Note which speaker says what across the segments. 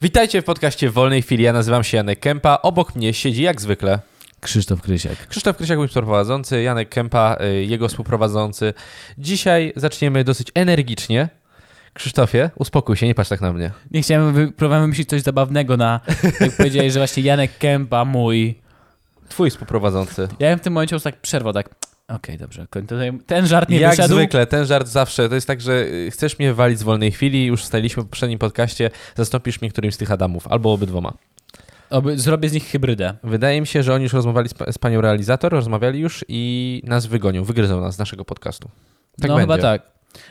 Speaker 1: Witajcie w podcaście Wolnej Chwili. Ja nazywam się Janek Kępa. Obok mnie siedzi jak zwykle
Speaker 2: Krzysztof Krysiak.
Speaker 1: Krzysztof Krysiak, mój współprowadzący, Janek Kępa, y, jego współprowadzący. Dzisiaj zaczniemy dosyć energicznie. Krzysztofie, uspokój się, nie patrz tak na mnie.
Speaker 2: Nie chciałem, wy- próbowałem wymyślić coś zabawnego na, jak powiedziałeś, że właśnie Janek Kępa, mój.
Speaker 1: Twój współprowadzący.
Speaker 2: Ja bym w tym momencie już tak przerwał, tak, okej, dobrze, koń- tutaj- ten żart nie
Speaker 1: jak
Speaker 2: wyszedł.
Speaker 1: zwykle, ten żart zawsze. To jest tak, że y, chcesz mnie walić z wolnej chwili, już staliśmy w poprzednim podcaście, zastąpisz mnie którymś z tych Adamów, albo obydwoma.
Speaker 2: Oby, zrobię z nich hybrydę.
Speaker 1: Wydaje mi się, że oni już rozmawiali z, pa- z panią realizator, rozmawiali już i nas wygonią, wygryzą nas z naszego podcastu. Tak
Speaker 2: no
Speaker 1: będzie.
Speaker 2: chyba tak.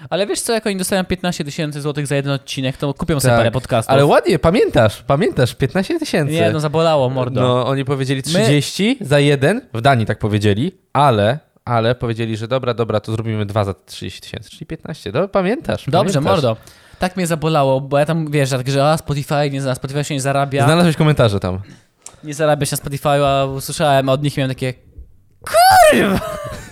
Speaker 2: Ale wiesz co, jak oni dostają 15 tysięcy złotych za jeden odcinek, to kupią sobie
Speaker 1: Tak,
Speaker 2: parę podcastów.
Speaker 1: Ale ładnie, pamiętasz, pamiętasz, 15 tysięcy.
Speaker 2: Nie, no zabolało mordo.
Speaker 1: No, oni powiedzieli
Speaker 2: My-
Speaker 1: 30 za jeden, w Danii tak powiedzieli, ale, ale powiedzieli, że dobra, dobra, to zrobimy dwa za 30 tysięcy, czyli 15. No, pamiętasz.
Speaker 2: Dobrze,
Speaker 1: pamiętasz.
Speaker 2: mordo. Tak mnie zabolało, bo ja tam, wiesz, tak, że a, Spotify, nie, na Spotify się nie zarabia,
Speaker 1: Znalazłeś komentarze tam.
Speaker 2: nie zarabia się na Spotify, a usłyszałem od nich, i miałem takie,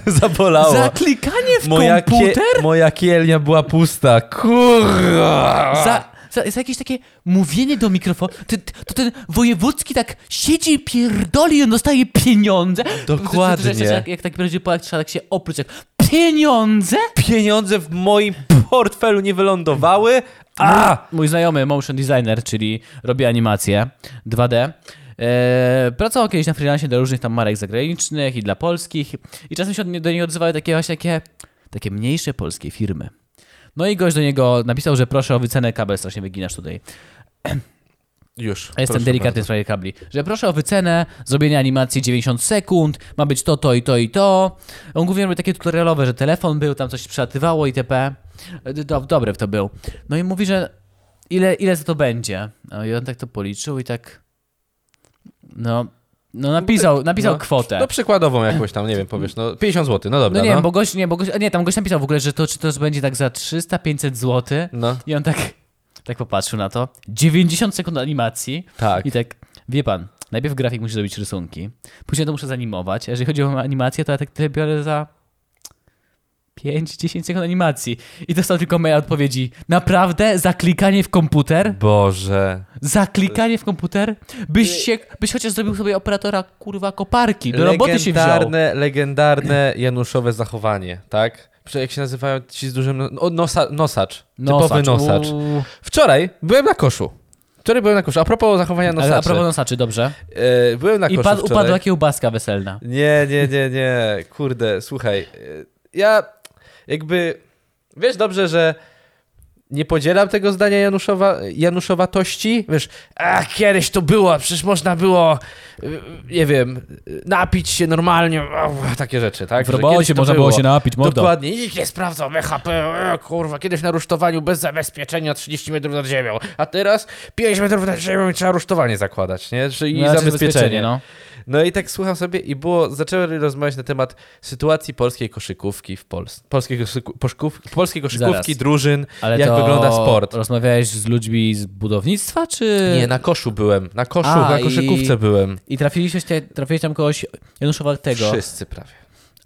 Speaker 1: Zabolało.
Speaker 2: zaklikanie w
Speaker 1: moja,
Speaker 2: komputer?
Speaker 1: kie- moja kielnia była pusta. Kurwa.
Speaker 2: Za, za, za jakieś takie mówienie do mikrofonu, ty, ty, to ten wojewódzki tak siedzi i pierdoli i on dostaje pieniądze.
Speaker 1: Dokładnie.
Speaker 2: To, to, to, to, jak, jak tak będzie Polak, trzeba tak się oprócz, jak pieniądze?
Speaker 1: Pieniądze w moim portfelu nie wylądowały. A!
Speaker 2: Mój znajomy motion designer, czyli robi animacje 2D, e, pracował kiedyś na freelancie dla różnych tam marek zagranicznych i dla polskich i czasem się od nie- do niego odzywały takie właśnie takie, takie mniejsze polskie firmy. No i gość do niego napisał, że proszę o wycenę kabel, strasznie wyginasz tutaj.
Speaker 1: Już.
Speaker 2: Ja Jestem
Speaker 1: proszę
Speaker 2: delikatny w sprawie kabli. Że proszę o wycenę zrobienia animacji 90 sekund, ma być to, to i to i to. On głównie robił takie tutorialowe, że telefon był, tam coś przelatywało itp. E, Do, dobry w to był. No i mówi, że ile, ile za to będzie. No i on tak to policzył i tak... No, no napisał, napisał
Speaker 1: no.
Speaker 2: kwotę.
Speaker 1: No przykładową jakąś tam, nie wiem, powiesz, no 50 zł, no dobra.
Speaker 2: No nie
Speaker 1: no.
Speaker 2: wiem, bo gość, nie, bo gość, a nie, tam gość napisał w ogóle, że to, czy to będzie tak za 300-500 zł.
Speaker 1: No,
Speaker 2: I on tak, tak popatrzył na to. 90 sekund animacji.
Speaker 1: tak.
Speaker 2: I tak, wie pan, najpierw grafik musi zrobić rysunki, później to muszę zanimować, a jeżeli chodzi o animację, to ja tak tyle biorę za 5-10 sekund animacji. I dostał tylko maila odpowiedzi, naprawdę? Zaklikanie w komputer?
Speaker 1: Boże.
Speaker 2: Zaklikanie w komputer? Byś,
Speaker 1: Y-
Speaker 2: się, byś chociaż zrobił sobie operatora, kurwa, koparki, do roboty się wziął.
Speaker 1: legendarne, legendarne Januszowe zachowanie, tak? Prze- Jak się nazywają ci z dużym... no- O, nosa, nosacz. Typowy nosacz.
Speaker 2: uuu.
Speaker 1: Wczoraj byłem na koszu. Wczoraj byłem na koszu. A propos zachowania
Speaker 2: Ale
Speaker 1: nosaczy.
Speaker 2: a propos nosaczy, dobrze.
Speaker 1: E, byłem na
Speaker 2: I
Speaker 1: koszu
Speaker 2: padł,
Speaker 1: wczoraj.
Speaker 2: upadła kiełbaska weselna.
Speaker 1: Nie, nie, nie, nie. Kurde, słuchaj. e, Ja jakby... Wiesz dobrze, że nie podzielam tego zdania Januszowa, Januszowatości. Wiesz, a kiedyś to było, przecież można było, y, nie wiem, y, napić się normalnie, o, takie rzeczy, tak?
Speaker 2: W
Speaker 1: Że kiedyś
Speaker 2: robocie
Speaker 1: to
Speaker 2: można było się napić, mordo.
Speaker 1: Dokładnie, nikt nie sprawdzał BHP, e, kurwa, kiedyś na rusztowaniu bez zabezpieczenia 30 metrów nad ziemią, a teraz 5 metrów nad ziemią i trzeba rusztowanie zakładać, nie? Czy- I
Speaker 2: No, raczej
Speaker 1: zabezpieczenie. No.
Speaker 2: no.
Speaker 1: i tak słucham sobie i było, zaczęły rozmawiać na temat sytuacji polskiej koszykówki w Polsce. Polskiej, koszyku, poszków, polskiej koszykówki,
Speaker 2: Zaraz.
Speaker 1: drużyn,
Speaker 2: Ale
Speaker 1: jak
Speaker 2: to
Speaker 1: wygląda sport.
Speaker 2: Rozmawiałeś z ludźmi z budownictwa, czy.
Speaker 1: Nie, na koszu byłem, na koszu,
Speaker 2: A,
Speaker 1: na
Speaker 2: i-
Speaker 1: koszykówce byłem.
Speaker 2: I trafiliście, te- trafiłeś tam kogoś Januszowa tego.
Speaker 1: Wszyscy prawie.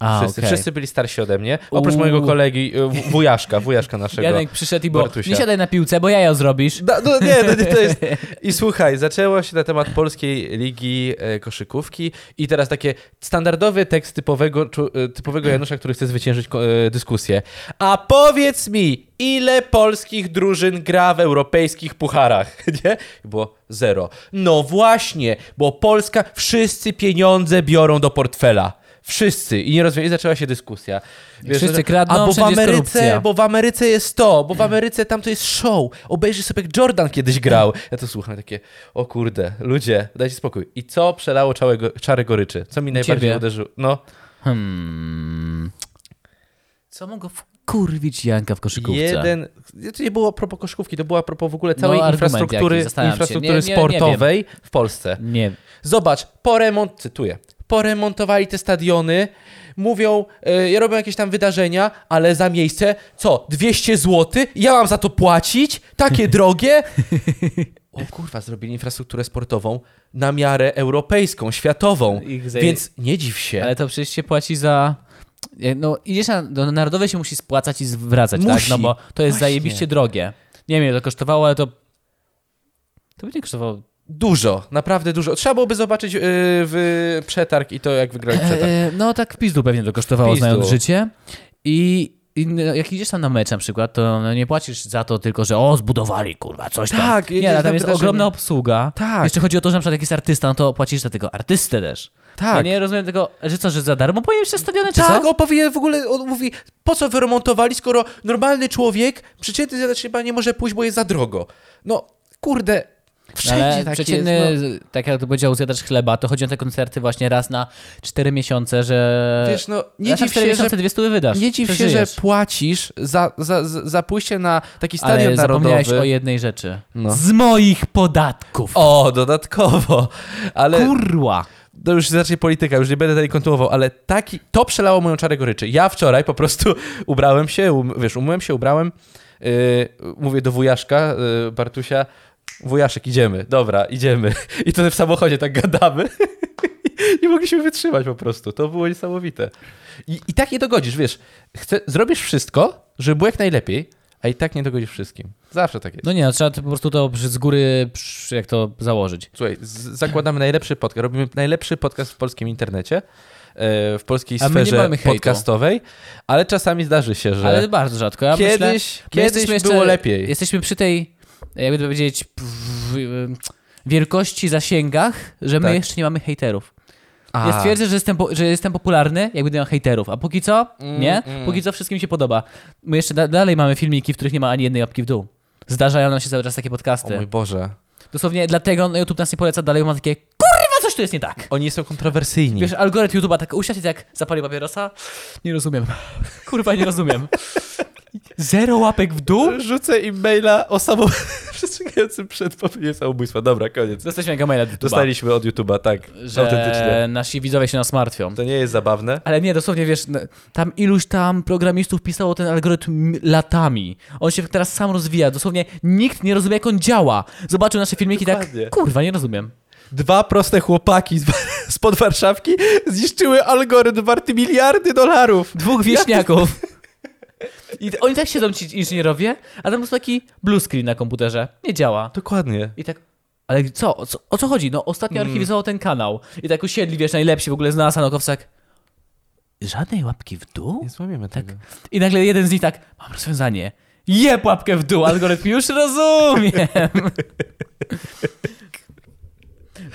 Speaker 2: A,
Speaker 1: wszyscy,
Speaker 2: okej.
Speaker 1: wszyscy byli starsi ode mnie, oprócz
Speaker 2: Uuu.
Speaker 1: mojego kolegi, y, w- wujaszka, wujaszka naszego.
Speaker 2: Janek przyszedł i było,
Speaker 1: Bartusia.
Speaker 2: nie siadaj na piłce, bo ja ją zrobisz.
Speaker 1: Da, no nie, no nie, to jest... I słuchaj, zaczęło się na temat polskiej ligi e, koszykówki i teraz takie standardowy tekst typowego, czu- e, typowego Janusza, który chce zwyciężyć ko- e, dyskusję. A powiedz mi, ile polskich drużyn gra w europejskich pucharach, nie? I Było zero. No właśnie, bo Polska wszyscy pieniądze biorą do portfela. Wszyscy. I nie rozumiem, i zaczęła się dyskusja.
Speaker 2: Wszyscy
Speaker 1: że-
Speaker 2: kradną,
Speaker 1: a bo w
Speaker 2: wszędzie jest
Speaker 1: Ameryce,
Speaker 2: korupcja.
Speaker 1: bo w Ameryce jest to, bo w Ameryce tam to jest show. Obejrzyj sobie, jak Jordan kiedyś grał. Ja to słucham takie, o kurde, ludzie, dajcie spokój. I co przelało czałego, czary goryczy? Co mi najbardziej
Speaker 2: Ciebie.
Speaker 1: uderzyło? No,
Speaker 2: Hmm. Co mogło wkurwić Janka w koszykówce?
Speaker 1: jeden... To nie było a propos koszkówki, to była a propos w ogóle całej
Speaker 2: No, argument
Speaker 1: infrastruktury,
Speaker 2: jakiś, zastanawiam się.
Speaker 1: infrastruktury
Speaker 2: Nie- nie- nie
Speaker 1: sportowej w Polsce.
Speaker 2: Nie.
Speaker 1: Zobacz, poremont, cytuję, poremontowali te stadiony, mówią, e, robią jakieś tam wydarzenia, ale za miejsce, co, 200 zł? Ja mam za to płacić? Takie drogie? O kurwa, zrobili infrastrukturę sportową na miarę europejską, światową,
Speaker 2: Ich zaj-
Speaker 1: więc nie dziw się.
Speaker 2: Ale to przecież się płaci za. jak- No, idziesz na, do narodowej się musi spłacać i zwracać, tak?
Speaker 1: Musi.
Speaker 2: No bo to jest
Speaker 1: Właśnie.
Speaker 2: zajebiście drogie. Nie wiem, ile to kosztowało, ale to To by nie kosztowało.
Speaker 1: Dużo, naprawdę dużo. Trzeba byłoby zobaczyć yy, w przetarg i to, jak wygrać przetarg.
Speaker 2: E, no tak w pizdu pewnie to kosztowało,
Speaker 1: W pizdu.
Speaker 2: znając życie. I, i no, jak idziesz tam na mecz na przykład, to no, nie płacisz za to tylko, że o, zbudowali, kurwa, coś tam.
Speaker 1: Tak,
Speaker 2: nie,
Speaker 1: jedziesz
Speaker 2: ale tam
Speaker 1: na
Speaker 2: jest
Speaker 1: wydarzenie.
Speaker 2: ogromna obsługa.
Speaker 1: Tak.
Speaker 2: Jeszcze chodzi o to, że na przykład jak jest artysta, no to płacisz za tego artystę też.
Speaker 1: Tak.
Speaker 2: Ja nie rozumiem tego, że co, że za darmo pojawisz się stadiony, czy
Speaker 1: Tak,
Speaker 2: co?
Speaker 1: on powie w ogóle, on mówi, po co wyremontowali, skoro normalny człowiek przeciętny zadaczniba nie może pójść, bo jest za drogo. No, kurde, wszędzie
Speaker 2: Ale
Speaker 1: tak
Speaker 2: przeciętny,
Speaker 1: jest. No.
Speaker 2: tak jak to powiedział zjadacz chleba, to chodzi o te koncerty właśnie raz na 4 miesiące, że...
Speaker 1: Wiesz, no, nie
Speaker 2: raz na
Speaker 1: dziw
Speaker 2: 4
Speaker 1: się, że,
Speaker 2: miesiące dwie stówy wydasz.
Speaker 1: nie dziw się, że
Speaker 2: przeżyjesz.
Speaker 1: płacisz za, za, za, za pójście na taki stadion
Speaker 2: Ale zapomniałeś
Speaker 1: narodowy.
Speaker 2: o jednej rzeczy.
Speaker 1: No.
Speaker 2: Z moich podatków.
Speaker 1: O, dodatkowo. Ale
Speaker 2: Kurła.
Speaker 1: to już zacznie polityka, już nie będę dalej kontynuował, ale taki, to przelało moją czarę goryczy. Ja wczoraj po prostu ubrałem się, um, wiesz, umyłem się, ubrałem, yy, mówię do wujaszka, yy, Bartusia, wujaszek, idziemy, dobra, idziemy. I to w samochodzie tak gadamy. Nie mogliśmy wytrzymać po prostu, to było niesamowite. I, i tak nie dogodzisz, wiesz, chce, zrobisz wszystko, żeby było jak najlepiej, a i tak nie dogodzisz wszystkim. Zawsze tak jest.
Speaker 2: No nie, no, trzeba to po prostu to przy- z góry, przy- jak to założyć.
Speaker 1: Słuchaj, z- zakładamy najlepszy podcast, robimy najlepszy podcast w polskim internecie, e, w polskiej
Speaker 2: A my nie
Speaker 1: sferze
Speaker 2: mamy hejtu.
Speaker 1: podcastowej, ale czasami zdarzy się, że
Speaker 2: Ale bardzo rzadko. Ja
Speaker 1: kiedyś,
Speaker 2: myślę, my
Speaker 1: kiedyś
Speaker 2: jesteśmy jeszcze-
Speaker 1: było lepiej.
Speaker 2: Jesteśmy przy tej, jakby to powiedzieć, w- wielkości, zasięgach, że my
Speaker 1: Tak.
Speaker 2: jeszcze nie mamy hejterów.
Speaker 1: A,
Speaker 2: Ja stwierdzę, że jestem, po- że jestem popularny, jak będę miał hejterów. A póki co,
Speaker 1: Mm,
Speaker 2: nie?
Speaker 1: mm.
Speaker 2: Póki co wszystkim się podoba. My jeszcze da- dalej mamy filmiki, w których nie ma ani jednej łapki w dół. Zdarzają nam się cały czas takie
Speaker 1: o
Speaker 2: podcasty.
Speaker 1: mój Boże.
Speaker 2: Dosłownie dlatego no, YouTube nas nie poleca dalej, bo ma takie kurwa, coś tu jest nie tak.
Speaker 1: Oni są kontrowersyjni.
Speaker 2: Wiesz, algorytm YouTube'a tak usiadł i tak zapalił papierosa. Nie rozumiem. Kurwa, nie rozumiem. Zero łapek w dół?
Speaker 1: Rzucę im maila o samo... przestrzegającym przed popełnieniem samobójstwa. Dobra, koniec.
Speaker 2: Dostaliśmy mega maila od YouTube'a,
Speaker 1: Dostaliśmy od YouTube'a, tak, autentycznie.
Speaker 2: że nasi widzowie się nas martwią.
Speaker 1: To nie jest zabawne.
Speaker 2: Ale nie, dosłownie wiesz, n- tam iluś tam programistów pisało ten algorytm latami. On się teraz sam rozwija. Dosłownie nikt nie rozumie, jak on działa. Zobaczył nasze filmiki i tak,
Speaker 1: Dokładnie.
Speaker 2: kurwa, nie rozumiem.
Speaker 1: Dwa proste chłopaki z, spod Warszawki zniszczyły algorytm warty miliardy dolarów.
Speaker 2: Dwóch wieśniaków. I t- oni tak siedzą ci inżynierowie, a tam po prostu taki blue screen na komputerze. Nie działa.
Speaker 1: Dokładnie.
Speaker 2: I tak, ale co? O co, o co chodzi? No ostatnio
Speaker 1: Mm.
Speaker 2: archiwizował ten kanał. I tak usiedli, wiesz, najlepsi w ogóle z NASA, naukowcak. Żadnej łapki w dół?
Speaker 1: Nie złamiemy
Speaker 2: Tak,
Speaker 1: tego.
Speaker 2: I nagle jeden z nich tak, mam rozwiązanie. Jeb łapkę w dół, algorytm już rozumiem.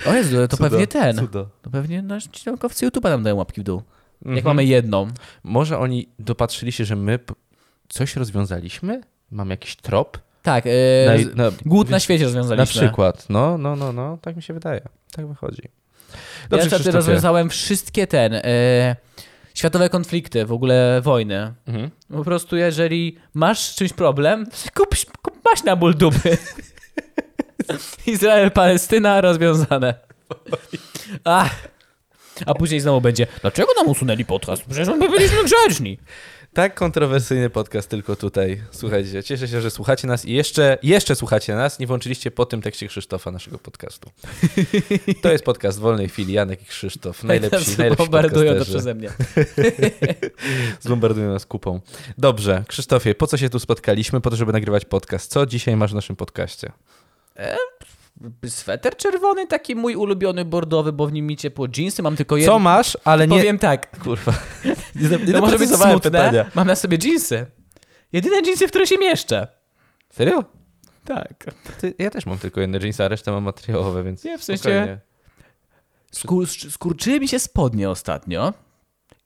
Speaker 2: O Jezu, ale to
Speaker 1: Cudo,
Speaker 2: pewnie ten.
Speaker 1: Cudo.
Speaker 2: To pewnie nasi naukowcy YouTube'a nam dają łapki w dół. Jak
Speaker 1: Mhm.
Speaker 2: mamy jedną.
Speaker 1: Może oni dopatrzyli się, że my p- coś rozwiązaliśmy? Mam jakiś trop?
Speaker 2: Tak, yy, z-
Speaker 1: na,
Speaker 2: głód na
Speaker 1: na
Speaker 2: świecie rozwiązaliśmy.
Speaker 1: przykład. No, no, no, no. Tak mi się wydaje. Tak wychodzi. Dobrze,
Speaker 2: ja wtedy
Speaker 1: Krzysztofie.
Speaker 2: rozwiązałem wszystkie ten, e, światowe konflikty, w ogóle wojny.
Speaker 1: Mhm.
Speaker 2: Po prostu jeżeli masz z czymś problem, kup, kup maś na ból dupy. Izrael, Palestyna rozwiązane. Ach. A później znowu będzie, dlaczego nam usunęli podcast? Przecież my byliśmy grzeczni.
Speaker 1: Tak kontrowersyjny podcast tylko tutaj. Słuchajcie, cieszę się, że słuchacie nas i jeszcze, jeszcze słuchacie nas. Nie włączyliście po tym tekście Krzysztofa naszego podcastu. To jest podcast Wolnej Chwili. Janek i Krzysztof. Najlepsi, najlepsi
Speaker 2: Bombardują to
Speaker 1: podcasterzy.
Speaker 2: przeze mnie.
Speaker 1: Zbombardują nas kupą. Dobrze, Krzysztofie, po co się tu spotkaliśmy? Po to, żeby nagrywać podcast. Co dzisiaj masz w naszym podcaście?
Speaker 2: Sweter czerwony, taki mój ulubiony bordowy, bo w nim mi ciepło. Jeansy mam tylko jedno.
Speaker 1: Co masz, ale nie...
Speaker 2: Powiem tak,
Speaker 1: Kurwa. No Nie,
Speaker 2: Nie to może być smutne. Mam na sobie dżinsy. Jedyne dżinsy, w które się mieszczę.
Speaker 1: Serio?
Speaker 2: Tak.
Speaker 1: Ty, ja też mam tylko jedne jeansy, a resztę mam materiałowe, więc
Speaker 2: Nie, w sensie-
Speaker 1: spokojnie.
Speaker 2: Skur, sz- skurczyły mi się spodnie ostatnio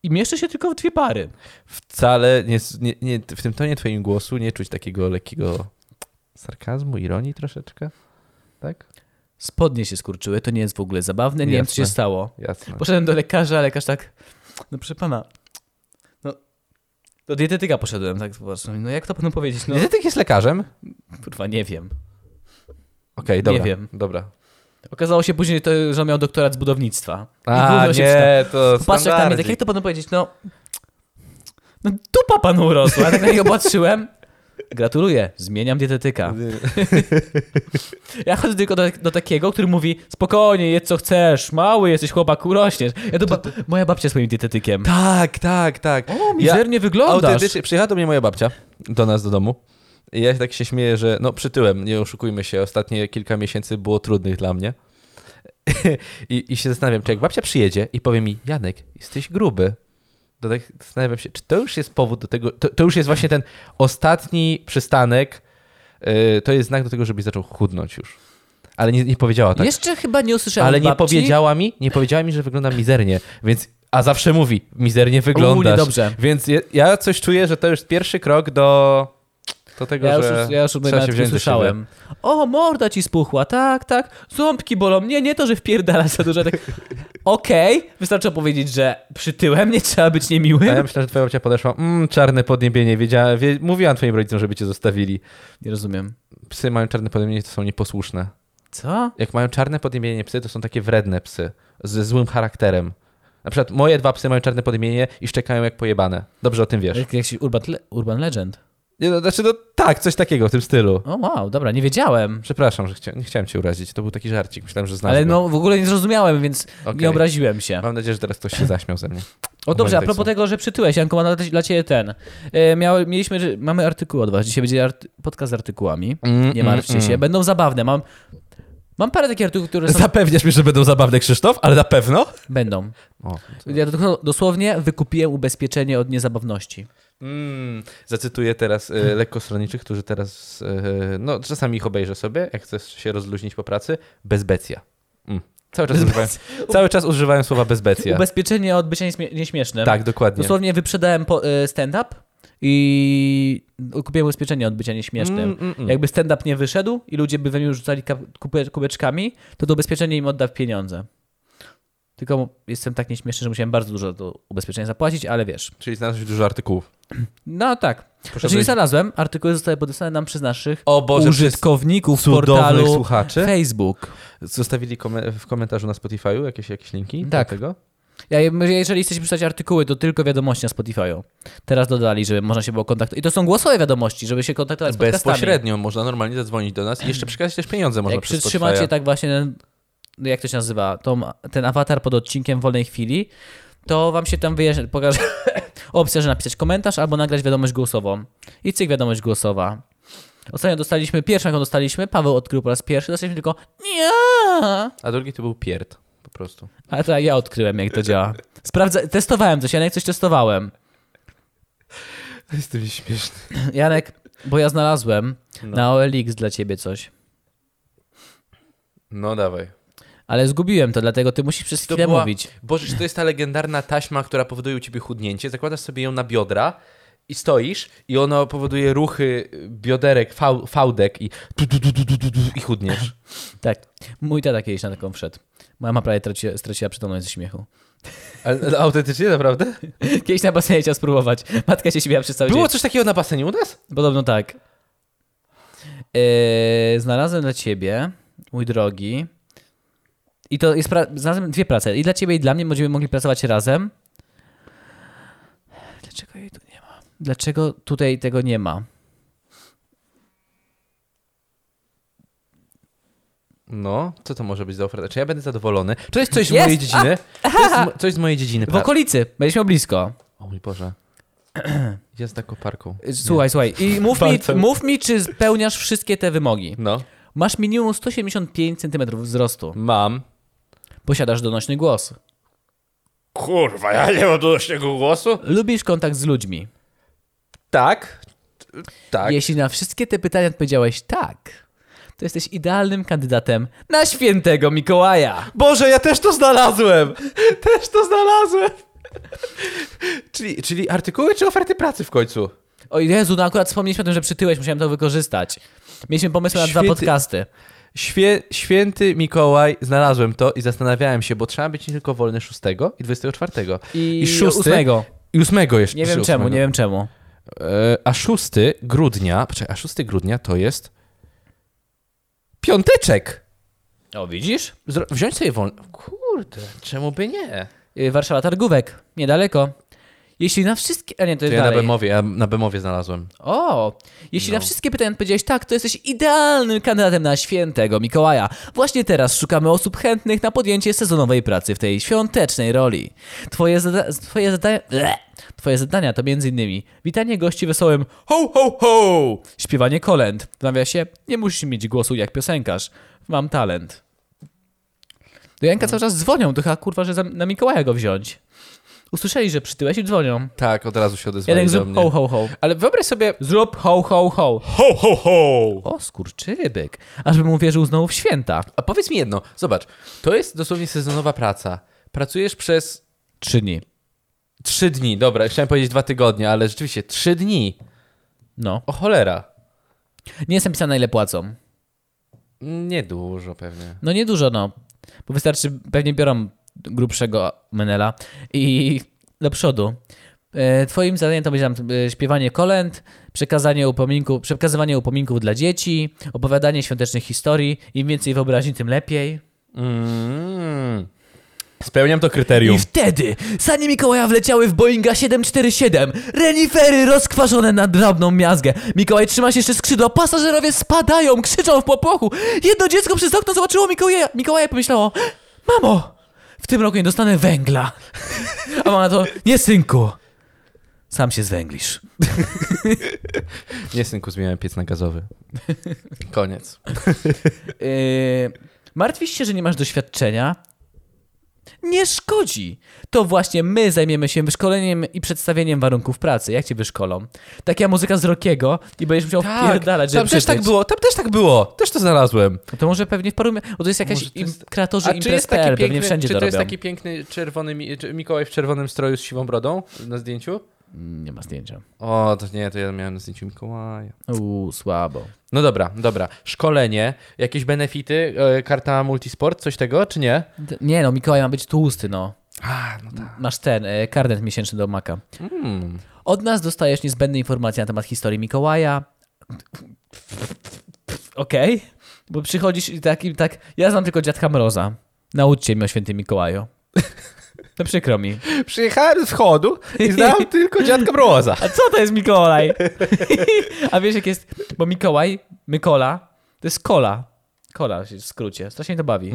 Speaker 2: i mieszczę się tylko w dwie pary.
Speaker 1: Wcale nie, nie, nie, w tym tonie twoim głosu nie czuć takiego lekkiego sarkazmu, ironii troszeczkę. Tak?
Speaker 2: Spodnie się skurczyły, to nie jest w ogóle zabawne, nie wiem, co
Speaker 1: Jasne.
Speaker 2: się stało.
Speaker 1: Jasne.
Speaker 2: Poszedłem do lekarza, a lekarz tak, no proszę pana, no... Do dietetyka poszedłem, tak zobaczmy. No jak to panu powiedzieć? No
Speaker 1: Dietetyk jest lekarzem? Okej,
Speaker 2: kurwa, nie wiem.
Speaker 1: dobra.
Speaker 2: wiem.
Speaker 1: Dobra.
Speaker 2: Okazało się później, to, że on miał doktorat z budownictwa. I
Speaker 1: A,
Speaker 2: gówno się przyda-
Speaker 1: nie, to
Speaker 2: Patrzę jak na mnie, tak jak to panu powiedzieć, no... No dupa panu urosła, ja tak na niego patrzyłem. Gratuluję, zmieniam dietetyka. Ja chodzę tylko do, do takiego, który mówi spokojnie, jedz co chcesz, mały jesteś chłopak, urośniesz. Ja to ba- moja babcia jest moim dietetykiem.
Speaker 1: Tak, tak, tak.
Speaker 2: O, mizernie wyglądasz.
Speaker 1: Autentycznie, przyjechała do mnie moja babcia, do nas, do domu. I ja tak się śmieję, że no przytyłem, nie oszukujmy się, ostatnie kilka miesięcy było trudnych dla mnie. I, I się zastanawiam, czy jak babcia przyjedzie i powie mi, Janek, jesteś gruby, to tak zastanawiam się, czy to już jest powód do tego, to, to już jest właśnie ten ostatni przystanek, yy, to jest znak do tego, żebyś zaczął chudnąć już. Ale nie, nie powiedziała tak.
Speaker 2: Jeszcze chyba nie usłyszałem
Speaker 1: Ale nie
Speaker 2: babci.
Speaker 1: powiedziała mi, nie powiedziała mi, że wygląda mizernie, więc a zawsze mówi, mizernie wyglądasz.
Speaker 2: niedobrze.
Speaker 1: Więc je, ja coś czuję, że to już pierwszy krok do, do tego,
Speaker 2: Ja już,
Speaker 1: że
Speaker 2: ja już
Speaker 1: trzeba się
Speaker 2: nawet
Speaker 1: wziąć za siebie.
Speaker 2: usłyszałem. O, morda ci spuchła, tak, tak. Ząbki bolą. Nie, nie to, że wpierdala za dużo. Tak. Okej, wystarczy powiedzieć, że przytyłem, nie trzeba być niemiłym.
Speaker 1: A ja myślę, że twoja babcia podeszła, mm, czarne podniebienie, wiedziała, wie, mówiłam twoim rodzicom, żeby cię zostawili.
Speaker 2: Nie rozumiem.
Speaker 1: Psy mają czarne podniebienie, to są nieposłuszne.
Speaker 2: Co?
Speaker 1: jak mają czarne podniemienie psy, to są takie wredne psy ze złym charakterem. Na przykład moje dwa psy mają czarne podniemienie i szczekają jak pojebane. Dobrze o tym wiesz.
Speaker 2: Jak, jakiś urban, le- urban Legend.
Speaker 1: Nie, no, znaczy, no tak, coś takiego w tym stylu.
Speaker 2: O, wow, dobra, nie wiedziałem.
Speaker 1: Przepraszam, że chcia... nie chciałem cię urazić. To był taki żarcik. Myślałem, że znasz
Speaker 2: Ale
Speaker 1: go.
Speaker 2: no w ogóle nie zrozumiałem, więc
Speaker 1: Okej.
Speaker 2: nie obraziłem się.
Speaker 1: Mam nadzieję, że teraz ktoś się zaśmiał ze mnie.
Speaker 2: O dobrze, a
Speaker 1: Obojętnie
Speaker 2: propos
Speaker 1: są.
Speaker 2: tego, że przytyłeś, Janko, mam dla- dla ciebie ten. E, miały, mieliśmy, że- mamy artykuł od was, dzisiaj będzie arty, podcast z artykułami.
Speaker 1: Mm,
Speaker 2: Nie martwcie
Speaker 1: mm,
Speaker 2: się,
Speaker 1: mm.
Speaker 2: będą zabawne. Mam, mam parę takich artykułów, które są...
Speaker 1: Zapewniasz mi, że będą zabawne, Krzysztof? Ale na pewno?
Speaker 2: Będą.
Speaker 1: O, to...
Speaker 2: Ja do- dosłownie wykupiłem ubezpieczenie od niezabawności.
Speaker 1: mm, zacytuję teraz e, lekkostronniczych, którzy teraz... E, no, czasami ich obejrzę sobie, jak chcesz się rozluźnić po pracy. Bezbecja. Mm. Cały, czas używają, cały czas używają słowa bezbecja.
Speaker 2: Ubezpieczenie od bycia nieśmie- nieśmiesznym.
Speaker 1: Tak, dokładnie.
Speaker 2: Dosłownie wyprzedałem po, e, stand-up i kupiłem ubezpieczenie od bycia nieśmiesznym.
Speaker 1: Mm, mm, mm.
Speaker 2: Jakby stand-up nie wyszedł i ludzie by we mnie rzucali kap- kupy- kubeczkami, to to ubezpieczenie im odda pieniądze. Tylko jestem tak nieśmieszny, że musiałem bardzo dużo do ubezpieczenia zapłacić, ale wiesz.
Speaker 1: Czyli znalazłeś dużo artykułów.
Speaker 2: No tak. Czyli
Speaker 1: byś-
Speaker 2: znalazłem, artykuły zostały podesłane nam przez naszych
Speaker 1: O Boże,
Speaker 2: użytkowników
Speaker 1: przez cudownych
Speaker 2: portalu
Speaker 1: słuchaczy.
Speaker 2: Facebook.
Speaker 1: Zostawili kome- w komentarzu na Spotify'u jakieś, jakieś linki
Speaker 2: Tak.
Speaker 1: do tego?
Speaker 2: Ja, jeżeli chcecie pisać artykuły, to tylko wiadomości na Spotify'u. Teraz dodali, żeby można się było kontaktować. I to są głosowe wiadomości, żeby się kontaktować z podcastami.
Speaker 1: Bezpośrednio można normalnie zadzwonić do nas i jeszcze przekazać też pieniądze można
Speaker 2: Jak
Speaker 1: przez
Speaker 2: przytrzymacie
Speaker 1: Spotify'a.
Speaker 2: tak właśnie, ten, jak to się nazywa, tą, ten awatar pod odcinkiem w wolnej chwili, to wam się tam wyjaśni, pokaże opcja, że napisać komentarz albo nagrać wiadomość głosową. I cyk, wiadomość głosowa. Ostatnio dostaliśmy, pierwszą jaką dostaliśmy, Paweł odkrył po raz pierwszy, dostaliśmy tylko nie.
Speaker 1: A drugi to był pierd po prostu.
Speaker 2: A to ja odkryłem, jak to działa. Sprawdza, testowałem coś, Janek coś testowałem.
Speaker 1: Jestem śmieszny.
Speaker 2: Janek, bo ja znalazłem
Speaker 1: No.
Speaker 2: na OLX dla ciebie coś.
Speaker 1: No dawaj.
Speaker 2: Ale zgubiłem to, dlatego ty musisz przez chwilę
Speaker 1: była-
Speaker 2: mówić.
Speaker 1: Boże, czy to jest ta legendarna taśma, która powoduje u ciebie chudnięcie? Zakładasz sobie ją na biodra i stoisz i ona powoduje ruchy bioderek, fał, fałdek i, tu, tu, tu, tu, tu, tu, tu, i chudniesz.
Speaker 2: Tak. Mój tata kiedyś na taką wszedł. Mama prawie traci, straciła przytomność ze śmiechu.
Speaker 1: Ale, autentycznie, naprawdę?
Speaker 2: Kiedyś na basenie chciała spróbować. Matka się śmiała przez cały
Speaker 1: Było
Speaker 2: dzień.
Speaker 1: coś takiego na basenie u nas?
Speaker 2: Podobno tak. Eee, znalazłem dla ciebie, mój drogi. I to jest. Pra- znalazłem dwie prace. I dla ciebie, i dla mnie. Będziemy mogli pracować razem. Dlaczego jej tu nie ma? Dlaczego tutaj tego nie ma?
Speaker 1: No, co to może być za oferta? Czy ja będę zadowolony? Czy to jest coś z
Speaker 2: Jest!
Speaker 1: mojej dziedziny? To jest mo- coś z mojej dziedziny.
Speaker 2: W
Speaker 1: pra-
Speaker 2: okolicy. Będziemy blisko.
Speaker 1: O mój Boże. Jazda koparką.
Speaker 2: Słuchaj, słuchaj. I mów mi,
Speaker 1: Bardzo.
Speaker 2: mów mi, czy spełniasz wszystkie te wymogi.
Speaker 1: No,
Speaker 2: Masz minimum 175 cm wzrostu.
Speaker 1: mam.
Speaker 2: Posiadasz donośny głos.
Speaker 1: Kurwa, ja nie mam donośnego głosu?
Speaker 2: Lubisz kontakt z ludźmi.
Speaker 1: Tak. Tak.
Speaker 2: Jeśli na wszystkie te pytania odpowiedziałeś tak, to jesteś idealnym kandydatem na świętego Mikołaja.
Speaker 1: Boże, ja też to znalazłem! Też to znalazłem! czyli, czyli artykuły czy oferty pracy w końcu?
Speaker 2: O Jezu, no akurat wspomnieliśmy o tym, że przytyłeś, musiałem to wykorzystać. Mieliśmy pomysł na dwa
Speaker 1: Święty-
Speaker 2: podcasty.
Speaker 1: Świe, święty Mikołaj, znalazłem to i zastanawiałem się, bo trzeba być nie tylko wolny 6 i 24.
Speaker 2: I,
Speaker 1: I szósty?
Speaker 2: ósmego.
Speaker 1: I 8 jeszcze.
Speaker 2: Nie wiem
Speaker 1: czy
Speaker 2: czemu,
Speaker 1: ósmego.
Speaker 2: nie wiem czemu.
Speaker 1: E, a 6 grudnia, poczekaj, a 6 grudnia to jest piąteczek.
Speaker 2: O, widzisz?
Speaker 1: Zro- wziąć sobie wolne. Kurde, czemu by nie?
Speaker 2: Y, Warszawa Targówek, niedaleko. Jeśli na wszystkie... A nie, to jest
Speaker 1: Ja na
Speaker 2: dalej.
Speaker 1: Bemowie, ja na Bemowie znalazłem.
Speaker 2: O, jeśli na
Speaker 1: No.
Speaker 2: wszystkie pytania odpowiedziałeś tak, to jesteś idealnym kandydatem na świętego Mikołaja. Właśnie teraz szukamy osób chętnych na podjęcie sezonowej pracy w tej świątecznej roli. Twoje, zada- twoje zadania... Bleh. Twoje zadania to m.in. witanie gości wesołym ho, ho, ho, śpiewanie kolęd. W nawiasie, nie musisz mieć głosu jak piosenkarz. Mam talent. Do
Speaker 1: No.
Speaker 2: Janka cały czas dzwonią, to chyba kurwa, że za- na Mikołaja go wziąć. Usłyszeli, że przytyłeś i dzwonią.
Speaker 1: Tak, od razu się odezwali
Speaker 2: Janek
Speaker 1: do
Speaker 2: zrób
Speaker 1: mnie.
Speaker 2: ho, ho, ho.
Speaker 1: Ale wyobraź sobie...
Speaker 2: Zrób ho, ho, ho.
Speaker 1: Ho, ho, ho!
Speaker 2: O, skurczybyk. Aż bym uwierzył znowu w święta.
Speaker 1: A powiedz mi jedno, zobacz, to jest dosłownie sezonowa praca. Pracujesz przez
Speaker 2: Trzy dni.
Speaker 1: trzy dni, dobra, chciałem powiedzieć dwa tygodnie, ale rzeczywiście trzy dni.
Speaker 2: No.
Speaker 1: O cholera.
Speaker 2: Nie jestem pisany, ile płacą.
Speaker 1: Mm, Niedużo pewnie.
Speaker 2: No niedużo, no. Bo wystarczy, pewnie biorą grubszego menela i do przodu. E, Twoim zadaniem to będzie tam e, śpiewanie kolęd, przekazanie upominku, przekazywanie upominków dla dzieci, opowiadanie świątecznych historii. Im więcej wyobraźni, tym lepiej.
Speaker 1: Mm. Spełniam to kryterium.
Speaker 2: I wtedy sanie Mikołaja wleciały w Boeinga 747. Renifery rozkwaszone na drobną miazgę. Mikołaj trzyma się jeszcze skrzydła. Pasażerowie spadają, krzyczą w popłochu. Jedno dziecko przez okno zobaczyło Mikołaja. Mikołaja pomyślało, mamo, w tym roku nie dostanę węgla. A mama to, nie synku, sam się zwęglisz.
Speaker 1: Nie, synku, zmieniałem piec na gazowy. Koniec.
Speaker 2: Yy, martwisz się, że nie masz doświadczenia? Nie szkodzi. To właśnie my zajmiemy się wyszkoleniem i przedstawieniem warunków pracy. Jak cię wyszkolą? Taka muzyka z Rockiego i będziesz musiał wpierdalać, żeby
Speaker 1: tam też tak
Speaker 2: przeżyć.
Speaker 1: było, tam też tak było. Też to znalazłem.
Speaker 2: No To może pewnie w paru... mi- Bo to jest jakaś
Speaker 1: Może to jest-
Speaker 2: im... kreatorzy imprez.pl, pewnie wszędzie
Speaker 1: czy
Speaker 2: to
Speaker 1: to jest
Speaker 2: robią.
Speaker 1: taki piękny czerwony mi- czy Mikołaj w czerwonym stroju z siwą brodą na zdjęciu?
Speaker 2: Mm, Nie ma zdjęcia.
Speaker 1: O, to nie, to ja miałem na zdjęciu Mikołaja.
Speaker 2: Uuu, słabo.
Speaker 1: No dobra, dobra. Szkolenie, jakieś benefity, e, karta multisport, coś tego, czy nie?
Speaker 2: D- Nie no, Mikołaj ma być tłusty, no.
Speaker 1: A, no tak.
Speaker 2: Masz ten, e, karnet miesięczny do Maka.
Speaker 1: Mm.
Speaker 2: Od nas dostajesz niezbędne informacje na temat historii Mikołaja. Okej. Bo przychodzisz i tak, i tak, ja znam tylko Dziadka Mroza. Nauczcie mnie o świętym Mikołaju. To przykro mi.
Speaker 1: Przyjechałem z chodu i znam tylko dziadka Mroza.
Speaker 2: A co to jest Mikołaj? A wiesz jak jest, bo Mikołaj, Mykola, to jest kola. Kola się w skrócie, strasznie to bawi.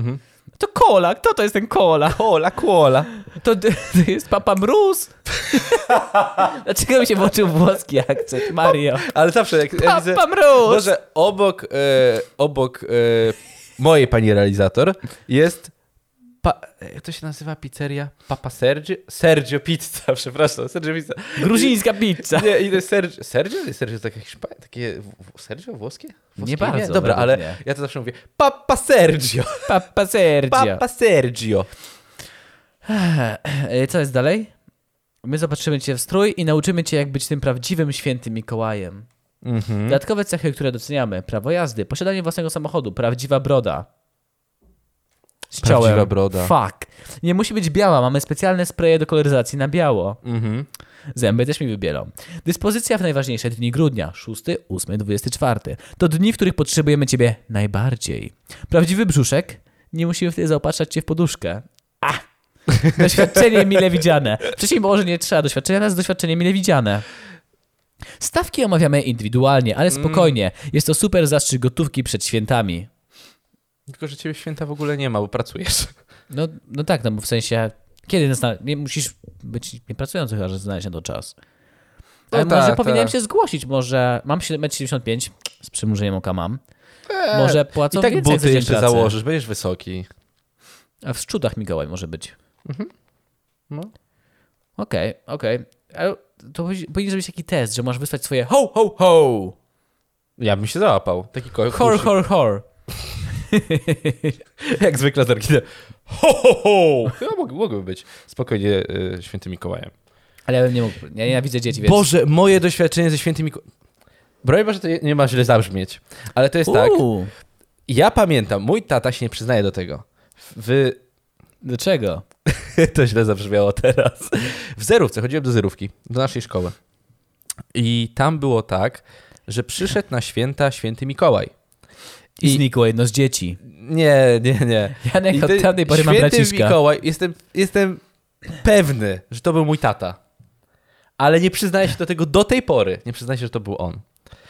Speaker 2: To kola, kto to jest ten kola?
Speaker 1: Kola, kola.
Speaker 2: To, to jest Papa Mróz. Dlaczego mi się włączył włoski akcent? Mario.
Speaker 1: Ale zawsze jak ja widzę...
Speaker 2: Papa Mróz!
Speaker 1: Boże, obok, e, obok e, mojej pani realizator jest. Pa, jak to się nazywa pizzeria? Papa Sergio? Sergio Pizza, przepraszam, Sergio Pizza.
Speaker 2: Gruzińska pizza.
Speaker 1: Nie, i to jest Sergio. Sergio? To jest Sergio takie hiszpańskie? Takie w- w- Sergio włoskie? włoskie?
Speaker 2: Nie bardzo,
Speaker 1: Dobra,
Speaker 2: według
Speaker 1: ale
Speaker 2: mnie.
Speaker 1: ja to zawsze mówię. Papa Sergio!
Speaker 2: Papa Sergio.
Speaker 1: Papa Sergio!
Speaker 2: E, Co jest dalej? My zobaczymy cię w strój i nauczymy cię, jak być tym prawdziwym świętym Mikołajem.
Speaker 1: Mhm.
Speaker 2: Dodatkowe cechy, które doceniamy. Prawo jazdy, posiadanie własnego samochodu, prawdziwa broda. Ściąłem.
Speaker 1: Prawdziwa broda.
Speaker 2: Fuck. Nie musi być biała, mamy specjalne spreje do koloryzacji na biało.
Speaker 1: Mhm.
Speaker 2: Zęby też mi wybielą. Dyspozycja w najważniejsze dni grudnia 6, 8, 24. To dni, w których potrzebujemy Ciebie najbardziej. Prawdziwy brzuszek? Nie musimy wtedy zaopatrzać Cię w poduszkę. A! Doświadczenie mile widziane. Wcześniej może nie trzeba doświadczenia, teraz doświadczenie mile widziane. Stawki omawiamy indywidualnie, ale spokojnie. Jest to super zastrzyk gotówki przed świętami.
Speaker 1: Tylko, że ciebie święta w ogóle nie ma, bo pracujesz.
Speaker 2: No, no tak, no bo w sensie, kiedy zna- nie musisz być niepracujący chyba, że znaleźć na to czas.
Speaker 1: No
Speaker 2: Ale może
Speaker 1: tak,
Speaker 2: powinienem
Speaker 1: tak.
Speaker 2: się zgłosić, może mam 1,75 z przymrużeniem oka mam. Może płacą
Speaker 1: I tak
Speaker 2: więcej za
Speaker 1: buty
Speaker 2: dzień
Speaker 1: jeszcze
Speaker 2: pracy.
Speaker 1: założysz, będziesz wysoki.
Speaker 2: A w szczudach Mikołaj może być.
Speaker 1: No.
Speaker 2: Okej, okej. Ale To powi- powinien zrobić taki test, że możesz wysłać swoje ho, ho, ho,
Speaker 1: Ja bym się załapał. Taki ko-
Speaker 2: hor, hor, hor.
Speaker 1: Jak zwykle z Arkinem. Ho, ho, ho! Chyba mógł, mógłby być spokojnie y, świętym Mikołajem.
Speaker 2: Ale ja bym nie mógł, ja nienawidzę dzieci, więc...
Speaker 1: Boże, moje doświadczenie ze świętym Mikołajem. Broń Boże, to je- nie ma źle zabrzmieć, ale to jest tak.
Speaker 2: Uuu,
Speaker 1: Ja pamiętam, mój tata się nie przyznaje do tego. W...
Speaker 2: Dlaczego?
Speaker 1: to źle zabrzmiało teraz. W zerówce, chodziłem do zerówki, do naszej szkoły. I tam było tak, że przyszedł na święta święty Mikołaj.
Speaker 2: I,
Speaker 1: I-
Speaker 2: znikło jedno z dzieci.
Speaker 1: Nie, nie, nie.
Speaker 2: Janek
Speaker 1: I
Speaker 2: od
Speaker 1: ten
Speaker 2: tamtej pory ma
Speaker 1: święty
Speaker 2: braciszka.
Speaker 1: Mikołaj, jestem, jestem pewny, że to był mój tata. ale nie przyznaje się do tego do tej pory. Nie przyznaje się, że to był on.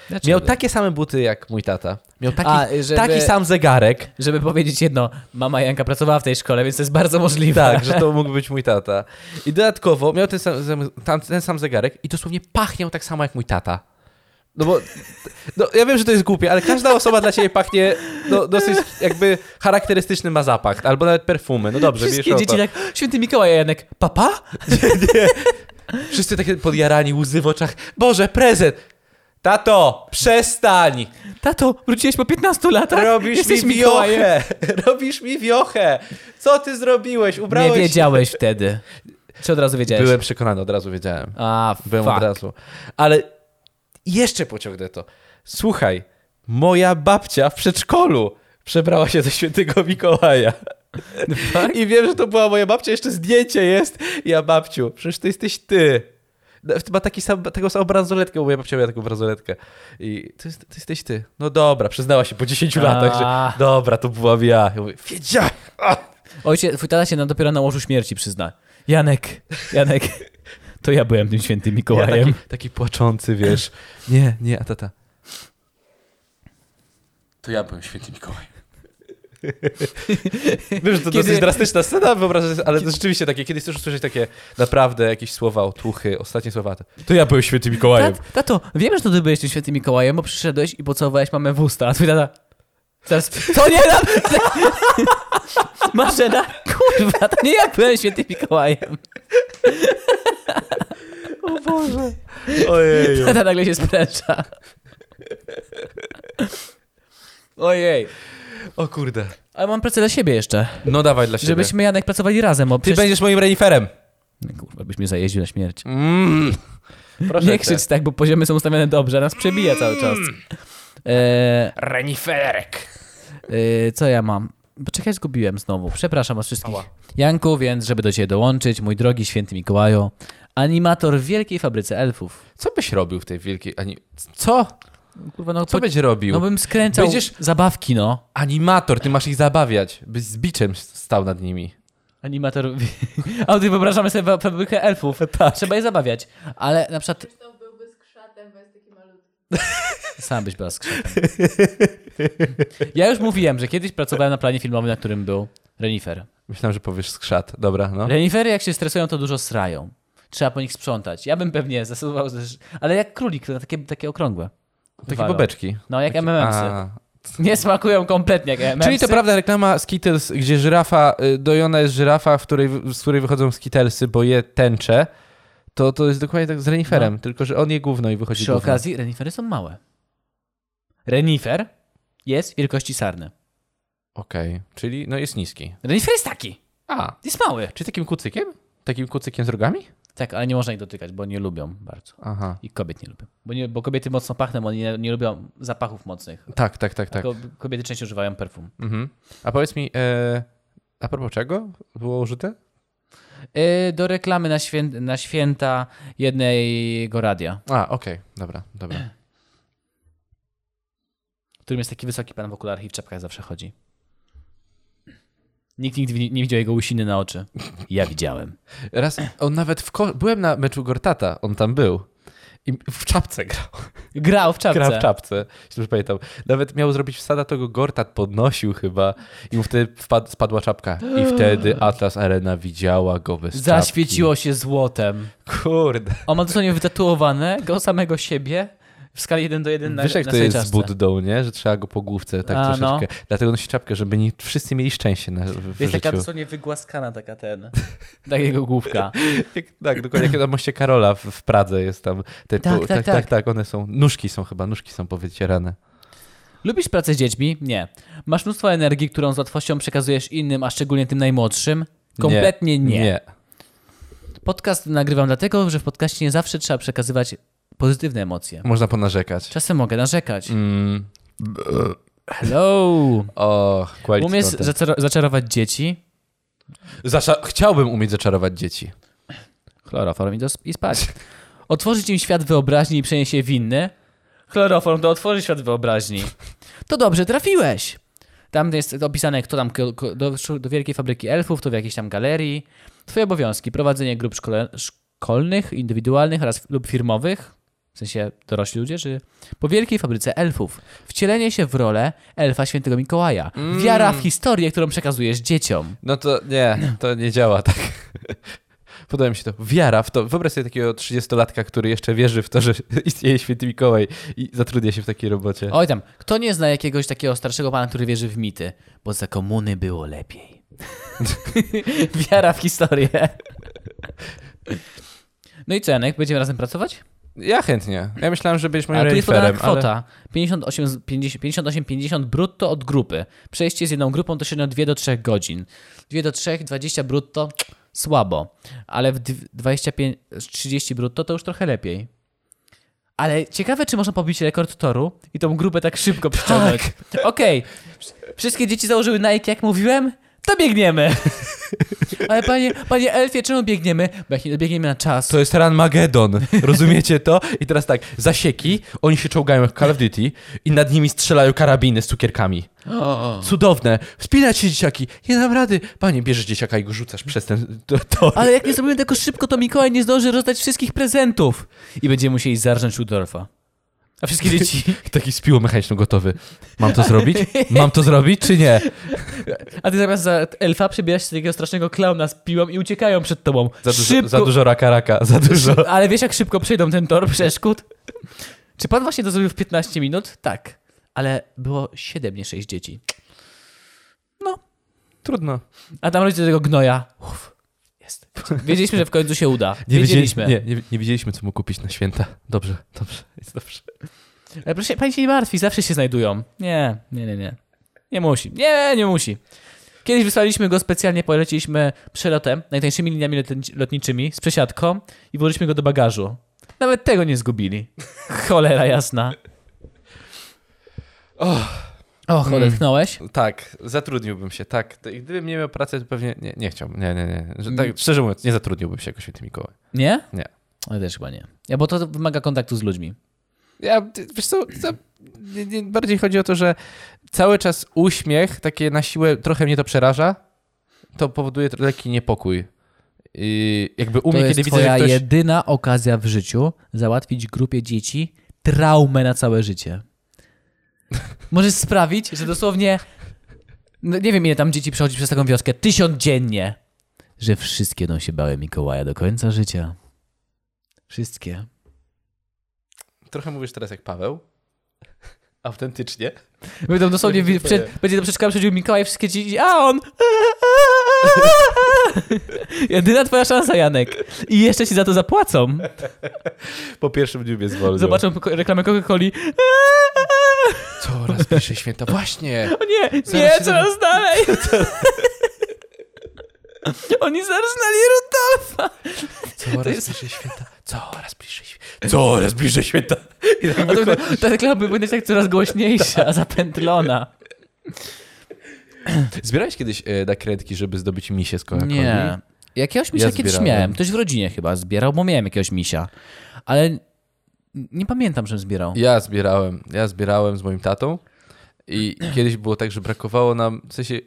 Speaker 2: Dlaczego?
Speaker 1: Miał takie same buty jak mój tata. Miał taki,
Speaker 2: A, żeby-
Speaker 1: taki sam zegarek.
Speaker 2: Żeby powiedzieć jedno, mama Janka pracowała w tej szkole, więc to jest bardzo możliwe.
Speaker 1: Tak, że to mógł być mój tata. I dodatkowo miał ten sam, zem- tam, ten sam zegarek i dosłownie pachniał tak samo jak mój tata. No bo, no, ja wiem, że to jest głupie, ale każda osoba dla ciebie pachnie no, dosyć jakby charakterystyczny ma zapach, albo nawet perfumy. No dobrze,
Speaker 2: Wszystkie
Speaker 1: bierz
Speaker 2: dzieci
Speaker 1: oto.
Speaker 2: tak, święty Mikołaj, a Janek, papa?
Speaker 1: Wszyscy takie podjarani, łzy w oczach. Boże, prezent! Tato, przestań!
Speaker 2: Tato, wróciłeś po 15 latach?
Speaker 1: Robisz
Speaker 2: Tak? Jesteś
Speaker 1: mi
Speaker 2: Mikołajem.
Speaker 1: wiochę! Robisz mi wiochę! Co ty zrobiłeś? Ubrałeś
Speaker 2: Nie wiedziałeś wtedy. Czy od razu wiedziałeś?
Speaker 1: Byłem przekonany, od razu wiedziałem.
Speaker 2: A,
Speaker 1: Byłem
Speaker 2: fuck.
Speaker 1: od razu. Ale jeszcze pociągnę to. Słuchaj, moja babcia w przedszkolu przebrała się za świętego Mikołaja. I wiem, że to była moja babcia, jeszcze zdjęcie jest. Ja babciu, przecież to jesteś ty. No, Ma taki sam, taką samą bransoletkę, bo moja babcia miała taką bransoletkę. I to, jest, to jesteś ty. No dobra, przyznała się po 10
Speaker 2: A.
Speaker 1: latach, że dobra, to byłam ja. ja mówię, wiedziałem. A.
Speaker 2: Ojciec, twój tata się na, dopiero na łożu śmierci przyzna. Janek, Janek, to ja byłem tym świętym
Speaker 1: Ja
Speaker 2: Mikołajem.
Speaker 1: taki, taki płaczący, wiesz. Nie, nie, a tata.
Speaker 3: To ja byłem święty Mikołaj.
Speaker 1: Wiem, że to
Speaker 2: Kiedy-
Speaker 1: dosyć drastyczna scena, wyobrażam sobie, ale to rzeczywiście takie, kiedy chcesz usłyszeć takie naprawdę jakieś słowa, otuchy, ostatnie słowa, to- to ja byłem świętym Mikołajem.
Speaker 2: Tat, tato, wiem, że to ty byłeś tym świętym Mikołajem, bo przyszedłeś i pocałowałeś mamę w usta, a twój tata... Zaraz, to nie ja... Marzena, kurwa, to nie ja byłem świętym Mikołajem.
Speaker 1: Ojej.
Speaker 2: Tata nagle się spręcza. Ojej.
Speaker 1: O kurde.
Speaker 2: Ale mam pracę dla siebie jeszcze.
Speaker 1: No dawaj dla siebie.
Speaker 2: Żebyśmy Janek pracowali razem, bo
Speaker 1: Ty
Speaker 2: przecież...
Speaker 1: będziesz moim reniferem.
Speaker 2: No Kurwa, byś mnie zajeździł na śmierć.
Speaker 1: Mm. Proszę cię.
Speaker 2: Nie
Speaker 1: Mm.
Speaker 2: krzycz tak, bo poziomy są ustawione dobrze, a nas przebija cały czas. E,
Speaker 1: Reniferek.
Speaker 2: e, co ja mam? Poczekaj, zgubiłem znowu. Przepraszam was wszystkich.
Speaker 1: Ała.
Speaker 2: Janku, więc żeby do ciebie dołączyć, mój drogi święty Mikołaju, animator w wielkiej fabryce elfów.
Speaker 1: Co byś robił w tej wielkiej... Ani... Co?
Speaker 2: Kurwa, no,
Speaker 1: Co
Speaker 2: po-
Speaker 1: byś robił?
Speaker 2: no bym skręcał
Speaker 1: Będziesz-
Speaker 2: zabawki, no.
Speaker 1: Animator, ty masz ich zabawiać. Byś z biczem stał nad nimi.
Speaker 2: Animator. A ty wyobrażamy sobie fa- fabrykę elfów.
Speaker 1: Tak.
Speaker 2: Trzeba je zabawiać. Ale na przykład
Speaker 4: Zresztą byłby z krzatem, bo jest taki malutki.
Speaker 2: Sam byś była skrzypem. Ja już mówiłem, że kiedyś pracowałem na planie filmowym, na którym był Renifer.
Speaker 1: Myślałem, że powiesz skrzat. Dobra, no.
Speaker 2: Renifery jak się stresują, to dużo srają. Trzeba po nich sprzątać. Ja bym pewnie zasuwał, ze- ale jak królik, na takie, takie okrągłe.
Speaker 1: Takie
Speaker 2: Walą.
Speaker 1: bobeczki.
Speaker 2: No, jak MMMsy.
Speaker 1: A,
Speaker 2: Nie smakują kompletnie jak MMMsy.
Speaker 1: Czyli to prawda reklama Skittles, gdzie żyrafa, y, dojona jest żyrafa, w której, z której wychodzą Skittlesy, bo je tęcze. To, to jest dokładnie tak z Reniferem, tylko że on je gówno i wychodzi
Speaker 2: No. Przy
Speaker 1: gówno.
Speaker 2: okazji renifery są małe. Renifer jest wielkości sarny.
Speaker 1: Okej, czyli no jest niski.
Speaker 2: Renifer jest taki.
Speaker 1: A,
Speaker 2: Jest mały.
Speaker 1: czy takim kucykiem? Takim kucykiem z rogami?
Speaker 2: Tak, ale nie można ich dotykać, bo nie lubią bardzo.
Speaker 1: Aha.
Speaker 2: I kobiet nie lubią. Bo, nie, bo kobiety mocno pachną, one nie, nie lubią zapachów mocnych.
Speaker 1: Tak, tak, tak, tak.
Speaker 2: Tak. Kobiety częściej używają perfum.
Speaker 1: Mhm. A powiedz mi, e, a propos czego było użyte?
Speaker 2: Y, do reklamy na, świę- na święta jednego radia,
Speaker 1: A, okej, dobra, dobra.
Speaker 2: w którym jest taki wysoki pan w okularach i w czapkach zawsze chodzi. Nikt nigdy wi- nie widział jego łysiny na oczy. Ja widziałem.
Speaker 1: Raz, on nawet w... Ko- byłem na meczu Gortata, on tam był. I w czapce grał.
Speaker 2: Grał w czapce.
Speaker 1: Gra w czapce, jeśli dobrze pamiętam. Nawet miał zrobić wsada, to go Gortat podnosił chyba i mu wtedy wpad- spadła czapka. I wtedy Atlas Arena widziała go bez
Speaker 2: Zaświeciło się złotem.
Speaker 1: czapki. Kurde.
Speaker 2: On ma dosłownie wytatuowane go samego siebie w skali 1 do 1 na,
Speaker 1: Wiesz jak
Speaker 2: na
Speaker 1: to
Speaker 2: swojej
Speaker 1: jest z
Speaker 2: czapce.
Speaker 1: Buddą, nie? Że trzeba go po główce tak
Speaker 2: A, no.
Speaker 1: troszeczkę. Dlatego nosi czapkę, żeby nie wszyscy mieli szczęście na, w, w
Speaker 2: Jest taka
Speaker 1: życiu.
Speaker 2: dosłownie wygłaskana taka ten. Tak jego główka.
Speaker 1: Jak, tak, dokładnie jak na moście Karola w, w Pradze jest tam. Te
Speaker 2: Tak,
Speaker 1: po,
Speaker 2: tak,
Speaker 1: tak,
Speaker 2: tak.
Speaker 1: tak, tak, one są, nóżki są chyba, nóżki są powycierane.
Speaker 2: Lubisz pracę z dziećmi? Nie. Masz mnóstwo energii, którą z łatwością przekazujesz innym, a szczególnie tym najmłodszym? Kompletnie nie.
Speaker 1: nie.
Speaker 2: Podcast nagrywam dlatego, że w podcaście nie zawsze trzeba przekazywać pozytywne emocje.
Speaker 1: Można ponarzekać.
Speaker 2: Czasem mogę narzekać.
Speaker 1: Mm.
Speaker 2: Hello!
Speaker 1: O, quality
Speaker 2: Umiesz
Speaker 1: content.
Speaker 2: zaczaro- zaczarować dzieci?
Speaker 1: Zasza- chciałbym umieć zaczarować dzieci.
Speaker 2: Chloroform i, dos- i spać. Otworzyć im świat wyobraźni i przenieść je w inny? Chloroform to otworzy świat wyobraźni. To dobrze trafiłeś! Tam jest opisane, kto tam ko- ko- do, do wielkiej fabryki elfów, to w jakiejś tam galerii. Twoje obowiązki, prowadzenie grup szkole, sz- szkolnych, indywidualnych oraz lub firmowych, w sensie dorośli ludzie, czy po wielkiej fabryce elfów. Wcielenie się w rolę elfa świętego Mikołaja. Wiara w historię, którą przekazujesz dzieciom.
Speaker 1: No to nie, to nie działa tak. Podoba mi się to. Wiara w to. Wyobraź sobie takiego 30-latka, który jeszcze wierzy w to, że istnieje święty Mikołaj i zatrudnia się w takiej robocie.
Speaker 2: Oj tam, kto nie zna jakiegoś takiego starszego pana, który wierzy w mity? Bo za komuny było lepiej. Wiara w historię. No i co, Janek? Będziemy razem pracować?
Speaker 1: Ja chętnie. Ja myślałem, że będziesz moim
Speaker 2: Ale tu jest podana
Speaker 1: reniferem, ale...
Speaker 2: kwota. 58 z- 50 58,50 brutto od grupy. Przejście z jedną grupą to średnio 2 do 3 godzin. 2 do 3, 20 brutto, słabo. Ale w dw- 25, 30 brutto to już trochę lepiej. Ale ciekawe, czy można pobić rekord toru i tą grupę tak szybko przyciągnąć. Okej. Wszystkie dzieci założyły Nike, jak mówiłem? To biegniemy. Ale panie, panie Elfie, czemu biegniemy? Bo jak nie dobiegniemy na czas.
Speaker 1: To jest Ranmagedon. Rozumiecie to? I teraz tak, zasieki, oni się czołgają jak Call of Duty i nad nimi strzelają karabiny z cukierkami. Cudowne. Wspinać się dzieciaki. Nie dam rady. Panie, bierzesz dzieciaka i go rzucasz przez ten to- tor.
Speaker 2: Ale jak nie zrobimy tego szybko, to Mikołaj nie zdąży rozdać wszystkich prezentów. I będziemy musieli zarżnąć Rudolfa. A wszystkie dzieci.
Speaker 1: Taki z piłą mechaniczną gotowy. Mam to zrobić? Mam to zrobić, czy nie?
Speaker 2: A ty zamiast za elfa przebierasz się takiego strasznego klauna z piłą i uciekają przed tobą.
Speaker 1: Za dużo,
Speaker 2: szybko.
Speaker 1: za dużo raka raka, za dużo.
Speaker 2: Ale wiesz, jak szybko przejdą ten tor przeszkód? Czy pan właśnie to zrobił w 15 minut? Tak. Ale było 7, nie 6 dzieci.
Speaker 1: Trudno.
Speaker 2: A tam rodzice tego gnoja. Uff, jest. Wiedzieliśmy, że w końcu się uda.
Speaker 1: Nie
Speaker 2: Wiedzieliśmy.
Speaker 1: Wiedzieli, nie, nie, nie wiedzieliśmy, co mu kupić na święta. Dobrze, dobrze, jest dobrze.
Speaker 2: Ale E, proszę, pani się nie martwi, zawsze się znajdują. Nie, nie, nie, nie. Nie musi. Nie, nie musi. Kiedyś wysłaliśmy go specjalnie, poleciliśmy przelotem, najtańszymi liniami lotni- lotniczymi, z przesiadką i włożyliśmy go do bagażu. Nawet tego nie zgubili. Cholera jasna. O, cholera, tknąłeś?
Speaker 1: Tak, zatrudniłbym się, tak. Gdybym nie miał pracy, to pewnie nie, nie chciałbym. Nie, nie, nie. Że, tak, szczerze mówiąc, nie zatrudniłbym się jako święty Mikołaj.
Speaker 2: Nie?
Speaker 1: Nie.
Speaker 2: Ja też chyba nie. Ja, bo to wymaga kontaktu z ludźmi.
Speaker 1: Ja, ty- wiesz co, za, nie, nie, bardziej chodzi o to, że cały czas uśmiech, takie na siłę, trochę mnie to przeraża, to powoduje tro- lekki niepokój. I jakby u
Speaker 2: to
Speaker 1: mnie,
Speaker 2: jest
Speaker 1: kiedy widzę,
Speaker 2: twoja
Speaker 1: że ktoś...
Speaker 2: jedyna okazja w życiu załatwić grupie dzieci traumę na całe życie. Możesz sprawić, że dosłownie, no nie wiem ile tam dzieci przechodzi przez taką wioskę, tysiąc dziennie, że wszystkie będą się bały Mikołaja do końca życia. Wszystkie.
Speaker 1: Trochę mówisz teraz jak Paweł. Autentycznie.
Speaker 2: Będą dosłownie, w, przed, będzie do przedszkola przychodził Mikołaj, wszystkie dzieci, a on... Jedyna twoja szansa, Janek. I jeszcze ci za to zapłacą.
Speaker 1: Po pierwszym dniu mnie zwolnił.
Speaker 2: Zobaczą ko- reklamę Coca-Coli.
Speaker 1: Coraz bliżej święta. Właśnie.
Speaker 2: O nie,
Speaker 1: Zaraz
Speaker 2: nie,
Speaker 1: się
Speaker 2: coraz dalej. Oni zarżnęli Rudolfa.
Speaker 1: Coraz bliżej święta. Coraz bliżej święta. Coraz bliżej święta. I tak
Speaker 2: A to, ta reklama by będzie tak coraz głośniejsza, zapętlona.
Speaker 1: Zbierałeś kiedyś e, nakrętki, żeby zdobyć misie z coca
Speaker 2: Nie. Jakiegoś misia
Speaker 1: Tak, Ja
Speaker 2: kiedyś
Speaker 1: zbierałem.
Speaker 2: miałem. Ktoś w rodzinie chyba zbierał, bo miałem jakiegoś misia. Ale nie pamiętam, żebym zbierał.
Speaker 1: Ja zbierałem. Ja zbierałem z moim tatą i kiedyś było tak, że brakowało nam, w sensie...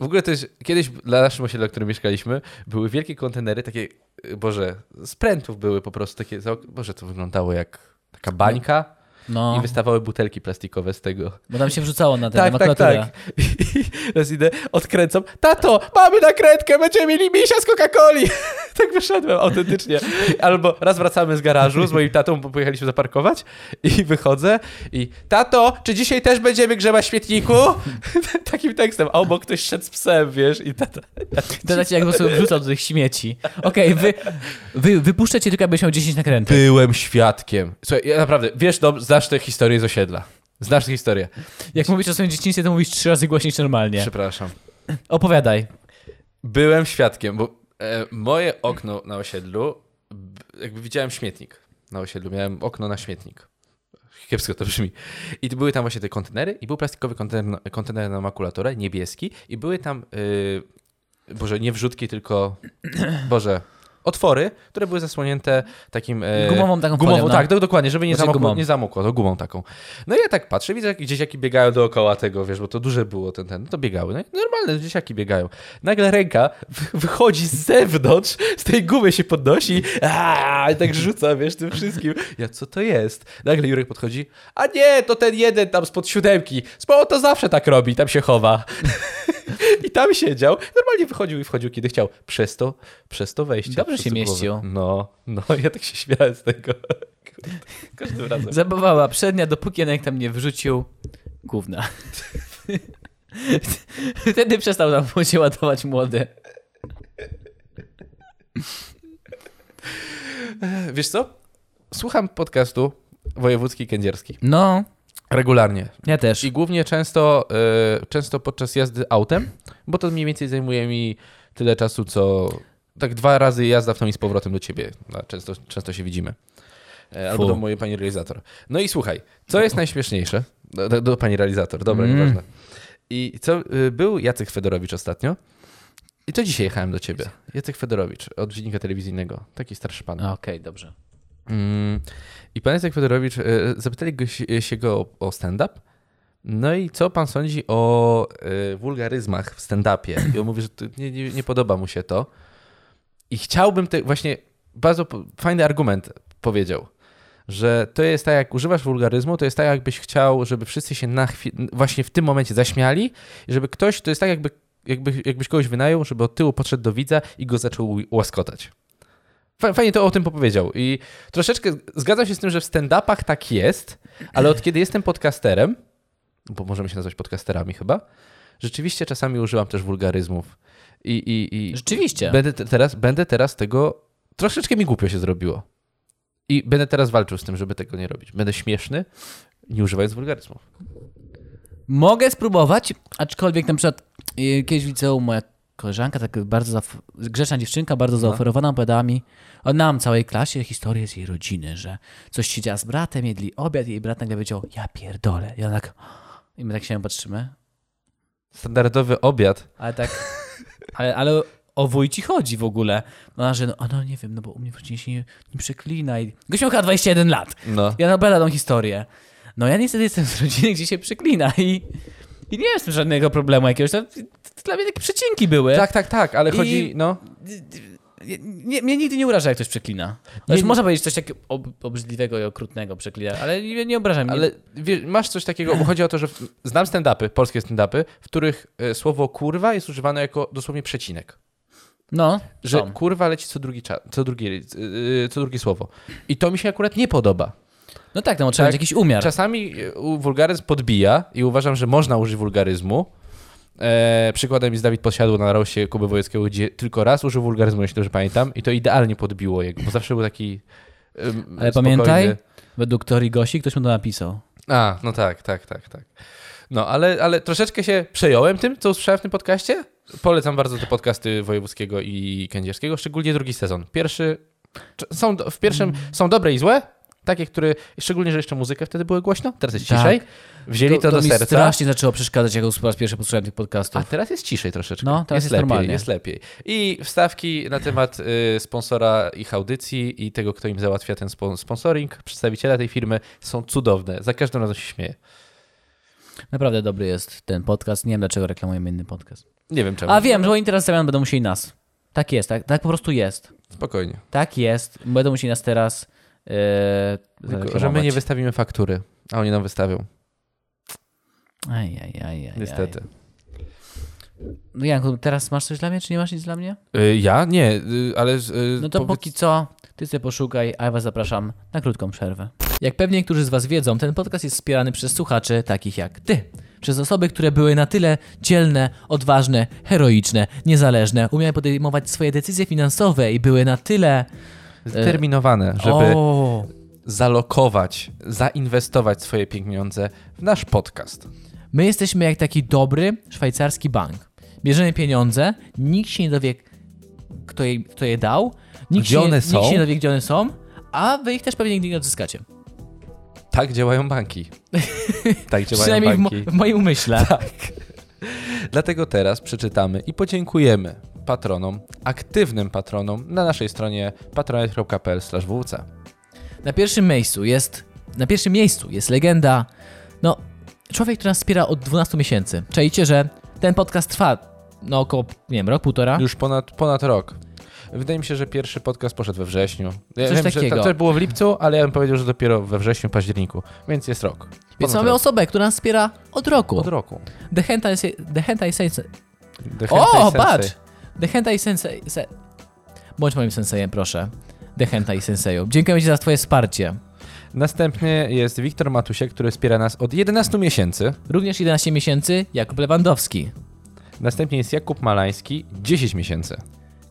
Speaker 1: W ogóle to jest, kiedyś na naszym osiedlu, w którym mieszkaliśmy, były wielkie kontenery, takie, e, boże, sprętów były po prostu takie, za ok- boże, to wyglądało jak taka bańka i
Speaker 2: No,
Speaker 1: wystawały butelki plastikowe z tego.
Speaker 2: bo tam się wrzucało No na tę
Speaker 1: Tak, tak,
Speaker 2: nomenklaturę.
Speaker 1: tak. I teraz idę, odkręcam. Tato, mamy nakrętkę, będziemy mieli misia z Coca-Coli. tak wyszedłem autentycznie. Albo raz wracamy z garażu z moim tatą, bo pojechaliśmy zaparkować i wychodzę i tato, czy dzisiaj też będziemy grzebać w świetniku? Takim tekstem. A obok ktoś szedł z psem, wiesz, i tata.
Speaker 2: Dodać jak po prostu tak wrzucał do tych śmieci. Okej, wy, wy, wypuszczę cię tylko, jakbyś miał 10 nakrętek.
Speaker 1: Byłem świadkiem. Słuchaj, ja naprawdę, wiesz, dob- znasz tę historię z osiedla. Znasz tę historię.
Speaker 2: Jak mówisz o swoim dzieciństwie, to mówisz trzy razy głośniej niż normalnie.
Speaker 1: Przepraszam.
Speaker 2: Opowiadaj.
Speaker 1: Byłem świadkiem, bo e, moje okno na osiedlu, b- jakby widziałem śmietnik na osiedlu, miałem okno na śmietnik. Kiepsko to brzmi. I tu były tam właśnie te kontenery i był plastikowy kontener, kontener na makulaturę, niebieski i były tam, y, boże, nie wrzutki, tylko, boże, otwory, które były zasłonięte takim... e,
Speaker 2: Gumową taką
Speaker 1: Gumową,
Speaker 2: folią, no.
Speaker 1: tak, do- dokładnie, żeby nie,
Speaker 2: Znaczy
Speaker 1: zamokło,
Speaker 2: gumą.
Speaker 1: nie zamokło, to gumą taką. No i ja tak patrzę, widzę jak dzieciaki biegają dookoła tego, wiesz, bo to duże było ten, ten, no to biegały. No i normalne, dzieciaki biegają. Nagle ręka wy- wychodzi z zewnątrz, z tej gumy się podnosi aaa, i tak rzuca, wiesz, tym wszystkim. Ja, co to jest? Nagle Jurek podchodzi, a nie, to ten jeden tam spod siódemki. Spało to zawsze tak robi, tam się chowa. I tam siedział, normalnie wychodził i wchodził, kiedy chciał. Przez to, przez to wejście.
Speaker 2: Dobrze
Speaker 1: przez
Speaker 2: się
Speaker 1: to głowę.
Speaker 2: mieścił.
Speaker 1: No, no, ja tak się śmiałem z tego. Każdym razem.
Speaker 2: Zabawa przednia, dopóki Janek tam nie wrzucił gówna. Wtedy przestał tam mu się ładować młody.
Speaker 1: Wiesz co? Słucham podcastu wojewódzki kędzierski.
Speaker 2: No,
Speaker 1: Regularnie.
Speaker 2: ja też.
Speaker 1: I głównie często, y, często podczas jazdy autem, bo to mniej więcej zajmuje mi tyle czasu, co tak dwa razy jazda w tą i z powrotem do ciebie. A Często, często się widzimy. E, Albo
Speaker 2: Fu.
Speaker 1: do mojej pani realizator. No i słuchaj, co jest najśmieszniejsze? Do, do, do pani realizator, dobra,
Speaker 2: Mm.
Speaker 1: nieważne. I co, y, był Jacek Fedorowicz ostatnio. I to dzisiaj jechałem do ciebie. Jacek Fedorowicz od dziennika telewizyjnego. Taki starszy pan.
Speaker 2: Okej, dobrze.
Speaker 1: Mm, I pan Jacek Fedorowicz, e, zapytali go, si- się go o, o stand-up. No i co pan sądzi o e, wulgaryzmach w stand-upie? I on mówi, że to nie, nie, nie podoba mu się to. I chciałbym, te, właśnie bardzo po- fajny argument powiedział, że to jest tak, jak używasz wulgaryzmu, to jest tak, jakbyś chciał, żeby wszyscy się na chwi- właśnie w tym momencie zaśmiali, i żeby ktoś, to jest tak, jakby, jakby, jakbyś kogoś wynajął, żeby od tyłu podszedł do widza i go zaczął łaskotać. Fa- Fajnie to o tym opowiedział. I troszeczkę zgadzam się z tym, że w stand-upach tak jest, ale od kiedy jestem podcasterem, bo możemy się nazwać podcasterami chyba, rzeczywiście czasami używam też wulgaryzmów. I, i, i,
Speaker 2: Rzeczywiście.
Speaker 1: Będę te, teraz, będę teraz tego. Troszeczkę mi głupio się zrobiło. I będę teraz walczył z tym, żeby tego nie robić. Będę śmieszny, nie używając wulgaryzmów.
Speaker 2: Mogę spróbować, aczkolwiek na przykład y, kiedyś w liceum moja koleżanka, tak bardzo zaf- grzeczna dziewczynka, bardzo zaoferowana, opowiadała mi, o nam całej klasie, historię z jej rodziny, że coś się dzieje z bratem, jedli obiad i jej brat nagle powiedział, ja pierdolę. I ona tak, i my tak się patrzymy,
Speaker 1: Standardowy obiad.
Speaker 2: ale tak, ale, ale o wuj ci chodzi w ogóle. Ona, że no, a no nie wiem, no bo u mnie w rodzinie się nie, nie przeklina i... Gość miał chyba 21 lat.
Speaker 1: No.
Speaker 2: Ja opowiadam tą historię. No ja niestety jestem z rodziny, gdzie się przeklina i, i nie miałem z tym żadnego problemu jakiegoś. To, to dla mnie takie przecinki były.
Speaker 1: Tak, tak, tak, ale
Speaker 2: I-
Speaker 1: chodzi. No.
Speaker 2: Nie, mnie nigdy nie uraża, jak ktoś przeklina. Znaczy, można powiedzieć coś takiego ob, obrzydliwego i okrutnego przeklina, ale nie, nie obraża mnie.
Speaker 1: Ale wie, masz coś takiego, bo chodzi o to, że w- znam stand-upy, polskie stand-upy, w których e, słowo kurwa jest używane jako dosłownie przecinek.
Speaker 2: No,
Speaker 1: Że
Speaker 2: są.
Speaker 1: kurwa leci co, drugi cza- co, drugi, e, co drugie słowo. I to mi się akurat nie podoba.
Speaker 2: No tak, no trzeba
Speaker 1: Tak.
Speaker 2: mieć jakiś umiar.
Speaker 1: Czasami u- wulgaryzm podbija i uważam, że można użyć wulgaryzmu. E, przykładem jest Dawid Posiadło na roście Kuby Wojewódzkiego, gdzie tylko raz użył wulgaryzmu, jeśli dobrze pamiętam, i to idealnie podbiło jego, bo zawsze był taki em,
Speaker 2: Ale
Speaker 1: spokojny.
Speaker 2: pamiętaj, według teorii Gosi ktoś mu to napisał.
Speaker 1: A, no tak, tak, tak, tak. No, ale, ale troszeczkę się przejąłem tym, co usłyszałem w tym podcaście. Polecam bardzo te podcasty Wojewódzkiego i Kędzierskiego, szczególnie drugi sezon. Pierwszy, cz- są, do- w pierwszym
Speaker 2: Mm.
Speaker 1: są dobre i złe, takie, które, szczególnie, że jeszcze muzykę wtedy były głośno, teraz jest
Speaker 2: Tak.
Speaker 1: ciszej. Wzięli to,
Speaker 2: to
Speaker 1: do
Speaker 2: mi
Speaker 1: serca.
Speaker 2: strasznie zaczęło przeszkadzać, jak po raz pierwszy posłuchałem tych
Speaker 1: A
Speaker 2: podcastów.
Speaker 1: teraz jest ciszej troszeczkę.
Speaker 2: No, teraz jest
Speaker 1: lepiej,
Speaker 2: normalnie.
Speaker 1: Jest lepiej. I wstawki na temat y, sponsora ich audycji i tego, kto im załatwia ten spon- sponsoring, przedstawiciela tej firmy są cudowne. Za każdym razem się śmieję.
Speaker 2: Naprawdę dobry jest ten podcast. Nie wiem, dlaczego reklamujemy inny podcast.
Speaker 1: Nie wiem czemu.
Speaker 2: A wiem, że oni teraz zamian będą musieli nas. Tak jest, tak, tak po prostu jest.
Speaker 1: Spokojnie.
Speaker 2: Tak jest. Będą musieli nas teraz. Yy,
Speaker 1: Tylko, że my
Speaker 2: zareklamować.
Speaker 1: nie wystawimy faktury, a oni nam wystawią.
Speaker 2: Aj, aj, aj, aj,
Speaker 1: Niestety.
Speaker 2: Aj. No Janku, teraz masz coś dla mnie, czy nie masz nic dla mnie?
Speaker 1: Y, ja? Nie, y, ale. y,
Speaker 2: No to
Speaker 1: powiedz-
Speaker 2: póki co, ty sobie poszukaj, a ja was zapraszam na krótką przerwę. Jak pewnie niektórzy z was wiedzą, ten podcast jest wspierany przez słuchaczy takich jak ty. Przez osoby, które były na tyle dzielne, odważne, heroiczne, niezależne, umiały podejmować swoje decyzje finansowe i były na tyle...
Speaker 1: Zdeterminowane, żeby
Speaker 2: O,
Speaker 1: zalokować, zainwestować swoje pieniądze w nasz podcast.
Speaker 2: my jesteśmy jak taki dobry szwajcarski bank. Bierzemy pieniądze, nikt się nie dowie, kto je, kto je dał, nikt,
Speaker 1: Gdzie
Speaker 2: się,
Speaker 1: one
Speaker 2: nikt
Speaker 1: są?
Speaker 2: się nie dowie, gdzie one są, a wy ich też pewnie nigdy nie odzyskacie.
Speaker 1: Tak działają banki. Tak działają
Speaker 2: Przynajmniej w, mo-
Speaker 1: banki.
Speaker 2: w moim umyśle.
Speaker 1: Dlatego teraz przeczytamy i podziękujemy patronom, aktywnym patronom na naszej stronie patronite.pl/wc.
Speaker 2: Na pierwszym miejscu jest. Na pierwszym miejscu jest legenda. No, człowiek, który nas wspiera od 12 miesięcy. Czajcie, że ten podcast trwa. No około, nie wiem, rok, półtora.
Speaker 1: Już ponad, ponad rok. Wydaje mi się, że pierwszy podcast poszedł we wrześniu. Ja
Speaker 2: Coś
Speaker 1: wiem, że
Speaker 2: takiego.
Speaker 1: to, to było w lipcu, ale ja bym powiedział, że dopiero we wrześniu, październiku, więc jest rok.
Speaker 2: Więc
Speaker 1: Ponad
Speaker 2: mamy
Speaker 1: rok.
Speaker 2: osobę, która nas wspiera od roku.
Speaker 1: od roku.
Speaker 2: The Hentai, Se- The Hentai Sensei.
Speaker 1: The Hentai
Speaker 2: O,
Speaker 1: Sensei.
Speaker 2: patrz! The Hentai Sensei. Se... Bądź moim sensejem, proszę. The Hentai Senseju. Dziękuję Ci za Twoje wsparcie.
Speaker 1: Następnie jest Wiktor Matusiek, który wspiera nas od 11 miesięcy.
Speaker 2: Również 11 miesięcy Jakub Lewandowski.
Speaker 1: Następnie jest Jakub Malański, 10 miesięcy.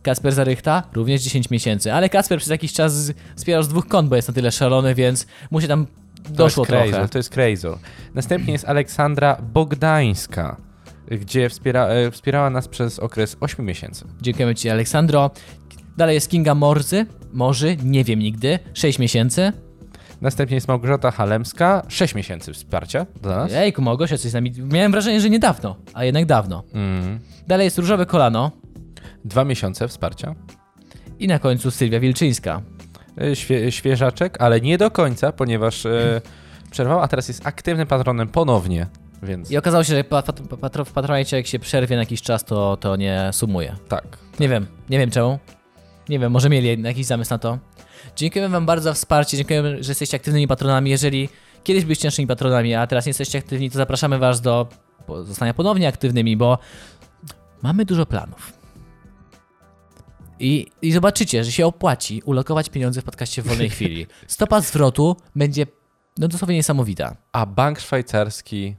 Speaker 2: Kasper Zarychta, również 10 miesięcy. Ale Kasper przez jakiś czas z- wspierał z dwóch kont, bo jest na tyle szalony, więc mu się tam doszło
Speaker 1: to jest
Speaker 2: trochę.
Speaker 1: To jest crazy. Następnie jest Aleksandra Bogdańska, gdzie wspiera, e, wspierała nas przez okres 8 miesięcy.
Speaker 2: Dziękujemy Ci, Aleksandro. Dalej jest Kinga Morzy. Morzy, nie wiem nigdy. 6 miesięcy.
Speaker 1: Następnie jest Małgorzata Halemska, 6 miesięcy wsparcia dla nas.
Speaker 2: Ejku, Małgosia, coś z nami... Miałem wrażenie, że niedawno, a jednak dawno.
Speaker 1: Mm.
Speaker 2: Dalej jest Różowe Kolano.
Speaker 1: Dwa miesiące wsparcia.
Speaker 2: I na końcu Sylwia Wilczyńska.
Speaker 1: E, Świe, świeżaczek, ale nie do końca, ponieważ e, przerwał, a teraz jest aktywnym patronem ponownie. Więc
Speaker 2: I okazało się, że pat, pat, patro- w Patronite jak się przerwie na jakiś czas, to, to nie sumuje.
Speaker 1: tak.
Speaker 2: Nie wiem, nie wiem czemu. Nie wiem, może mieli jakiś zamysł na to. Dziękujemy Wam bardzo za wsparcie, dziękujemy, że jesteście aktywnymi patronami. Jeżeli kiedyś byliście naszymi patronami, a teraz nie jesteście aktywni, to zapraszamy Was do po- zostania ponownie aktywnymi, bo mamy dużo planów. I, I zobaczycie, że się opłaci ulokować pieniądze w podcaście w wolnej chwili. Stopa zwrotu będzie no dosłownie niesamowita.
Speaker 1: A bank szwajcarski.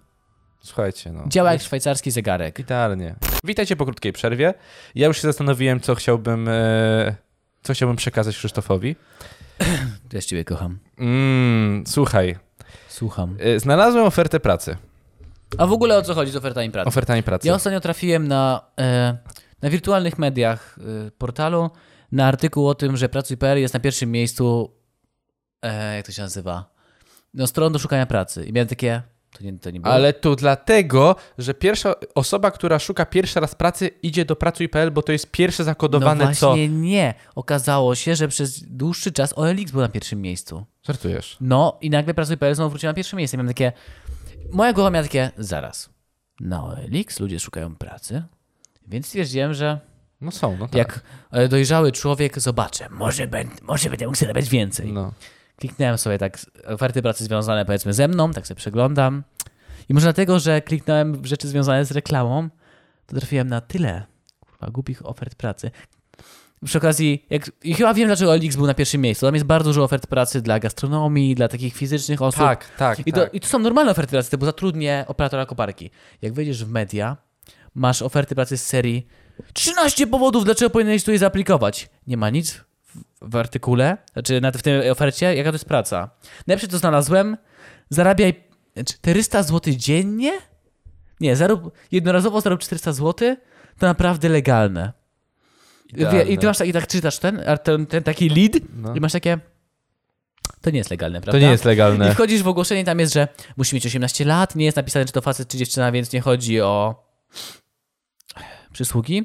Speaker 1: Słuchajcie, no.
Speaker 2: Działa jak szwajcarski zegarek.
Speaker 1: Idealnie. Witajcie po krótkiej przerwie. Ja już się zastanowiłem, co chciałbym, e, co chciałbym przekazać Krzysztofowi.
Speaker 2: Też Ciebie kocham.
Speaker 1: Mm, słuchaj,
Speaker 2: Słucham.
Speaker 1: e, znalazłem ofertę pracy.
Speaker 2: A w ogóle o co chodzi z ofertami pracy?
Speaker 1: Ofertami pracy.
Speaker 2: Ja ostatnio trafiłem na, e, na wirtualnych mediach e, portalu na artykuł o tym, że pracuj.pl jest na pierwszym miejscu, e, jak to się nazywa, no, stron do szukania pracy. I miałem takie, to nie, to nie było. No
Speaker 1: Ale to dlatego, że pierwsza osoba, która szuka pierwszy raz pracy, idzie do pracuj.pl, bo to jest pierwsze
Speaker 2: no
Speaker 1: zakodowane
Speaker 2: właśnie
Speaker 1: co.
Speaker 2: nie. Okazało się, że przez dłuższy czas OLX był na pierwszym miejscu.
Speaker 1: Żartujesz.
Speaker 2: No i nagle pracuj.pl znowu wrócił na pierwsze miejsce. Miałem takie, moja głowa miała takie, zaraz, na OLX ludzie szukają pracy, więc stwierdziłem, że
Speaker 1: No są, no tak.
Speaker 2: Jak e, dojrzały człowiek, zobaczę, może, ben, może będę mógł zarabiać więcej.
Speaker 1: No.
Speaker 2: Kliknąłem sobie tak z- oferty pracy związane powiedzmy ze mną, tak sobie przeglądam. I może dlatego, że kliknąłem w rzeczy związane z reklamą, to trafiłem na tyle kurwa, głupich ofert pracy. Przy okazji, jak, i chyba wiem, dlaczego OLX był na pierwszym miejscu. Tam jest bardzo dużo ofert pracy dla gastronomii, dla takich fizycznych osób.
Speaker 1: Tak, tak,
Speaker 2: I to,
Speaker 1: tak.
Speaker 2: I to są normalne oferty pracy, typu zatrudnię operatora koparki. Jak wejdziesz w media, masz oferty pracy z serii 13 powodów, dlaczego powinieneś tutaj zaaplikować. Nie ma nic w, w artykule, znaczy na, w tej ofercie, jaka to jest praca. Najlepsze co znalazłem, zarabiaj 400 zł dziennie? Nie, zarób, jednorazowo zarób 400 zł, to naprawdę legalne. Wie, I ty masz tak, i tak czytasz ten, a ten, ten taki lead
Speaker 1: No.
Speaker 2: i masz takie, to nie jest legalne,
Speaker 1: To
Speaker 2: prawda?
Speaker 1: nie jest
Speaker 2: I
Speaker 1: legalne.
Speaker 2: wchodzisz w ogłoszenie i tam jest, że musi mieć 18 lat, nie jest napisane, czy to facet, czy dziewczyna, więc nie chodzi o przysługi,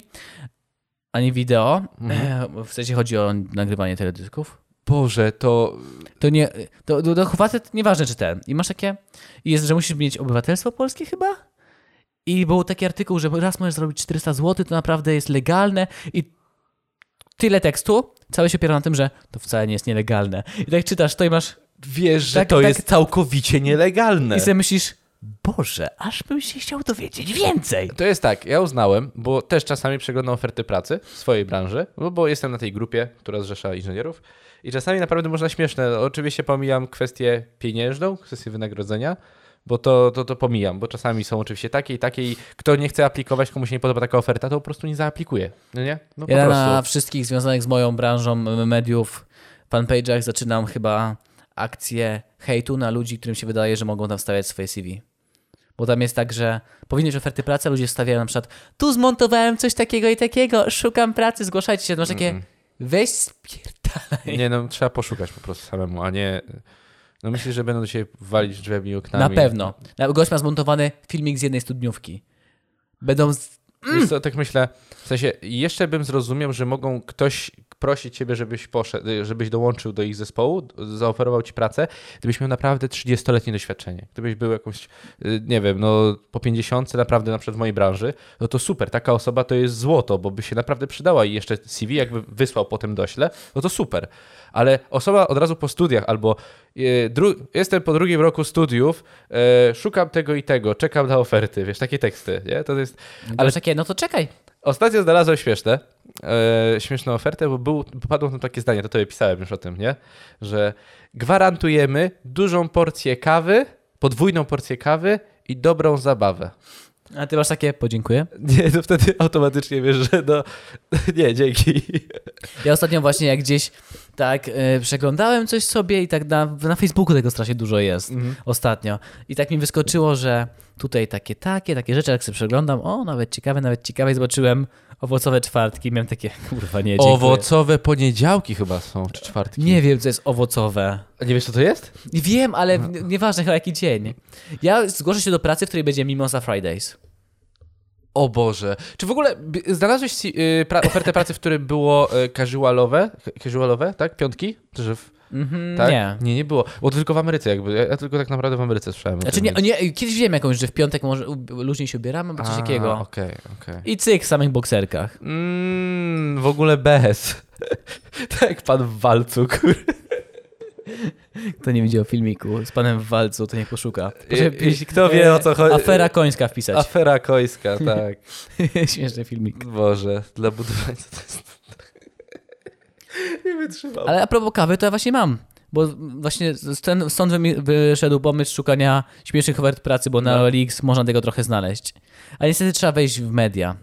Speaker 2: ani wideo. E, W sensie chodzi o nagrywanie teledysków.
Speaker 1: Boże, to
Speaker 2: To nie, to, to, to facet, nieważne czy ten. I masz takie, i jest, że musisz mieć obywatelstwo polskie chyba? I był taki artykuł, że raz możesz zrobić 400 zł, to naprawdę jest legalne i tyle tekstu, cały się opiera na tym, że to wcale nie jest nielegalne. I tak czytasz to i masz
Speaker 1: wiesz, że
Speaker 2: Tak,
Speaker 1: to
Speaker 2: tak.
Speaker 1: jest całkowicie nielegalne.
Speaker 2: I sobie myślisz, Boże, aż bym się chciał dowiedzieć więcej.
Speaker 1: To jest tak, ja uznałem, bo też czasami przeglądam oferty pracy w swojej branży, no bo jestem na tej grupie, która zrzesza inżynierów i czasami naprawdę można śmieszne, oczywiście pomijam kwestię pieniężną, kwestię wynagrodzenia, bo to, to, to pomijam, bo czasami są oczywiście takie i takie i kto nie chce aplikować, komu się nie podoba taka oferta, to po prostu nie zaaplikuje, no nie? No po
Speaker 2: Ja na
Speaker 1: prostu.
Speaker 2: wszystkich związanych z moją branżą m- mediów, fanpage'ach zaczynam chyba akcję hejtu na ludzi, którym się wydaje, że mogą tam wstawiać swoje CV. Bo tam jest tak, że powinny być oferty pracy, a ludzie stawiają na przykład tu zmontowałem coś takiego i takiego, szukam pracy, zgłaszajcie się. To Masz takie, weź spierdalaj.
Speaker 1: Nie no, trzeba poszukać po prostu samemu, a nie... No myślisz, że będą do siebie walić drzwiami i oknami?
Speaker 2: Na pewno. Na- Gość ma zmontowany filmik z jednej studniówki. Będą z...
Speaker 1: Wiesz co, tak myślę, w sensie jeszcze bym zrozumiał, że mogą ktoś prosić ciebie, żebyś poszedł, y, żebyś dołączył do ich zespołu, d- zaoferował ci pracę, gdybyś miał naprawdę 30-letnie doświadczenie. Gdybyś był jakąś, y, nie wiem, no po 50 naprawdę na przykład w mojej branży, no to super, taka osoba to jest złoto, bo by się naprawdę przydała i jeszcze CV jakby wysłał potem dośle, no to super. Ale osoba od razu po studiach albo y, dru- jestem po drugim roku studiów, y, szukam tego i tego, czekam na oferty, wiesz, takie teksty, nie? To jest,
Speaker 2: Ale takie, no to czekaj.
Speaker 1: Ostatnio znalazłem śmieszne, e, śmieszną ofertę, bo był, bo padło tam takie zdanie, to tobie pisałem już o tym, nie? Że gwarantujemy dużą porcję kawy, podwójną porcję kawy i dobrą zabawę.
Speaker 2: A ty masz takie, podziękuję.
Speaker 1: Nie, to wtedy automatycznie wiesz, że no, nie, dzięki.
Speaker 2: Ja ostatnio właśnie jak gdzieś tak e, przeglądałem coś sobie i tak na, na Facebooku tego strasznie dużo jest ostatnio. I tak mi wyskoczyło, że tutaj takie, takie, takie rzeczy, jak sobie przeglądam, o, nawet ciekawe, nawet ciekawe. I zobaczyłem owocowe czwartki miałem takie, kurwa, nie, dziękuję.
Speaker 1: Owocowe poniedziałki chyba są, czy czwartki.
Speaker 2: Nie wiem, co jest owocowe.
Speaker 1: A nie wiesz, co to jest?
Speaker 2: Wiem, ale w- nieważne chyba jaki dzień. Ja zgłoszę się do pracy, w której będzie Mimosa Fridays.
Speaker 1: O Boże. Czy w ogóle b- znalazłeś si- y, pra- ofertę pracy, w której było y, casualowe, casualowe, tak? Piątki? Że w-
Speaker 2: Mhm,
Speaker 1: Tak?
Speaker 2: Nie.
Speaker 1: Nie, nie było. Bo to tylko w Ameryce jakby. Ja, ja tylko tak naprawdę w Ameryce słyszałem. o
Speaker 2: Znaczy
Speaker 1: tym,
Speaker 2: nie,
Speaker 1: więc-
Speaker 2: nie, kiedyś wiem jakąś, że w piątek może ub- luźniej się ubieramy, albo coś
Speaker 1: A,
Speaker 2: takiego.
Speaker 1: Okej, okej.
Speaker 2: I cyk, w samych bokserkach.
Speaker 1: Mm, w ogóle bez. tak pan w walcu, kur...
Speaker 2: Kto nie widział filmiku z panem w walcu, to niech poszuka. Proszę
Speaker 1: I-
Speaker 2: wpić,
Speaker 1: i kto wie, o co chodzi-
Speaker 2: Afera końska wpisać.
Speaker 1: Afera kojska, tak.
Speaker 2: Śmieszny filmik.
Speaker 1: Boże, dla budowania to jest... nie wytrzymał.
Speaker 2: Ale a propos kawy, to ja właśnie mam. Bo właśnie z- ten, stąd wymi- wyszedł pomysł szukania śmiesznych ofert pracy, bo na
Speaker 1: No.
Speaker 2: OLX można tego trochę znaleźć. A niestety trzeba wejść w media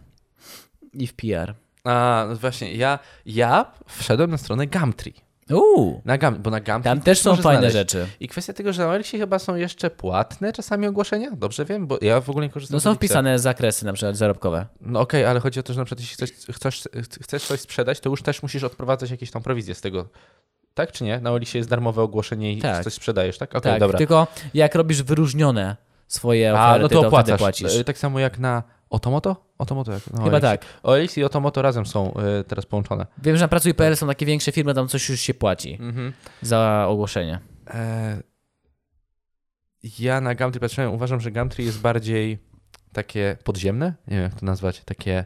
Speaker 2: i w PR.
Speaker 1: A, no właśnie, ja, ja wszedłem na stronę Gumtree.
Speaker 2: Uuu,
Speaker 1: Na Gum, bo na Gumtree
Speaker 2: tam
Speaker 1: coś
Speaker 2: też są
Speaker 1: może
Speaker 2: fajne
Speaker 1: znaleźć.
Speaker 2: rzeczy.
Speaker 1: I kwestia tego, że na Elixie chyba są jeszcze płatne czasami ogłoszenia? Dobrze wiem, bo ja w ogóle nie korzystam
Speaker 2: No
Speaker 1: z
Speaker 2: są
Speaker 1: Elixa.
Speaker 2: wpisane zakresy na przykład zarobkowe.
Speaker 1: No okej, ale chodzi o to, że na przykład jeśli chcesz, chcesz, chcesz coś sprzedać, to już też musisz odprowadzać jakieś tam prowizje z tego. Tak czy nie? Na Olisie jest darmowe ogłoszenie i
Speaker 2: Tak.
Speaker 1: coś sprzedajesz, tak? Okej,
Speaker 2: tak,
Speaker 1: dobra.
Speaker 2: tylko jak robisz wyróżnione swoje
Speaker 1: A,
Speaker 2: oferty,
Speaker 1: no
Speaker 2: to,
Speaker 1: to
Speaker 2: wtedy
Speaker 1: opłacasz.
Speaker 2: płacisz.
Speaker 1: Y, Tak samo jak na Otomoto? Otomoto jak? No,
Speaker 2: Chyba tak.
Speaker 1: Olis i Otomoto razem są y, teraz połączone.
Speaker 2: Wiem, że na Pracuj.pl są takie większe firmy, tam coś już się płaci za ogłoszenie.
Speaker 1: E, ja na Gumtree patrzyłem, uważam, że Gumtree jest bardziej takie podziemne? Nie wiem, jak to nazwać. Takie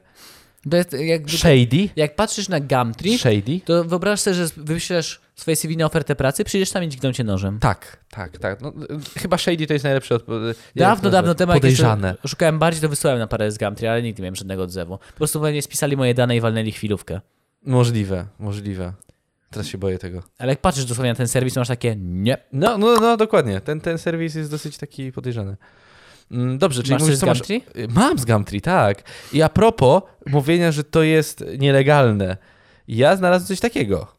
Speaker 2: To jest jakby,
Speaker 1: shady?
Speaker 2: jak patrzysz na Gumtree,
Speaker 1: Shady?
Speaker 2: to wyobraź sobie, że wyślesz swoje CV na ofertę pracy, przyjdziesz tam i dźgną cię nożem.
Speaker 1: Tak, tak, tak. No, y, chyba Shady to jest najlepszy odpowiedź.
Speaker 2: Dawno, dawno temu, jak jeszcze
Speaker 1: Podejrzane.
Speaker 2: szukałem bardziej, to wysłałem na parę z Gumtree, ale nigdy nie miałem żadnego odzewu. Po prostu pewnie spisali moje dane i walnęli chwilówkę.
Speaker 1: Możliwe, możliwe. Teraz się boję tego.
Speaker 2: Ale jak patrzysz dosłownie na ten serwis, to masz takie nie.
Speaker 1: No, no, no, dokładnie. Ten, ten serwis jest dosyć taki podejrzany. Mm, Dobrze, czyli
Speaker 2: Masz
Speaker 1: mówisz,
Speaker 2: coś z
Speaker 1: co masz...
Speaker 2: Gumtree?
Speaker 1: Y, Mam z Gumtree, tak. I a propos mówienia, że to jest nielegalne. Ja znalazłem coś takiego.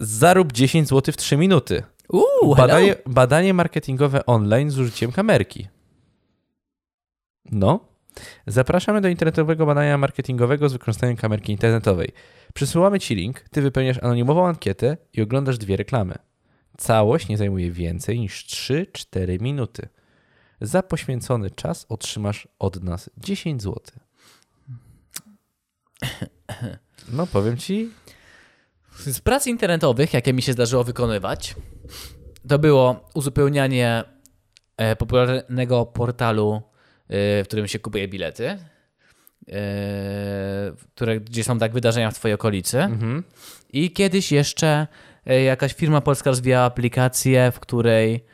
Speaker 1: Zarób 10 zł w 3 minuty.
Speaker 2: Uuu,
Speaker 1: Badanie, badanie marketingowe online z użyciem kamerki. No. Zapraszamy do internetowego badania marketingowego z wykorzystaniem kamerki internetowej. Przysyłamy Ci link, Ty wypełniasz anonimową ankietę i oglądasz dwie reklamy. Całość nie zajmuje więcej niż 3-4 minuty. Za poświęcony czas otrzymasz od nas 10 zł. No powiem Ci,
Speaker 2: Z prac internetowych, jakie mi się zdarzyło wykonywać, to było uzupełnianie e, popularnego portalu, e, w którym się kupuje bilety, e, które, gdzie są tak wydarzenia w Twojej okolicy. I kiedyś jeszcze e, jakaś firma polska rozwijała aplikację, w której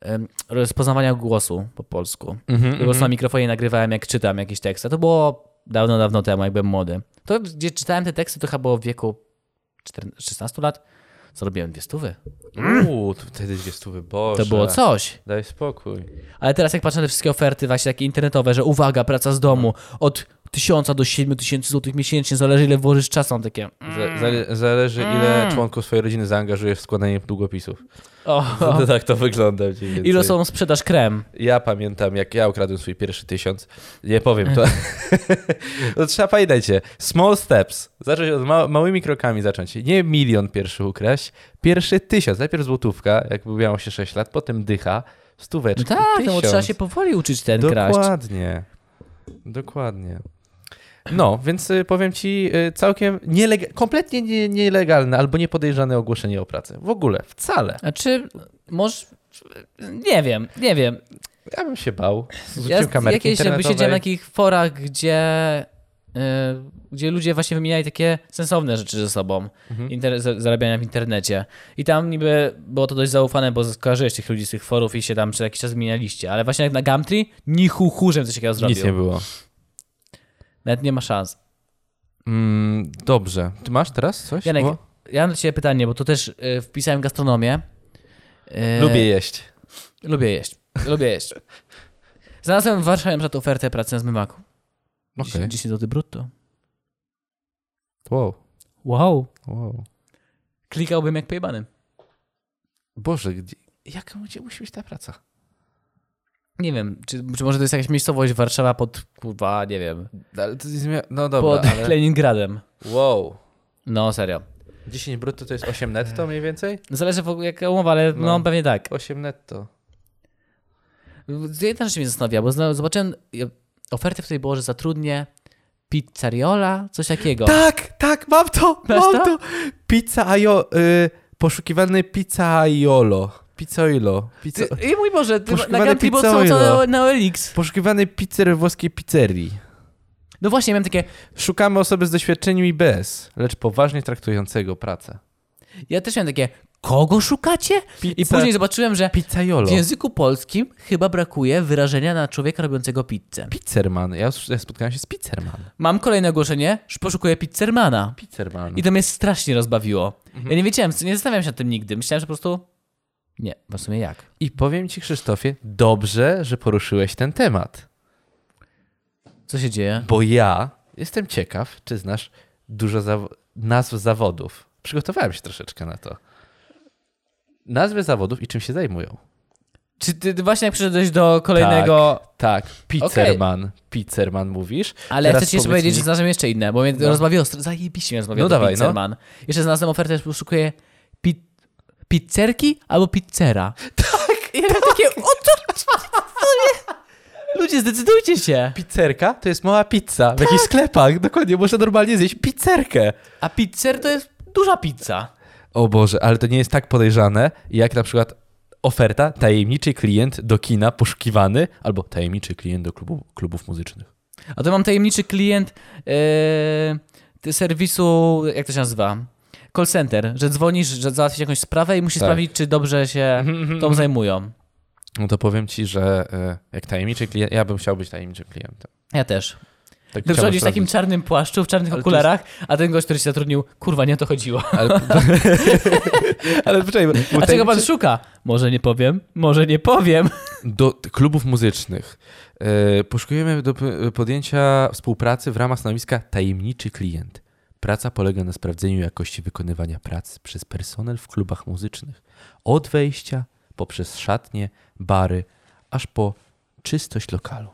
Speaker 2: em, rozpoznawania głosu po polsku. po prostu na mikrofonie nagrywałem, jak czytam jakiś tekst. A to było dawno, dawno temu, jak byłem młody. To, gdzie czytałem te teksty, to chyba było w wieku 14, 16 lat. Zrobiłem dwie stówy.
Speaker 1: uuu, to wtedy dwie stówy, Boże.
Speaker 2: Mm. To było coś.
Speaker 1: Daj spokój.
Speaker 2: Ale teraz jak patrzę na te wszystkie oferty właśnie takie internetowe, że uwaga, praca z domu od 1000 do 7000 złotych miesięcznie, zależy ile włożysz czasu, mam takie...
Speaker 1: Za- zale- Zależy, ile
Speaker 2: Mm.
Speaker 1: członków swojej rodziny zaangażujesz w składanie długopisów.
Speaker 2: O,
Speaker 1: No tak to wygląda.
Speaker 2: ile są sprzedaż krem?
Speaker 1: Ja pamiętam, jak ja ukradłem swój pierwszy tysiąc. Nie powiem to. no trzeba pamiętajcie, small steps. Zacząć od ma- małymi krokami zacząć. Nie milion pierwszy ukraść, pierwszy tysiąc. Najpierw złotówka, jak miało się 6 lat, potem dycha,
Speaker 2: No
Speaker 1: stóweczka,
Speaker 2: tak, no
Speaker 1: Znaczy, tysiąc.
Speaker 2: bo trzeba się powoli uczyć ten kraść.
Speaker 1: Dokładnie. Dokładnie. No, więc y, powiem ci y, całkiem nielega- kompletnie nie- nielegalne albo niepodejrzane ogłoszenie o pracę. W ogóle, wcale.
Speaker 2: Znaczy, może... Nie wiem, nie wiem.
Speaker 1: Ja bym się bał. Z
Speaker 2: Ja
Speaker 1: ja kamerki
Speaker 2: jakieś jakby
Speaker 1: internetowej.
Speaker 2: siedziałem na takich forach, gdzie, y, gdzie ludzie właśnie wymieniali takie sensowne rzeczy ze sobą,
Speaker 1: Mhm.
Speaker 2: inter- za- zarabiania w internecie. I tam niby było to dość zaufane, bo skojarzyłeś tych ludzi z tych forów i się tam przez jakiś czas zmienialiście. Ale właśnie jak na Gumtree, nichu hurzem coś takiego zrobił.
Speaker 1: Nic nie było.
Speaker 2: Nawet nie ma szans.
Speaker 1: Mm, dobrze. Ty masz teraz coś?
Speaker 2: Janek,
Speaker 1: Bo-
Speaker 2: ja mam dla ciebie pytanie, bo to też y, wpisałem gastronomię. Y,
Speaker 1: Lubię jeść.
Speaker 2: Lubię jeść. Lubię jeść. Znalazłem w Warszawie na przykład ofertę pracy na zmywaku.
Speaker 1: Okej.
Speaker 2: 10 zł brutto.
Speaker 1: Wow.
Speaker 2: Wow.
Speaker 1: wow.
Speaker 2: Klikałbym jak pojebany.
Speaker 1: Boże, gdzie, jak gdzie musi być ta praca?
Speaker 2: Nie wiem, czy, czy może to jest jakaś miejscowość Warszawa pod, kurwa, nie wiem,
Speaker 1: Ale to jest, mia- no dobra,
Speaker 2: pod
Speaker 1: ale...
Speaker 2: Leningradem.
Speaker 1: Wow.
Speaker 2: No, serio.
Speaker 1: 10 brutto to jest 8 netto mniej więcej?
Speaker 2: Zależy w ogóle jaka umowa, ale no,
Speaker 1: No.
Speaker 2: pewnie tak.
Speaker 1: 8 netto.
Speaker 2: Jedna rzecz mnie zastanawia, bo zna- zobaczyłem ja- ofertę, w której było, że zatrudnię pizzariola, coś takiego.
Speaker 1: Tak, tak, mam to,
Speaker 2: Masz
Speaker 1: mam
Speaker 2: to?
Speaker 1: to. Pizza ajo, y, poszukiwany pizza aiolo. Pizzailo. Pizza...
Speaker 2: Ty, I mój Boże, ty, ma- na
Speaker 1: Poszukiwane
Speaker 2: Gantry było co, co
Speaker 1: pizzaiola.
Speaker 2: na Elix.
Speaker 1: Poszukiwany pizzer włoskiej pizzerii.
Speaker 2: No właśnie, miałem takie,
Speaker 1: Szukamy osoby z doświadczeniem i bez, lecz poważnie traktującego pracę.
Speaker 2: ja też miałem takie, kogo szukacie? I
Speaker 1: Pizza-
Speaker 2: później zobaczyłem, że
Speaker 1: Pizzaiolo.
Speaker 2: w języku polskim chyba brakuje wyrażenia na człowieka robiącego pizzę.
Speaker 1: Pizzerman. Ja, ja spotkałem się z pizzerman.
Speaker 2: Mam kolejne ogłoszenie, że poszukuję pizzermana.
Speaker 1: Pizzerman.
Speaker 2: I to mnie strasznie rozbawiło. Ja nie wiedziałem, nie zastanawiałem się nad tym nigdy. Myślałem, że po prostu. Nie, w sumie jak?
Speaker 1: I powiem ci, Krzysztofie, dobrze, że poruszyłeś ten temat,
Speaker 2: Co się dzieje?
Speaker 1: bo ja jestem ciekaw, czy znasz dużo zawo- nazw zawodów. Przygotowałem się troszeczkę na to. Nazwy zawodów i czym się zajmują.
Speaker 2: Czy ty ty właśnie jak przyszedłeś do kolejnego.
Speaker 1: Tak, pizzerman. Pizzerman mówisz.
Speaker 2: Ale
Speaker 1: Teraz
Speaker 2: chcę ci jeszcze
Speaker 1: powiedz
Speaker 2: powiedzieć,
Speaker 1: mi-
Speaker 2: że znalazłem jeszcze inne, bo mnie
Speaker 1: No.
Speaker 2: rozbawiło. str- Zajebiście mnie rozbawiło.
Speaker 1: No
Speaker 2: to
Speaker 1: dawaj, no.
Speaker 2: pizzerman. Jeszcze znalazłem ofertę, że poszukuję pi... pizzerki albo pizzera. Tak! I ja miałem takie. O co? co nie? Ludzie, zdecydujcie się.
Speaker 1: Pizzerka to jest mała pizza w jakichś sklepach. Dokładnie, można normalnie zjeść pizzerkę.
Speaker 2: A pizzer to jest duża pizza.
Speaker 1: O Boże, ale to nie jest tak podejrzane, jak na przykład oferta tajemniczy klient do kina poszukiwany albo tajemniczy klient do klubu, klubów muzycznych.
Speaker 2: A to mam tajemniczy klient yy, ty- serwisu, jak to się nazywa? Call center, że dzwonisz, że załatwisz jakąś sprawę i musisz
Speaker 1: Tak.
Speaker 2: sprawdzić, czy dobrze się tą zajmują.
Speaker 1: No to powiem ci, że e, jak tajemniczy klient, ja bym chciał być tajemniczym klientem.
Speaker 2: Ja też.
Speaker 1: Tak
Speaker 2: Ty
Speaker 1: chciałbym
Speaker 2: przychodzisz w takim
Speaker 1: sprawdzić.
Speaker 2: czarnym płaszczu, w czarnych
Speaker 1: Ale to
Speaker 2: okularach, a ten gość, który się zatrudnił, kurwa, nie o to chodziło.
Speaker 1: Ale, ale poczekaj, bo- bo
Speaker 2: A czego pan
Speaker 1: tajemniczy-
Speaker 2: szuka? Może nie powiem, może nie powiem.
Speaker 1: do t- klubów muzycznych. E, Poszukujemy do p- podjęcia współpracy w ramach stanowiska tajemniczy klient. Praca polega na sprawdzeniu jakości wykonywania prac przez personel w klubach muzycznych. Od wejścia, poprzez szatnie, bary, aż po czystość lokalu.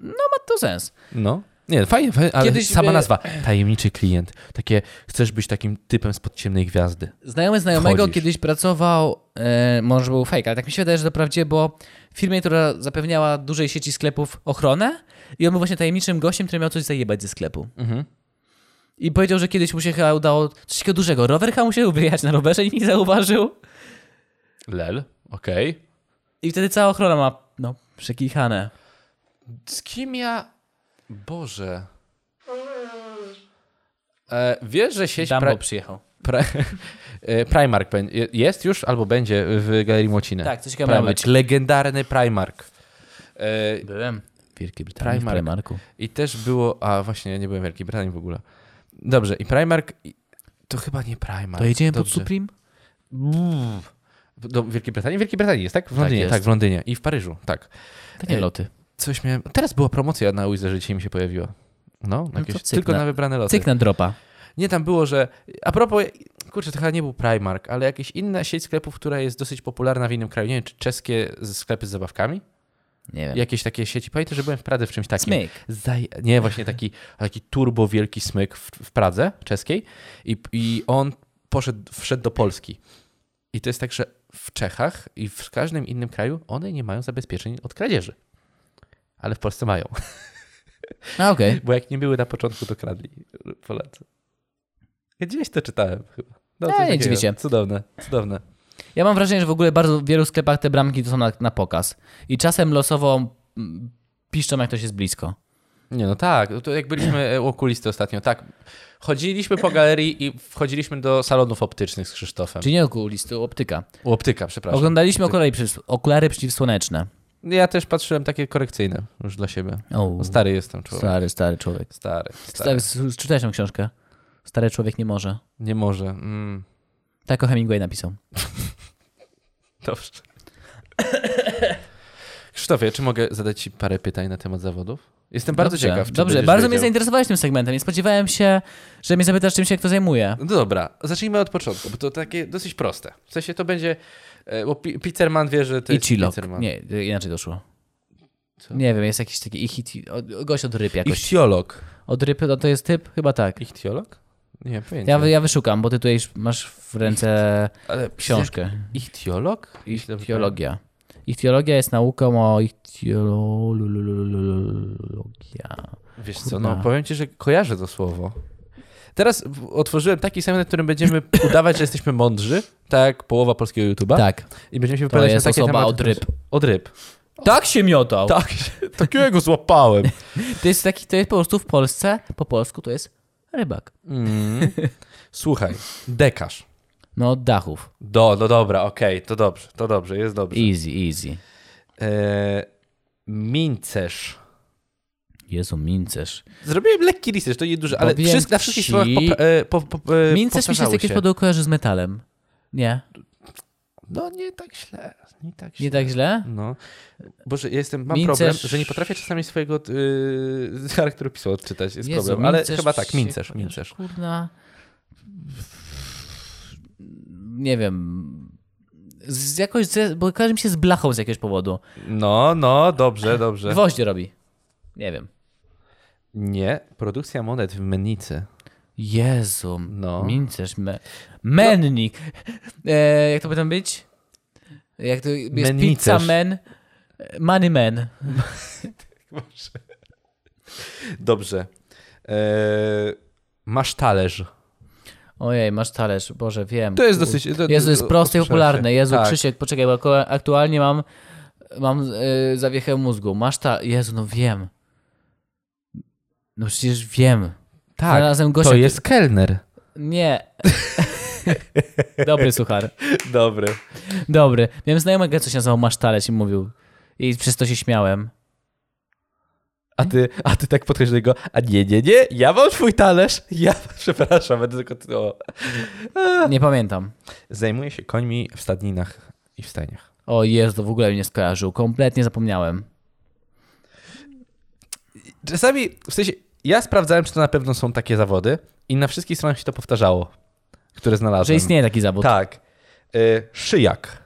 Speaker 2: Ma to sens.
Speaker 1: No. Nie, fajnie, fajnie ale
Speaker 2: Kiedyś,
Speaker 1: sama
Speaker 2: e,
Speaker 1: nazwa. Tajemniczy klient. Takie, chcesz być takim typem spod ciemnej gwiazdy.
Speaker 2: Znajomy znajomego
Speaker 1: Wchodzisz.
Speaker 2: kiedyś pracował, e, może był fake, ale tak mi się wydaje, że to prawdziwe, bo w firmie, która zapewniała dużej sieci sklepów ochronę i on był właśnie tajemniczym gościem, który miał coś zajebać ze sklepu. I powiedział, że kiedyś mu się chyba udało coś takiego dużego. Rower chyba musiał wyjechać na rowerze i nie zauważył.
Speaker 1: Lel, okej.
Speaker 2: I wtedy cała ochrona ma, no, przekichane.
Speaker 1: Z kim ja. Boże. E, wiesz, że sieć.
Speaker 2: Dumbo
Speaker 1: Pra...
Speaker 2: przyjechał.
Speaker 1: Pra... e, Primark bę- jest już albo będzie w Galerii Młociny.
Speaker 2: Tak, coś takiego miało
Speaker 1: Primark.
Speaker 2: być.
Speaker 1: Legendarny Primark. E,
Speaker 2: Byłem w Wielkiej Brytanii
Speaker 1: Primark.
Speaker 2: w Primarku.
Speaker 1: I też było. A właśnie, ja nie byłem w Wielkiej Brytanii w ogóle. Dobrze, i Primark. i- To chyba nie Primark.
Speaker 2: To jedziemy pod
Speaker 1: Tak, Dobrze.
Speaker 2: Supreme?
Speaker 1: Brrr. Do Wielkiej Brytanii? W Wielkiej Brytanii jest, tak? W Londynie,
Speaker 2: jest.
Speaker 1: tak, w Londynie. I w Paryżu, tak.
Speaker 2: Takie
Speaker 1: Ej,
Speaker 2: loty.
Speaker 1: Coś miałem. Teraz była promocja na Wizerze, dzisiaj mi się pojawiła. No,
Speaker 2: to
Speaker 1: jakieś,
Speaker 2: cyk
Speaker 1: tylko
Speaker 2: na-
Speaker 1: na wybrane loty.
Speaker 2: Cyk na dropa.
Speaker 1: Nie, tam było, że. A propos, kurczę, to chyba nie był Primark, ale jakaś inna sieć sklepów, która jest dosyć popularna w innym kraju. Nie wiem, czy czeskie z- sklepy z zabawkami?
Speaker 2: Nie wiem.
Speaker 1: Jakieś takie sieci. Pamiętam, że byłem w Pradze w czymś takim.
Speaker 2: Smyk.
Speaker 1: Zaj... Nie, właśnie taki, taki turbo wielki smyk w, w Pradze czeskiej i, i on poszedł, wszedł do Polski. I to jest tak, że w Czechach i w każdym innym kraju one nie mają zabezpieczeń od kradzieży. Ale w Polsce mają.
Speaker 2: A, No, okej.
Speaker 1: Bo jak nie były na początku, to kradli Polacy. Gdzieś to czytałem chyba. No,
Speaker 2: Ja
Speaker 1: coś
Speaker 2: nie
Speaker 1: takiego.
Speaker 2: dziwię się.
Speaker 1: Cudowne, cudowne.
Speaker 2: Ja mam wrażenie, że w ogóle bardzo w wielu sklepach te bramki to są na, na pokaz. I czasem losowo mm, piszczą, jak ktoś jest blisko.
Speaker 1: Nie, no tak. To jak byliśmy e, u okulisty ostatnio, tak. Chodziliśmy po galerii i wchodziliśmy do salonów optycznych z Krzysztofem.
Speaker 2: Czyli nie okulisty, optyka.
Speaker 1: U optyka, przepraszam.
Speaker 2: Oglądaliśmy okulary, przeciw- okulary przeciwsłoneczne.
Speaker 1: Ja też patrzyłem takie korekcyjne już dla siebie.
Speaker 2: O,
Speaker 1: No, stary jestem człowiek.
Speaker 2: stary, Mhm. stary człowiek.
Speaker 1: Stary, stary.
Speaker 2: Stary. Czytałeś tę książkę? Stary człowiek nie może.
Speaker 1: Nie może. Mm.
Speaker 2: Tak o Hemingway napisał.
Speaker 1: Dobrze. Krzysztofie, czy mogę zadać ci parę pytań na temat zawodów? Jestem bardzo
Speaker 2: Dobrze,
Speaker 1: ciekaw. czy
Speaker 2: Dobrze,
Speaker 1: będziesz
Speaker 2: bardzo mnie
Speaker 1: wiedział.
Speaker 2: zainteresowałeś tym segmentem. Nie spodziewałem się, że mnie zapytasz, czym się kto zajmuje.
Speaker 1: No dobra, zacznijmy od początku, bo to takie dosyć proste. W sensie to będzie, e, bo Pi- Pizzerman wie, że to
Speaker 2: I
Speaker 1: jest
Speaker 2: Chilok.
Speaker 1: Pizzerman.
Speaker 2: Nie, inaczej doszło.
Speaker 1: Co?
Speaker 2: Nie wiem, jest jakiś taki ichiti... o- Gość od ryb jakoś.
Speaker 1: Ichtiolog.
Speaker 2: Od ryb no to jest typ? Chyba tak.
Speaker 1: Ichtiolog? Nie mam pojęcia.
Speaker 2: Ja, wy- ja wyszukam, bo ty tutaj już masz w ręce
Speaker 1: Ale
Speaker 2: książkę.
Speaker 1: Ichtiolog? Jeśli
Speaker 2: tak.
Speaker 1: dobrze
Speaker 2: Ichtiologia. Ichtiologia jest nauką o ichtiologia.
Speaker 1: pamiętam. Wiesz co,
Speaker 2: Kurna.
Speaker 1: no powiem ci, że kojarzę to słowo. Teraz w- otworzyłem taki segment, w którym będziemy udawać, że jesteśmy mądrzy, tak jak połowa polskiego YouTube'a.
Speaker 2: Tak,
Speaker 1: I będziemy się
Speaker 2: to
Speaker 1: wypowiadać
Speaker 2: jest
Speaker 1: na takie
Speaker 2: osoba
Speaker 1: tematy,
Speaker 2: od ryb.
Speaker 1: Od ryb.
Speaker 2: Tak się miotał.
Speaker 1: Tak, takiego złapałem.
Speaker 2: To jest taki, to jest po prostu w Polsce, po polsku to jest rybak.
Speaker 1: Mm. Słuchaj, dekarz.
Speaker 2: No od dachów.
Speaker 1: Do, no dobra, okej, to dobrze, to dobrze, jest dobrze.
Speaker 2: Easy, easy.
Speaker 1: E, mincerz.
Speaker 2: Jezu, mincerz.
Speaker 1: Zrobiłem lekki research, to nie duży, ale
Speaker 2: Powiem
Speaker 1: wszystko, na wszystkich
Speaker 2: ci-
Speaker 1: stronach pop, e, po, po, e,
Speaker 2: Mincerz mi Y, się z
Speaker 1: powtarzały
Speaker 2: jakiegoś powodu kojarzy z metalem. Nie?
Speaker 1: No nie tak źle, nie tak źle.
Speaker 2: Nie tak źle?
Speaker 1: No. Boże, ja jestem, mam
Speaker 2: Mincerz-
Speaker 1: problem, że nie potrafię czasami swojego y, charakteropisu odczytać, jest
Speaker 2: Jezu,
Speaker 1: problem, ale
Speaker 2: mincerz
Speaker 1: chyba tak,
Speaker 2: się
Speaker 1: mincerz,
Speaker 2: kojarzy.
Speaker 1: mincerz.
Speaker 2: Kurna. Nie wiem. Z jakoś, z, bo kojarzy mi się z blachą z jakiegoś powodu.
Speaker 1: No, no, dobrze, dobrze.
Speaker 2: Gwoździe robi. Nie wiem.
Speaker 1: Nie, produkcja monet w Mennicy.
Speaker 2: Jezu,
Speaker 1: No.
Speaker 2: mincerz, me... mennik. E, jak to by tam być? Jak to jest pizza
Speaker 1: Mennicerz.
Speaker 2: men, money man.
Speaker 1: Dobrze. E, masz talerz.
Speaker 2: Ojej, masz talerz, Boże, wiem.
Speaker 1: To jest
Speaker 2: kur-
Speaker 1: dosyć- to-
Speaker 2: Jezu, jest
Speaker 1: to-
Speaker 2: proste i
Speaker 1: usłyszałem
Speaker 2: popularne.
Speaker 1: się.
Speaker 2: Jezu,
Speaker 1: Tak.
Speaker 2: Krzysiek, poczekaj, bo aktua- aktualnie mam, mam e, zawiechę mózgu. Masz ta... Jezu, no wiem. No przecież wiem.
Speaker 1: Tak,
Speaker 2: Znalazłem gościa,
Speaker 1: to jest kelner.
Speaker 2: Nie. Dobry suchar.
Speaker 1: Dobry.
Speaker 2: Dobry. Miałem znajomego, co się nazywał Masztalec i mówił. I przez to się śmiałem.
Speaker 1: A ty, a ty tak podchodzisz do niego, a nie, nie, nie, ja mam twój talerz. Ja, przepraszam, będę tylko... ty- O.
Speaker 2: Nie pamiętam.
Speaker 1: Zajmuję się końmi w stadninach i w stajniach.
Speaker 2: O Jezu, to w ogóle mnie nie skojarzył. Kompletnie zapomniałem.
Speaker 1: Czasami, w sensie, ja sprawdzałem, czy to na pewno są takie zawody i na wszystkich stronach się to powtarzało, które znalazłem.
Speaker 2: Że istnieje taki zawód.
Speaker 1: Tak. E, szyjak.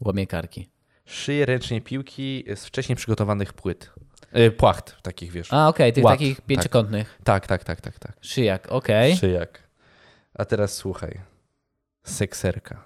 Speaker 2: Łamie karki.
Speaker 1: Szyje ręcznie piłki z wcześniej przygotowanych płyt. E, płacht takich, wiesz.
Speaker 2: A, okej, tych
Speaker 1: Ład,
Speaker 2: takich
Speaker 1: tak.
Speaker 2: pięciokątnych.
Speaker 1: Tak, tak, tak, tak, tak.
Speaker 2: Szyjak, okej.
Speaker 1: Szyjak. A teraz słuchaj. Sekserka.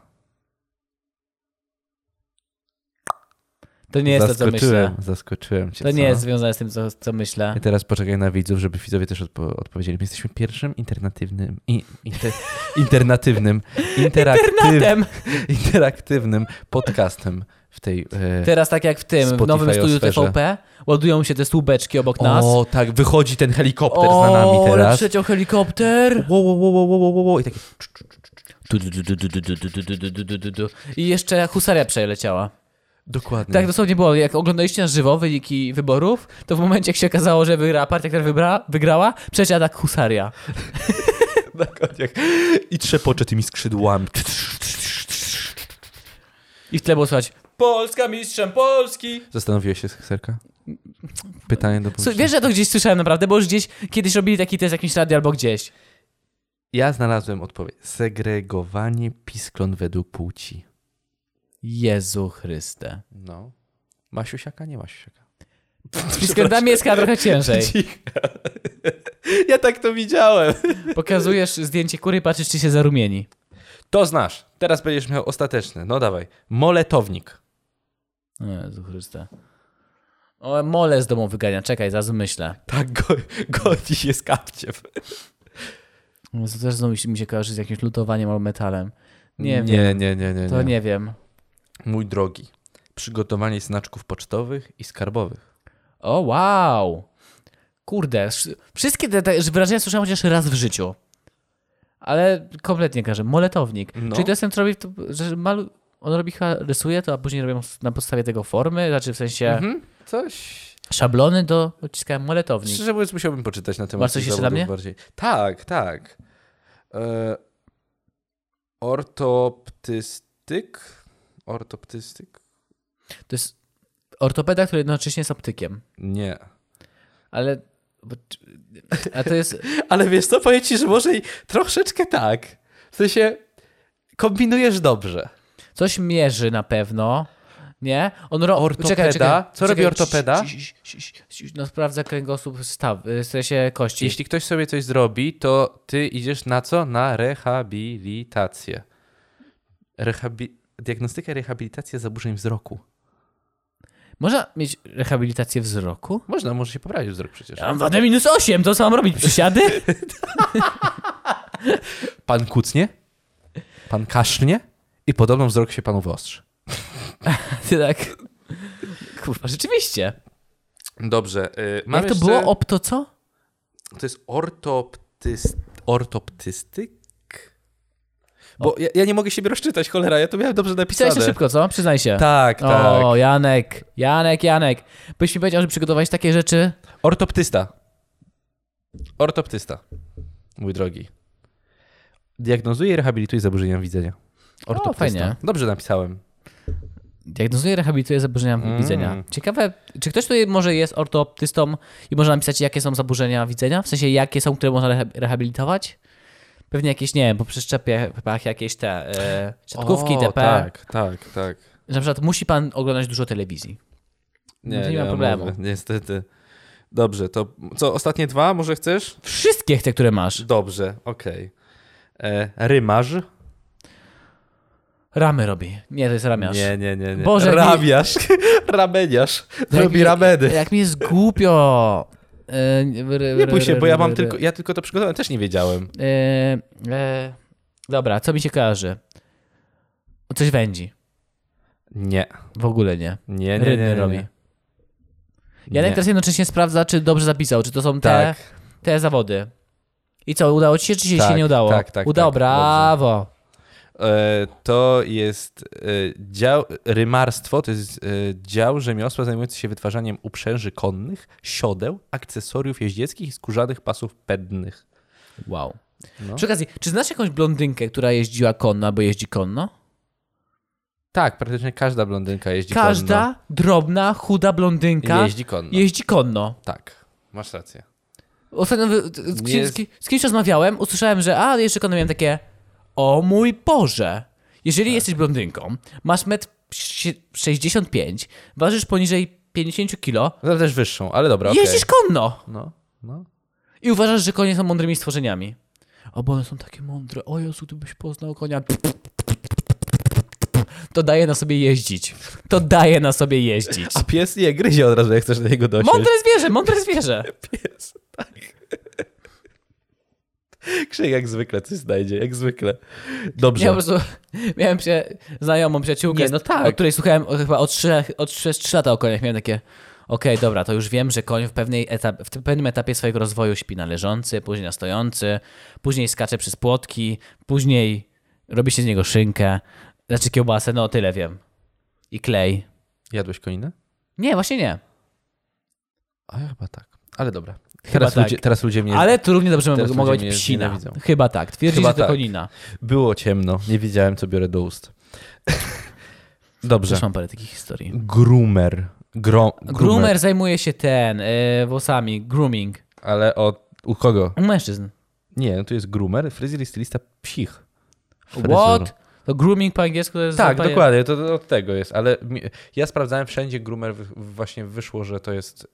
Speaker 2: To nie jest to, co
Speaker 1: zaskoczyłem,
Speaker 2: myślę.
Speaker 1: zaskoczyłem cię.
Speaker 2: To nie
Speaker 1: co?
Speaker 2: jest związane z tym, co, co myślę.
Speaker 1: I teraz poczekaj na widzów, żeby widzowie też odpo- odpowiedzieli. My jesteśmy pierwszym internatywnym, i, inter, internatywnym, interaktywnym,
Speaker 2: Tem,
Speaker 1: interaktywnym podcastem w tej... E...
Speaker 2: teraz tak jak w tym, w
Speaker 1: Spotify
Speaker 2: nowym studiu
Speaker 1: sferze.
Speaker 2: TVP, ładują się te słupeczki obok nas.
Speaker 1: O, tak, wychodzi ten helikopter za nami
Speaker 2: ale
Speaker 1: teraz.
Speaker 2: przyleciał helikopter.
Speaker 1: Wo, wo, wo, wo, wo, wo, wo, wo. I takie...
Speaker 2: Du, du, du, du, du, du, du, du, du, du, du, du, du, du. I jeszcze husaria przeleciała.
Speaker 1: Dokładnie.
Speaker 2: Tak dosłownie było, jak oglądaliście na żywo wyniki wyborów, to w momencie jak się okazało, że wygra partia, która wybra, wygrała, przeciada tak husaria.
Speaker 1: na koniach. tak, I trzepocze tymi skrzydłami.
Speaker 2: I w tle było słychać Polska mistrzem Polski!
Speaker 1: Zastanowiłeś się, Serka? Pytanie do
Speaker 2: Su-
Speaker 1: pomyślenia.
Speaker 2: wiesz, że ja to gdzieś słyszałem naprawdę, bo już gdzieś kiedyś robili taki test w jakimś radio albo gdzieś.
Speaker 1: Ja znalazłem odpowiedź. Segregowanie pisklon według płci.
Speaker 2: Jezu Chryste.
Speaker 1: No. Masiusiaka, nie Masiusiaka.
Speaker 2: Z piskardami jest chyba trochę ciężej.
Speaker 1: Ja tak to widziałem.
Speaker 2: Pokazujesz zdjęcie kury, patrzysz czy się zarumieni.
Speaker 1: To znasz. Teraz będziesz miał ostateczny. No dawaj. Moletownik.
Speaker 2: O Jezu Chryste. O, mole z domu wygania, czekaj, zaraz myślę.
Speaker 1: Tak, go, godzi się z kapciem.
Speaker 2: To też znowu mi się- mi się kojarzy z jakimś lutowaniem albo metalem. Nie, wiem,
Speaker 1: nie, nie, nie, nie,
Speaker 2: to nie wiem.
Speaker 1: Mój drogi, przygotowanie znaczków pocztowych i skarbowych.
Speaker 2: O, wow! Kurde, sz- wszystkie te, te wyrażenia słyszałem chociaż raz w życiu. Ale kompletnie każę. Moletownik.
Speaker 1: No.
Speaker 2: Czyli to jestem, co robi, to, że malu, on robi, chyba rysuje to, a później robią na podstawie tego formy, znaczy w sensie
Speaker 1: Mhm. Coś...
Speaker 2: szablony do odciskałem moletownik.
Speaker 1: Szczerze mówiąc, musiałbym poczytać na temat
Speaker 2: Masz coś
Speaker 1: tych
Speaker 2: jeszcze
Speaker 1: zawodów
Speaker 2: dla mnie?
Speaker 1: Bardziej. Tak, tak. E, ortoptystyk? Ortoptystyk?
Speaker 2: To jest ortopeda, który jednocześnie jest optykiem.
Speaker 1: Nie.
Speaker 2: Ale. bo czy- A to jest.
Speaker 1: Ale wiesz co, powiem ci, że może i troszeczkę tak. W sensie, kombinujesz dobrze.
Speaker 2: Coś mierzy na pewno. Nie? On ro...
Speaker 1: Ortopeda?
Speaker 2: Czekaj, czekaj.
Speaker 1: Co robi
Speaker 2: czekaj.
Speaker 1: ortopeda?
Speaker 2: Ś- ś- ś- ś- No sprawdza kręgosłup staw, y, w sensie kości.
Speaker 1: Jeśli ktoś sobie coś zrobi, to ty idziesz na co? Na rehabilitację. Rehabi... Diagnostyka, rehabilitacja zaburzeń wzroku.
Speaker 2: Można mieć rehabilitację wzroku?
Speaker 1: Można, może się poprawić wzrok przecież.
Speaker 2: Ja mam wadę minus 8, to co mam robić? Przysiady?
Speaker 1: Pan kucnie, pan kasznie i podobno wzrok się panu wyostrzy.
Speaker 2: Ty tak. Kurwa, rzeczywiście.
Speaker 1: Dobrze. y, mam
Speaker 2: Jak to
Speaker 1: jeszcze...
Speaker 2: było? Opto co?
Speaker 1: To jest ortoptyst... ortoptystyk? Bo ja, ja nie mogę siebie rozczytać, cholera, ja to miałem dobrze napisane.
Speaker 2: Pisałeś to szybko, co? Przyznaj się.
Speaker 1: Tak, tak.
Speaker 2: O, Janek, Janek, Janek. Byś mi powiedział, że przygotowałeś takie rzeczy?
Speaker 1: Ortoptysta. Ortoptysta. Mój drogi. Diagnozuje i rehabilituje zaburzenia widzenia. Ortoptysta.
Speaker 2: fajnie.
Speaker 1: Dobrze napisałem.
Speaker 2: Diagnozuje, rehabilituje zaburzenia
Speaker 1: Mm.
Speaker 2: widzenia. Ciekawe, czy ktoś tutaj może jest ortoptystą i może napisać, jakie są zaburzenia widzenia? W sensie, jakie są, które można reha- rehabilitować? Pewnie jakieś, nie wiem, po przeszczepiach jakieś te e, siatkówki,
Speaker 1: o,
Speaker 2: TP.
Speaker 1: Tak, tak, tak.
Speaker 2: Że na przykład musi pan oglądać dużo telewizji. No to nie ma
Speaker 1: ma
Speaker 2: problemu.
Speaker 1: mowy, niestety. Dobrze, to co, ostatnie dwa może chcesz?
Speaker 2: Wszystkie te, które masz.
Speaker 1: Dobrze, okej. E, Rymarz?
Speaker 2: Ramy robi. Nie, to jest ramiarz.
Speaker 1: Nie, nie, nie. nie.
Speaker 2: Boże, jak mi-
Speaker 1: Rabiarz. Rameniarz. Robi
Speaker 2: mi-
Speaker 1: rameny.
Speaker 2: Jak mi jest głupio. E, r-
Speaker 1: Nie
Speaker 2: r-
Speaker 1: bój się,
Speaker 2: r-
Speaker 1: bo ja
Speaker 2: r-
Speaker 1: mam
Speaker 2: r-
Speaker 1: tylko, ja tylko to przygotowałem, też nie wiedziałem.
Speaker 2: E, e, dobra, co mi się kojarzy? Coś wędzi.
Speaker 1: Nie,
Speaker 2: W ogóle nie.
Speaker 1: nie, nie, nie,
Speaker 2: Rydny
Speaker 1: nie,
Speaker 2: robi.
Speaker 1: nie.
Speaker 2: Janek
Speaker 1: Nie.
Speaker 2: teraz jednocześnie sprawdza, czy dobrze zapisał, czy to są te,
Speaker 1: Tak,
Speaker 2: te zawody. I co, udało ci się, czy się,
Speaker 1: Tak,
Speaker 2: się nie udało?
Speaker 1: tak, tak,
Speaker 2: Udało,
Speaker 1: tak,
Speaker 2: brawo.
Speaker 1: e, to jest e, dział, rymarstwo, to jest e, dział rzemiosła zajmujący się wytwarzaniem uprzęży konnych, siodeł, akcesoriów jeździeckich i skórzanych pasów pednych.
Speaker 2: Wow.
Speaker 1: No.
Speaker 2: Przy okazji, czy znasz jakąś blondynkę, która jeździła konno albo jeździ konno?
Speaker 1: Tak, praktycznie każda blondynka jeździ
Speaker 2: Każda drobna, chuda blondynka
Speaker 1: konno.
Speaker 2: jeździ,
Speaker 1: Jeździ konno,
Speaker 2: konno. Tak.
Speaker 1: masz rację.
Speaker 2: Ostatnio wy- z,
Speaker 1: Nie
Speaker 2: kim,
Speaker 1: jest-
Speaker 2: z, kim, z kimś rozmawiałem, usłyszałem, że a, jeszcze konno miałem takie o mój Boże,
Speaker 1: Tak.
Speaker 2: jeżeli jesteś blondynką, masz metr 65, ważysz poniżej 50 kilo,
Speaker 1: No też wyższą, ale dobra, okej.
Speaker 2: jeździsz konno.
Speaker 1: No, no.
Speaker 2: I uważasz, że konie są mądrymi stworzeniami. O, bo one są takie mądre. O Jezu, gdybyś poznał konia. To daje na sobie jeździć. To daje na sobie jeździć.
Speaker 1: A pies nie gryzie od razu, jak chcesz do niego dosiąść.
Speaker 2: Mądre zwierzę, mądre zwierzę.
Speaker 1: pies, tak. Krzyk jak zwykle coś znajdzie, jak zwykle. Dobrze.
Speaker 2: Ja po prostu miałem przy, znajomą przyjaciółkę,
Speaker 1: Nie, no tak.
Speaker 2: o której słuchałem o, chyba od 3, od 3, 3 lata o koniach. Miałem takie, okej, dobra, to już wiem, że koń w, pewnej etap, w tym pewnym etapie swojego rozwoju śpi na leżący, później na stojący, później skacze przez płotki, później robi się z niego szynkę, znaczy kiełbasę, no tyle wiem. I klej.
Speaker 1: Jadłeś koninę?
Speaker 2: Nie, właśnie nie.
Speaker 1: A ja chyba tak. Ale dobra.
Speaker 2: Chyba
Speaker 1: Teraz,
Speaker 2: tak.
Speaker 1: ludzie, teraz ludzie mnie...
Speaker 2: Ale tu równie dobrze
Speaker 1: Teraz
Speaker 2: mogła
Speaker 1: ludzie
Speaker 2: być
Speaker 1: mnie
Speaker 2: psina.
Speaker 1: nienawidzą.
Speaker 2: Chyba tak. Twierdzi,
Speaker 1: Chyba
Speaker 2: że to
Speaker 1: tak.
Speaker 2: konina.
Speaker 1: Było ciemno, nie wiedziałem, co biorę do ust. Dobrze.
Speaker 2: Też mam parę takich historii.
Speaker 1: Groomer. Gro...
Speaker 2: Groomer zajmuje się ten, e, włosami, grooming.
Speaker 1: Ale od... U kogo?
Speaker 2: U mężczyzn.
Speaker 1: Nie, no tu jest groomer, fryzjer i stylista psich. Fryzjer.
Speaker 2: What? To grooming po angielsku to jest...
Speaker 1: Tak,
Speaker 2: zapaje-
Speaker 1: dokładnie, to, to od tego jest, ale mi, ja sprawdzałem wszędzie, groomer wy- właśnie wyszło, że to jest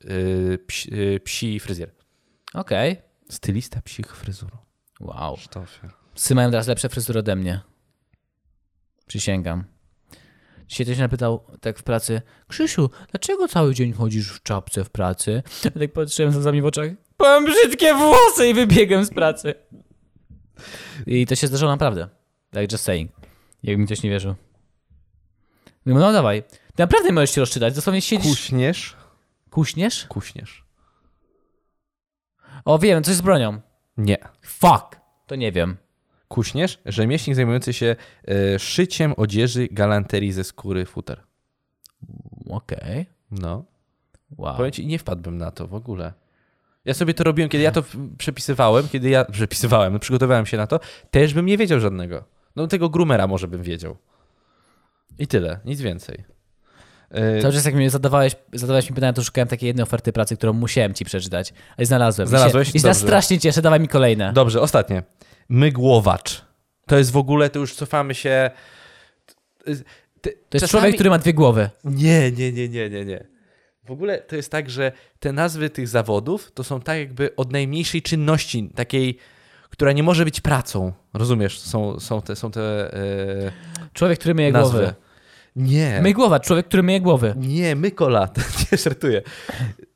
Speaker 1: yy, psi, yy, psi fryzjer.
Speaker 2: Okej.
Speaker 1: Stylista psich fryzurą.
Speaker 2: Wow.
Speaker 1: Sztofie.
Speaker 2: Psy mają teraz lepsze fryzury ode mnie. Przysięgam. Dzisiaj ktoś napytał tak w pracy, Krzysiu, dlaczego cały dzień chodzisz w czapce w pracy? Ja tak patrzyłem z łzami w oczach, mam brzydkie włosy i wybiegłem z pracy. I to się zdarzyło naprawdę. Like just saying. Jakby mi ktoś nie wierzył. Mówię, no dawaj. Ty naprawdę możesz się rozczytać, dosłownie siedzisz...
Speaker 1: Kuśniesz?
Speaker 2: Kuśniesz?
Speaker 1: Kuśniesz.
Speaker 2: O, wiem, coś z bronią.
Speaker 1: Nie.
Speaker 2: Fuck. To nie wiem.
Speaker 1: Kuśnierz, rzemieślnik zajmujący się e, szyciem odzieży, galanterii ze skóry futer.
Speaker 2: Okej.
Speaker 1: No.
Speaker 2: Wow.
Speaker 1: Powiem ci, nie wpadłbym na to w ogóle. Ja sobie to robiłem, kiedy ja to w- przepisywałem, kiedy ja przepisywałem, no, przygotowywałem się na to, też bym nie wiedział żadnego. No tego groomera może bym wiedział. I tyle, nic więcej. E,
Speaker 2: Cały czas jak mnie zadawałeś, zadawałeś mi pytania, to szukałem takiej jednej oferty pracy, którą musiałem ci przeczytać. Ale znalazłem. I się-
Speaker 1: Znalazłeś?
Speaker 2: I się nas
Speaker 1: Dobrze.
Speaker 2: strasznie cieszę, dawaj mi kolejne.
Speaker 1: Dobrze, ostatnie. Mygłowacz. To jest w ogóle, to już cofamy się. Ty-
Speaker 2: to jest
Speaker 1: czasami-
Speaker 2: człowiek, który ma dwie głowy.
Speaker 1: Nie, nie, nie, nie, nie, nie. W ogóle to jest tak, że te nazwy tych zawodów to są tak jakby od najmniejszej czynności, takiej, która nie może być pracą. Rozumiesz? Są, są te, są te e,
Speaker 2: Człowiek, który myje
Speaker 1: nazwy.
Speaker 2: głowy.
Speaker 1: Nie.
Speaker 2: Myj głowa, człowiek, który myje głowy.
Speaker 1: Nie, mykolat. Nie żartuję.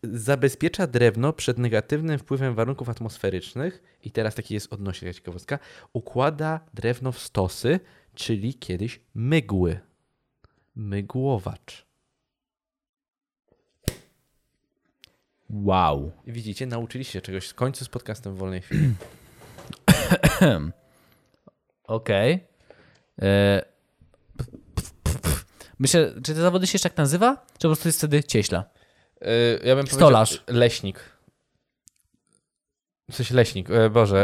Speaker 1: Zabezpiecza drewno przed negatywnym wpływem warunków atmosferycznych. I teraz taki jest odnośnik, taka ciekawostka. Układa drewno w stosy, czyli kiedyś mygły. Mygłowacz.
Speaker 2: Wow.
Speaker 1: Widzicie, nauczyliście się czegoś w końcu z podcastem w wolnej chwili.
Speaker 2: Okej. E, p- p- p- p- Myślę, czy te zawody się jeszcze tak nazywa? Czy po prostu jest wtedy cieśla?
Speaker 1: Y, ja bym
Speaker 2: Stolarz.
Speaker 1: powiedział- Leśnik. W sensie leśnik, e, Boże.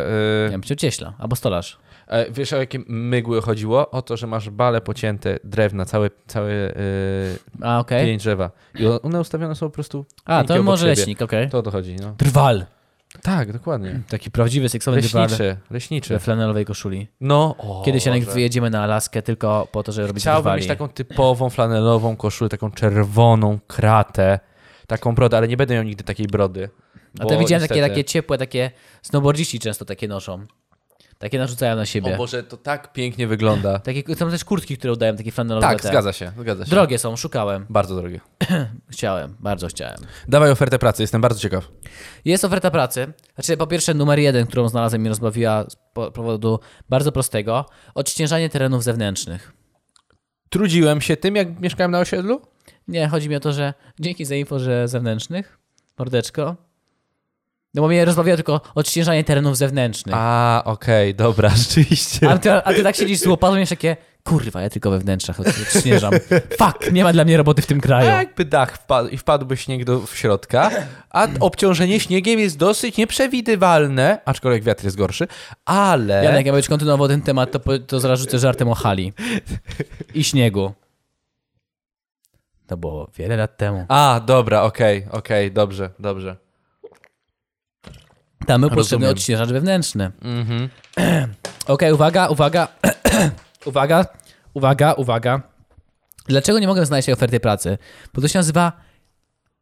Speaker 2: Ja
Speaker 1: y,
Speaker 2: bym powiedział cieśla, albo stolarz.
Speaker 1: e, wiesz o jakie mygły chodziło? O to, że masz bale pocięte, drewna, całe, całe y,
Speaker 2: A, okej.
Speaker 1: pięć drzewa. I o- one ustawione są po prostu.
Speaker 2: A,
Speaker 1: pięknie
Speaker 2: to
Speaker 1: obok
Speaker 2: może
Speaker 1: siebie.
Speaker 2: leśnik, okej.
Speaker 1: To o to chodzi, no.
Speaker 2: Drwal.
Speaker 1: Tak, dokładnie.
Speaker 2: Taki prawdziwy seksowny drwal
Speaker 1: Leśniczy,
Speaker 2: we
Speaker 1: leśniczy.
Speaker 2: flanelowej koszuli.
Speaker 1: No, o,
Speaker 2: Kiedyś Janek
Speaker 1: Boże.
Speaker 2: wyjedziemy na Alaskę tylko po to, żeby robić
Speaker 1: Chciałbym
Speaker 2: drwali.
Speaker 1: mieć taką typową flanelową koszulę, taką czerwoną kratę, taką brodę, ale nie będę miał nigdy takiej brody.
Speaker 2: A
Speaker 1: bo
Speaker 2: to widziałem takie,
Speaker 1: niestety-
Speaker 2: takie ciepłe, takie snowboardziści często takie noszą. Takie narzucają na siebie.
Speaker 1: O Boże, to tak pięknie wygląda.
Speaker 2: Takie, są też kurtki, które udają, takie flanelowe.
Speaker 1: Tak,
Speaker 2: te.
Speaker 1: zgadza się, zgadza się.
Speaker 2: Drogie są, szukałem.
Speaker 1: Bardzo drogie.
Speaker 2: Chciałem, bardzo chciałem.
Speaker 1: Dawaj ofertę pracy, jestem bardzo ciekaw.
Speaker 2: Jest oferta pracy. Znaczy, po pierwsze, numer jeden, którą znalazłem i rozbawiła z po- powodu bardzo prostego. Odśnieżanie terenów zewnętrznych.
Speaker 1: Trudziłem się tym, jak mieszkałem na osiedlu?
Speaker 2: Nie, chodzi mi o to, że dzięki za info, że zewnętrznych, mordeczko. No bo mnie rozbawiło tylko odśnieżanie terenów zewnętrznych. A,
Speaker 1: A, okej, dobra, rzeczywiście.
Speaker 2: ty, a ty tak siedzisz z łopatą i masz takie, kurwa, ja tylko we wnętrzach odśnieżam. Fuck, nie ma dla mnie roboty w tym
Speaker 1: A
Speaker 2: kraju.
Speaker 1: jakby dach wpadł i wpadłby śnieg do w środka, a obciążenie śniegiem jest dosyć nieprzewidywalne, aczkolwiek wiatr jest gorszy, ale...
Speaker 2: Janek, jakbyś kontynuował ten temat, to, po- to zaraz rzucę żartem o hali. I śniegu. To było wiele lat temu.
Speaker 1: A, dobra, okej, okej, dobrze, dobrze.
Speaker 2: Tam był potrzebny
Speaker 1: Rozumiem.
Speaker 2: odśnieżacz wewnętrzny.
Speaker 1: Mhm.
Speaker 2: Okej, uwaga, uwaga, uwaga, uwaga, uwaga. Dlaczego nie mogłem znaleźć tej oferty pracy? Bo to się nazywa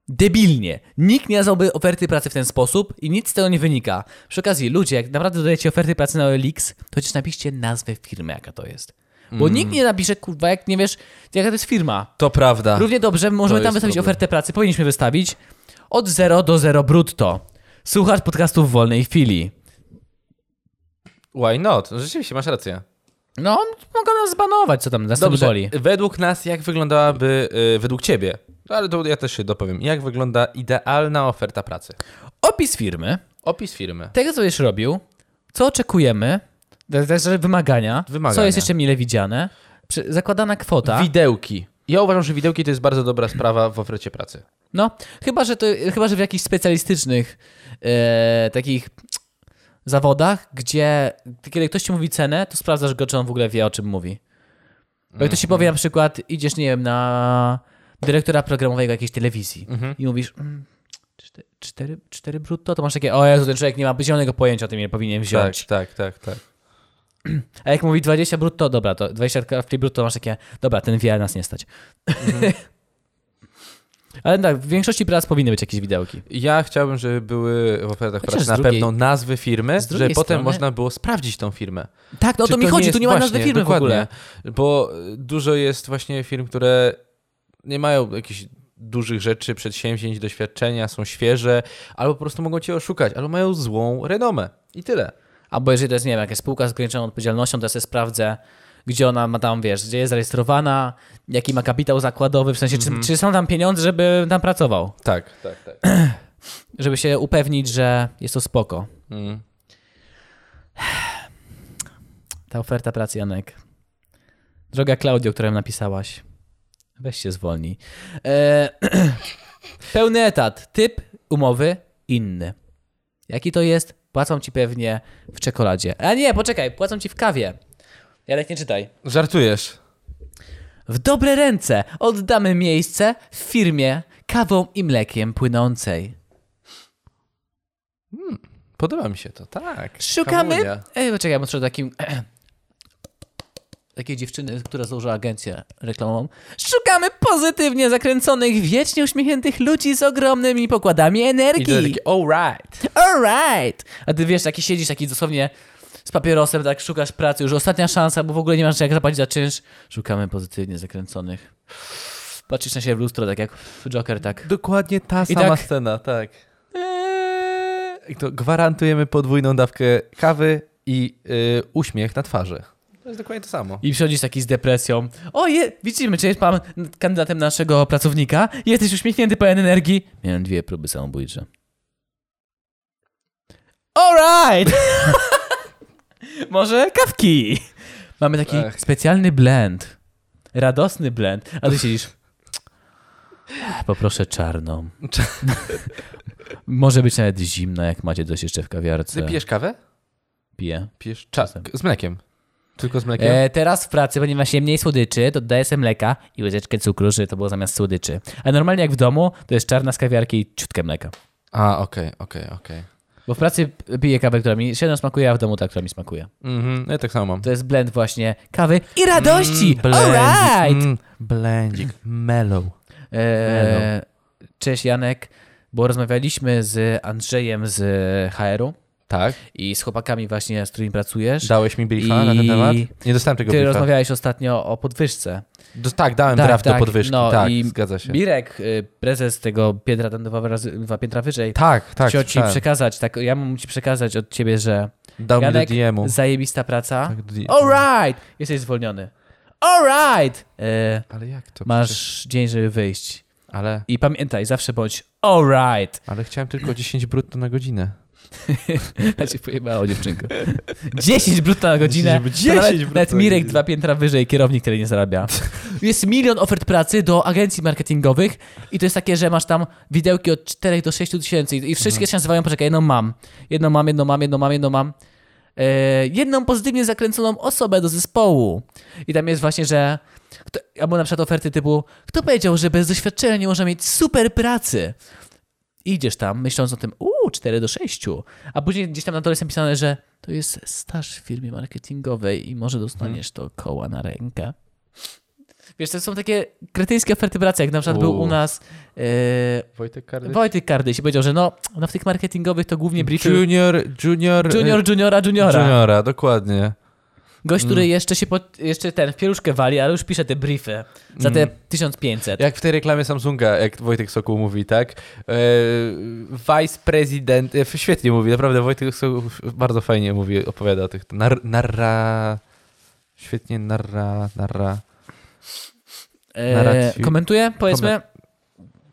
Speaker 2: debilnie. Nikt nie nazwałby oferty pracy w ten sposób i nic z tego nie wynika. Przy okazji, ludzie, jak naprawdę dodajecie oferty pracy na OLX, to chociaż napiszcie nazwę firmy, jaka to jest. Bo
Speaker 1: Mm.
Speaker 2: nikt nie napisze, kurwa, jak nie wiesz, jaka to jest firma.
Speaker 1: To prawda.
Speaker 2: Równie dobrze możemy
Speaker 1: to
Speaker 2: tam
Speaker 1: jest
Speaker 2: wystawić
Speaker 1: problem.
Speaker 2: ofertę pracy. Powinniśmy wystawić od 0 do 0 brutto. Słuchacz podcastów w wolnej chwili.
Speaker 1: Why not? Rzeczywiście, masz rację.
Speaker 2: No, mogą nas zbanować, co tam nas Dobrze. boli.
Speaker 1: według nas, jak wyglądałaby, y, według ciebie, no ale to ja też się dopowiem, jak wygląda idealna oferta pracy?
Speaker 2: Opis firmy,
Speaker 1: Opis firmy.
Speaker 2: tego co będziesz robił, co oczekujemy, także wymagania,
Speaker 1: Wymagania.
Speaker 2: co jest jeszcze mile widziane, przy- zakładana kwota.
Speaker 1: Widełki. Ja uważam, że widełki to jest bardzo dobra sprawa w ofercie pracy.
Speaker 2: No, chyba że, to, chyba, że w jakichś specjalistycznych e, takich zawodach, gdzie kiedy ktoś ci mówi cenę, to sprawdzasz go, czy on w ogóle wie, o czym mówi. Bo jak
Speaker 1: Mhm.
Speaker 2: ktoś ci powie na przykład, idziesz, nie wiem, na dyrektora programowego jakiejś telewizji
Speaker 1: Mhm.
Speaker 2: i mówisz, mm, cztery, cztery, cztery brutto, to masz takie, o Jezu, ten człowiek nie ma zielonego pojęcia o tym, ile powinien wziąć.
Speaker 1: Tak, tak, tak, tak.
Speaker 2: A jak mówi 20 brutto, dobra, Mhm. to 20 w tej brutto masz takie, dobra, ten wie, ale nas nie stać. Ale tak, w większości prac powinny być jakieś widełki.
Speaker 1: Ja chciałbym, żeby były w ofertach
Speaker 2: Chociaż
Speaker 1: pracy
Speaker 2: z
Speaker 1: na
Speaker 2: drugiej-
Speaker 1: pewno nazwy firmy,
Speaker 2: z
Speaker 1: żeby
Speaker 2: drugiej
Speaker 1: potem
Speaker 2: strony-
Speaker 1: można było sprawdzić tą firmę.
Speaker 2: Tak, no o
Speaker 1: Czy
Speaker 2: to mi chodzi,
Speaker 1: jest-
Speaker 2: tu nie ma nazwy
Speaker 1: właśnie,
Speaker 2: firmy w
Speaker 1: dokładnie,
Speaker 2: ogóle.
Speaker 1: Bo y, dużo jest właśnie firm, które nie mają jakichś dużych rzeczy, przedsięwzięć, doświadczenia, są świeże, albo po prostu mogą cię oszukać, albo mają złą renomę. I tyle.
Speaker 2: Albo jeżeli to jest, nie wiem, jakaś spółka z ograniczoną odpowiedzialnością, to ja sobie sprawdzę, gdzie ona ma tam, wiesz, gdzie jest zarejestrowana, jaki ma kapitał zakładowy, w sensie, czy, czy są tam pieniądze, żeby tam pracował,
Speaker 1: Tak, tak, tak.
Speaker 2: żeby się upewnić, że jest to spoko.
Speaker 1: Mm.
Speaker 2: Ta oferta pracy, Janek. Droga Klaudio, którą napisałaś. Weź się zwolnij. E, pełny etat. Typ umowy inny. Jaki to jest? Płacą ci pewnie w czekoladzie. A nie, poczekaj, płacą ci w kawie. Janek, nie czytaj.
Speaker 1: Żartujesz.
Speaker 2: W dobre ręce oddamy miejsce w firmie kawą i mlekiem płynącej.
Speaker 1: Podoba mi się to, tak.
Speaker 2: Szukamy.
Speaker 1: Hamunia.
Speaker 2: Ej, poczekaj, muszę takim. Takiej dziewczyny, która założyła agencję reklamową. Szukamy pozytywnie zakręconych, wiecznie uśmiechniętych ludzi z ogromnymi pokładami
Speaker 1: I to
Speaker 2: energii.
Speaker 1: taki, alright.
Speaker 2: Alright! A ty wiesz, taki siedzisz, taki dosłownie z papierosem, tak szukasz pracy, już ostatnia szansa, bo w ogóle nie masz jak zapłacić za czynsz. Szukamy pozytywnie zakręconych. Patrzysz na siebie w lustro, tak jak w Joker, tak.
Speaker 1: Dokładnie ta
Speaker 2: I
Speaker 1: sama
Speaker 2: tak-
Speaker 1: scena, tak. Eee. I to gwarantujemy podwójną dawkę kawy i y, uśmiech na twarzy. To jest dokładnie to samo.
Speaker 2: I przychodzisz taki z depresją. O, je, widzimy, czy jest pan kandydatem naszego pracownika? Jesteś uśmiechnięty, pełen energii. Miałem dwie próby samobójcze. Alright! Może kawki? Mamy taki
Speaker 1: Ach.
Speaker 2: specjalny blend. Radosny blend. A ty siedzisz... Poproszę czarną. Może być nawet zimna, jak macie coś jeszcze w kawiarce.
Speaker 1: Ty pijesz kawę?
Speaker 2: Piję.
Speaker 1: Pijesz czas.
Speaker 2: Czasem.
Speaker 1: Z mlekiem. Tylko z mlekiem?
Speaker 2: E, teraz w pracy, ponieważ je mniej słodyczy, to dodaję sobie mleka i łyżeczkę cukru, żeby to było zamiast słodyczy. A normalnie jak w domu, to jest czarna z kawiarki i ciutkę mleka.
Speaker 1: A, okej, okej, okej.
Speaker 2: Bo w pracy p- piję kawę, która mi średnio smakuje, a w domu ta, która mi smakuje.
Speaker 1: Mhm, ja tak samo mam.
Speaker 2: To jest blend właśnie kawy i radości!
Speaker 1: Mm,
Speaker 2: Alright!
Speaker 1: mm, blendzik, mellow.
Speaker 2: E,
Speaker 1: no.
Speaker 2: cześć Janek, bo rozmawialiśmy z Andrzejem z HR-u
Speaker 1: Tak?
Speaker 2: i z chłopakami właśnie, z którymi pracujesz.
Speaker 1: Dałeś mi briefa na ten
Speaker 2: I-
Speaker 1: temat? Nie dostałem tego
Speaker 2: Ty
Speaker 1: briefa.
Speaker 2: rozmawiałeś ostatnio o podwyżce.
Speaker 1: Do, tak, dałem
Speaker 2: Tak,
Speaker 1: draft
Speaker 2: tak,
Speaker 1: do podwyżki.
Speaker 2: no
Speaker 1: tak,
Speaker 2: i
Speaker 1: zgadza się.
Speaker 2: Mirek, y, prezes tego piętra, tam dwa, razy, dwa piętra wyżej,
Speaker 1: Tak, tak,
Speaker 2: chciał ci
Speaker 1: tak.
Speaker 2: przekazać, tak, ja mam ci przekazać od ciebie, że
Speaker 1: Dał mi do
Speaker 2: Janek,
Speaker 1: DM-u.
Speaker 2: zajebista praca.
Speaker 1: No. Tak, do DM.
Speaker 2: Alright! Jesteś zwolniony. Alright! E,
Speaker 1: Ale jak to? przecież-
Speaker 2: masz dzień, żeby wyjść.
Speaker 1: Ale,
Speaker 2: I pamiętaj, zawsze bądź alright!
Speaker 1: ale chciałem tylko 10 brutto na godzinę.
Speaker 2: Ja cię pojebało, dziewczynko. 10 brutto na godzinę.
Speaker 1: 10
Speaker 2: To nawet,
Speaker 1: brutto
Speaker 2: nawet
Speaker 1: na
Speaker 2: Mirek
Speaker 1: godzinę.
Speaker 2: dwa piętra wyżej, kierownik, który nie zarabia. Jest milion ofert pracy do agencji marketingowych i to jest takie, że masz tam widełki od 4 do 6 tysięcy i i
Speaker 1: Mhm.
Speaker 2: wszystkie się nazywają, poczekaj, jedną mam, jedną mam, jedną mam, jedną mam, jedną mam. E, jedną pozytywnie zakręconą osobę do zespołu. I tam jest właśnie, że kto, albo na przykład oferty typu, kto powiedział, że bez doświadczenia nie można mieć super pracy? idziesz tam, myśląc o tym, uuu, 4 do 6, a później gdzieś tam na dole jest napisane, że to jest staż w firmie marketingowej i może dostaniesz to koła na rękę. Wiesz, to są takie kretyńskie oferty pracy, jak na przykład był
Speaker 1: Uuu.
Speaker 2: u nas yy,
Speaker 1: Wojtek Kardy?
Speaker 2: Wojtek Kardyś i powiedział, że no, no w tych marketingowych to głównie briefy
Speaker 1: Junior, junior...
Speaker 2: junior, juniora, juniora.
Speaker 1: Juniora, dokładnie.
Speaker 2: Gość,
Speaker 1: Mm.
Speaker 2: który jeszcze się pod, jeszcze ten w pieluszkę wali, ale już pisze te briefy za te 1500.
Speaker 1: Mm. Jak w tej reklamie Samsunga, jak Wojtek Sokół mówi, tak? E, Vice President, e, świetnie mówi, naprawdę Wojtek Sokół bardzo fajnie mówi, opowiada o tych nar, narra, świetnie narra, narra,
Speaker 2: E,
Speaker 1: narracji-
Speaker 2: komentuje, powiedzmy,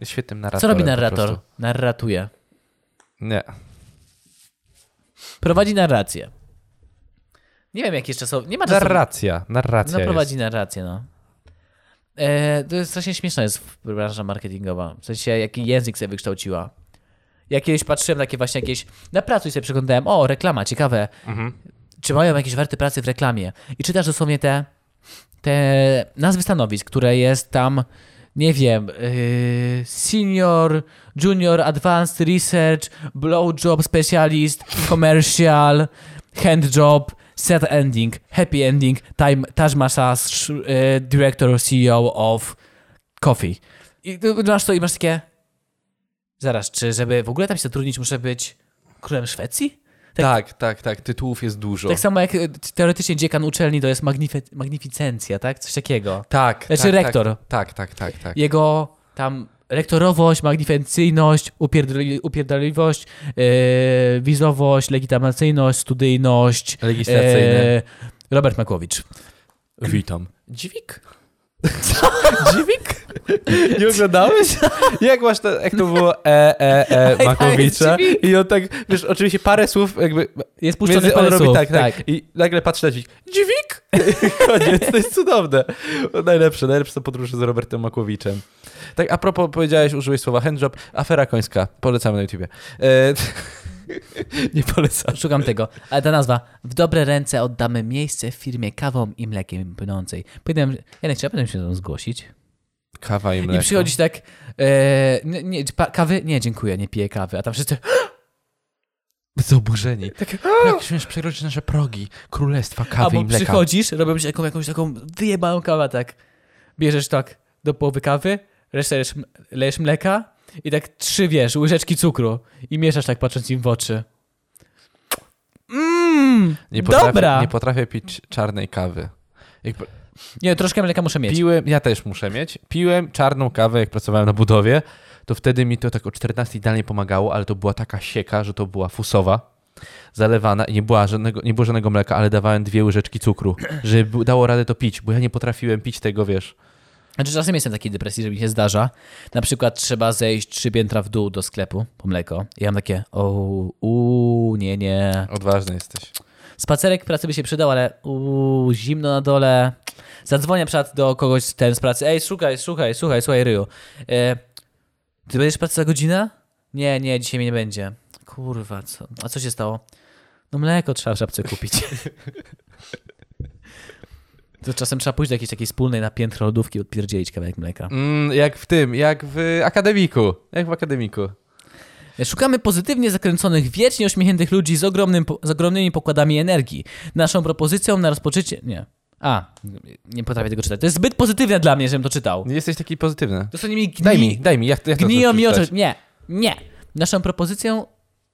Speaker 1: świetnym narratorem.
Speaker 2: co robi
Speaker 1: po
Speaker 2: narrator?
Speaker 1: prostu.
Speaker 2: Narratuje.
Speaker 1: Nie.
Speaker 2: Prowadzi narrację. Nie wiem, jakie jeszcze są. Nie ma czasu.
Speaker 1: Narracja, narracja
Speaker 2: No, prowadzi
Speaker 1: jest.
Speaker 2: narrację, no. E, to jest strasznie śmieszna jest branża marketingowa. W sensie, jaki język sobie wykształciła. Ja kiedyś patrzyłem takie właśnie jakieś... Na pracu i sobie przeglądałem, o, reklama, ciekawe. Czy mają jakieś warty pracy w reklamie? I czytasz dosłownie te, te nazwy stanowisk, które jest tam, nie wiem, yy, senior, junior, advanced research, blowjob specialist, commercial, handjob, set ending, happy y, ending, time, Taj Mahal, sz- yy, director, CEO of E coffee. I ty masz to i masz takie... Zaraz, czy żeby w ogóle tam się zatrudnić, muszę być królem Szwecji?
Speaker 1: Tak, tak, tak, tytułów jest dużo.
Speaker 2: Tak samo jak e, teoretycznie dziekan uczelni to jest magnife- magnificencja, tak? Coś takiego.
Speaker 1: tak,
Speaker 2: Znaczy
Speaker 1: tak,
Speaker 2: rektor.
Speaker 1: Tak, tak, tak, tak. tak.
Speaker 2: Jego tam rektorowość, magnificencyjność, upierdli- upierdliwość, e, wizowość, legitymacyjność, studyjność.
Speaker 1: Legislacyjne.
Speaker 2: e, Robert Makłowicz.
Speaker 1: Witam. Dźwig? Dźwig? Nie oglądałeś? Jak masz to, jak to było e, e, e Makowicza?
Speaker 2: dźwig.
Speaker 1: I on tak, wiesz, oczywiście parę słów jakby...
Speaker 2: Jest puszczony
Speaker 1: między-
Speaker 2: parę
Speaker 1: on robi
Speaker 2: słów,
Speaker 1: tak, tak,
Speaker 2: tak.
Speaker 1: I nagle patrzy na dźwig. Dźwig? I Koniec, to jest cudowne. Najlepsze, najlepsze są podróże z Robertem Makowiczem. Tak, a propos, powiedziałeś, użyłeś słowa handjob, afera końska. Polecamy na YouTubie. E, nie polecam.
Speaker 2: Szukam tego. Ale ta nazwa. W dobre ręce oddamy miejsce w firmie kawą i mlekiem płynącej. Powinienem, ja nie chciałem potem się tam zgłosić.
Speaker 1: Kawa i
Speaker 2: I
Speaker 1: mleko.
Speaker 2: przychodzi tak, e, nie, nie, pa, kawy? Nie, dziękuję, nie piję kawy. A tam wszyscy,
Speaker 1: Zoburzeni. Tak, jak śmiesz przekroczyć nasze progi królestwa kawy i
Speaker 2: albo
Speaker 1: mleka.
Speaker 2: przychodzisz, robią ci taką, jakąś taką wyjebaną kawę, tak. Bierzesz tak do połowy kawy, resztę lejesz, m- lejesz mleka i tak trzy, wiesz, łyżeczki cukru i mieszasz tak, patrząc im w oczy. Mmm,
Speaker 1: Nie potrafię,
Speaker 2: dobra.
Speaker 1: nie potrafię pić czarnej kawy. Jak p-
Speaker 2: nie, troszkę mleka muszę mieć.
Speaker 1: piłem, ja też muszę mieć, piłem czarną kawę, jak pracowałem na budowie, to wtedy mi to tak o 14 idealnie pomagało, ale to była taka sieka, że to była fusowa, zalewana i nie, była żadnego, nie było żadnego mleka, ale dawałem dwie łyżeczki cukru, żeby bu- dało radę to pić, bo ja nie potrafiłem pić tego, wiesz.
Speaker 2: Znaczy czasem jestem w takiej depresji, że mi się zdarza. Na przykład trzeba zejść trzy piętra w dół do sklepu po mleko i ja mam takie, o, u, nie, nie.
Speaker 1: Odważny jesteś.
Speaker 2: Spacerek pracy by się przydał, ale uuu, zimno na dole. Zadzwonię przed do kogoś z- ten z pracy. Ej, szukaj, szukaj, słuchaj, słuchaj, Ryju. E, ty będziesz w pracy za godzinę? Nie, nie, dzisiaj mnie nie będzie. Kurwa, co? A co się stało? No mleko trzeba w żabce kupić. to czasem trzeba pójść do jakiejś takiej wspólnej na piętro lodówki odpierdzielić kawałek mleka.
Speaker 1: Mm, jak w tym, jak w akademiku, jak w akademiku.
Speaker 2: Szukamy pozytywnie zakręconych, wiecznie uśmiechniętych ludzi z, ogromnym, po- z ogromnymi pokładami energii. Naszą propozycją na rozpoczęcie. Nie. A, nie potrafię tego czytać. To jest zbyt pozytywne dla mnie, żebym to czytał.
Speaker 1: Nie Jesteś taki pozytywny.
Speaker 2: To są nimi gni...
Speaker 1: Daj mi, daj mi, ja, ja chcę
Speaker 2: Gniją
Speaker 1: to
Speaker 2: mi oczy.
Speaker 1: przeczytać.
Speaker 2: Nie, nie. Naszą propozycją.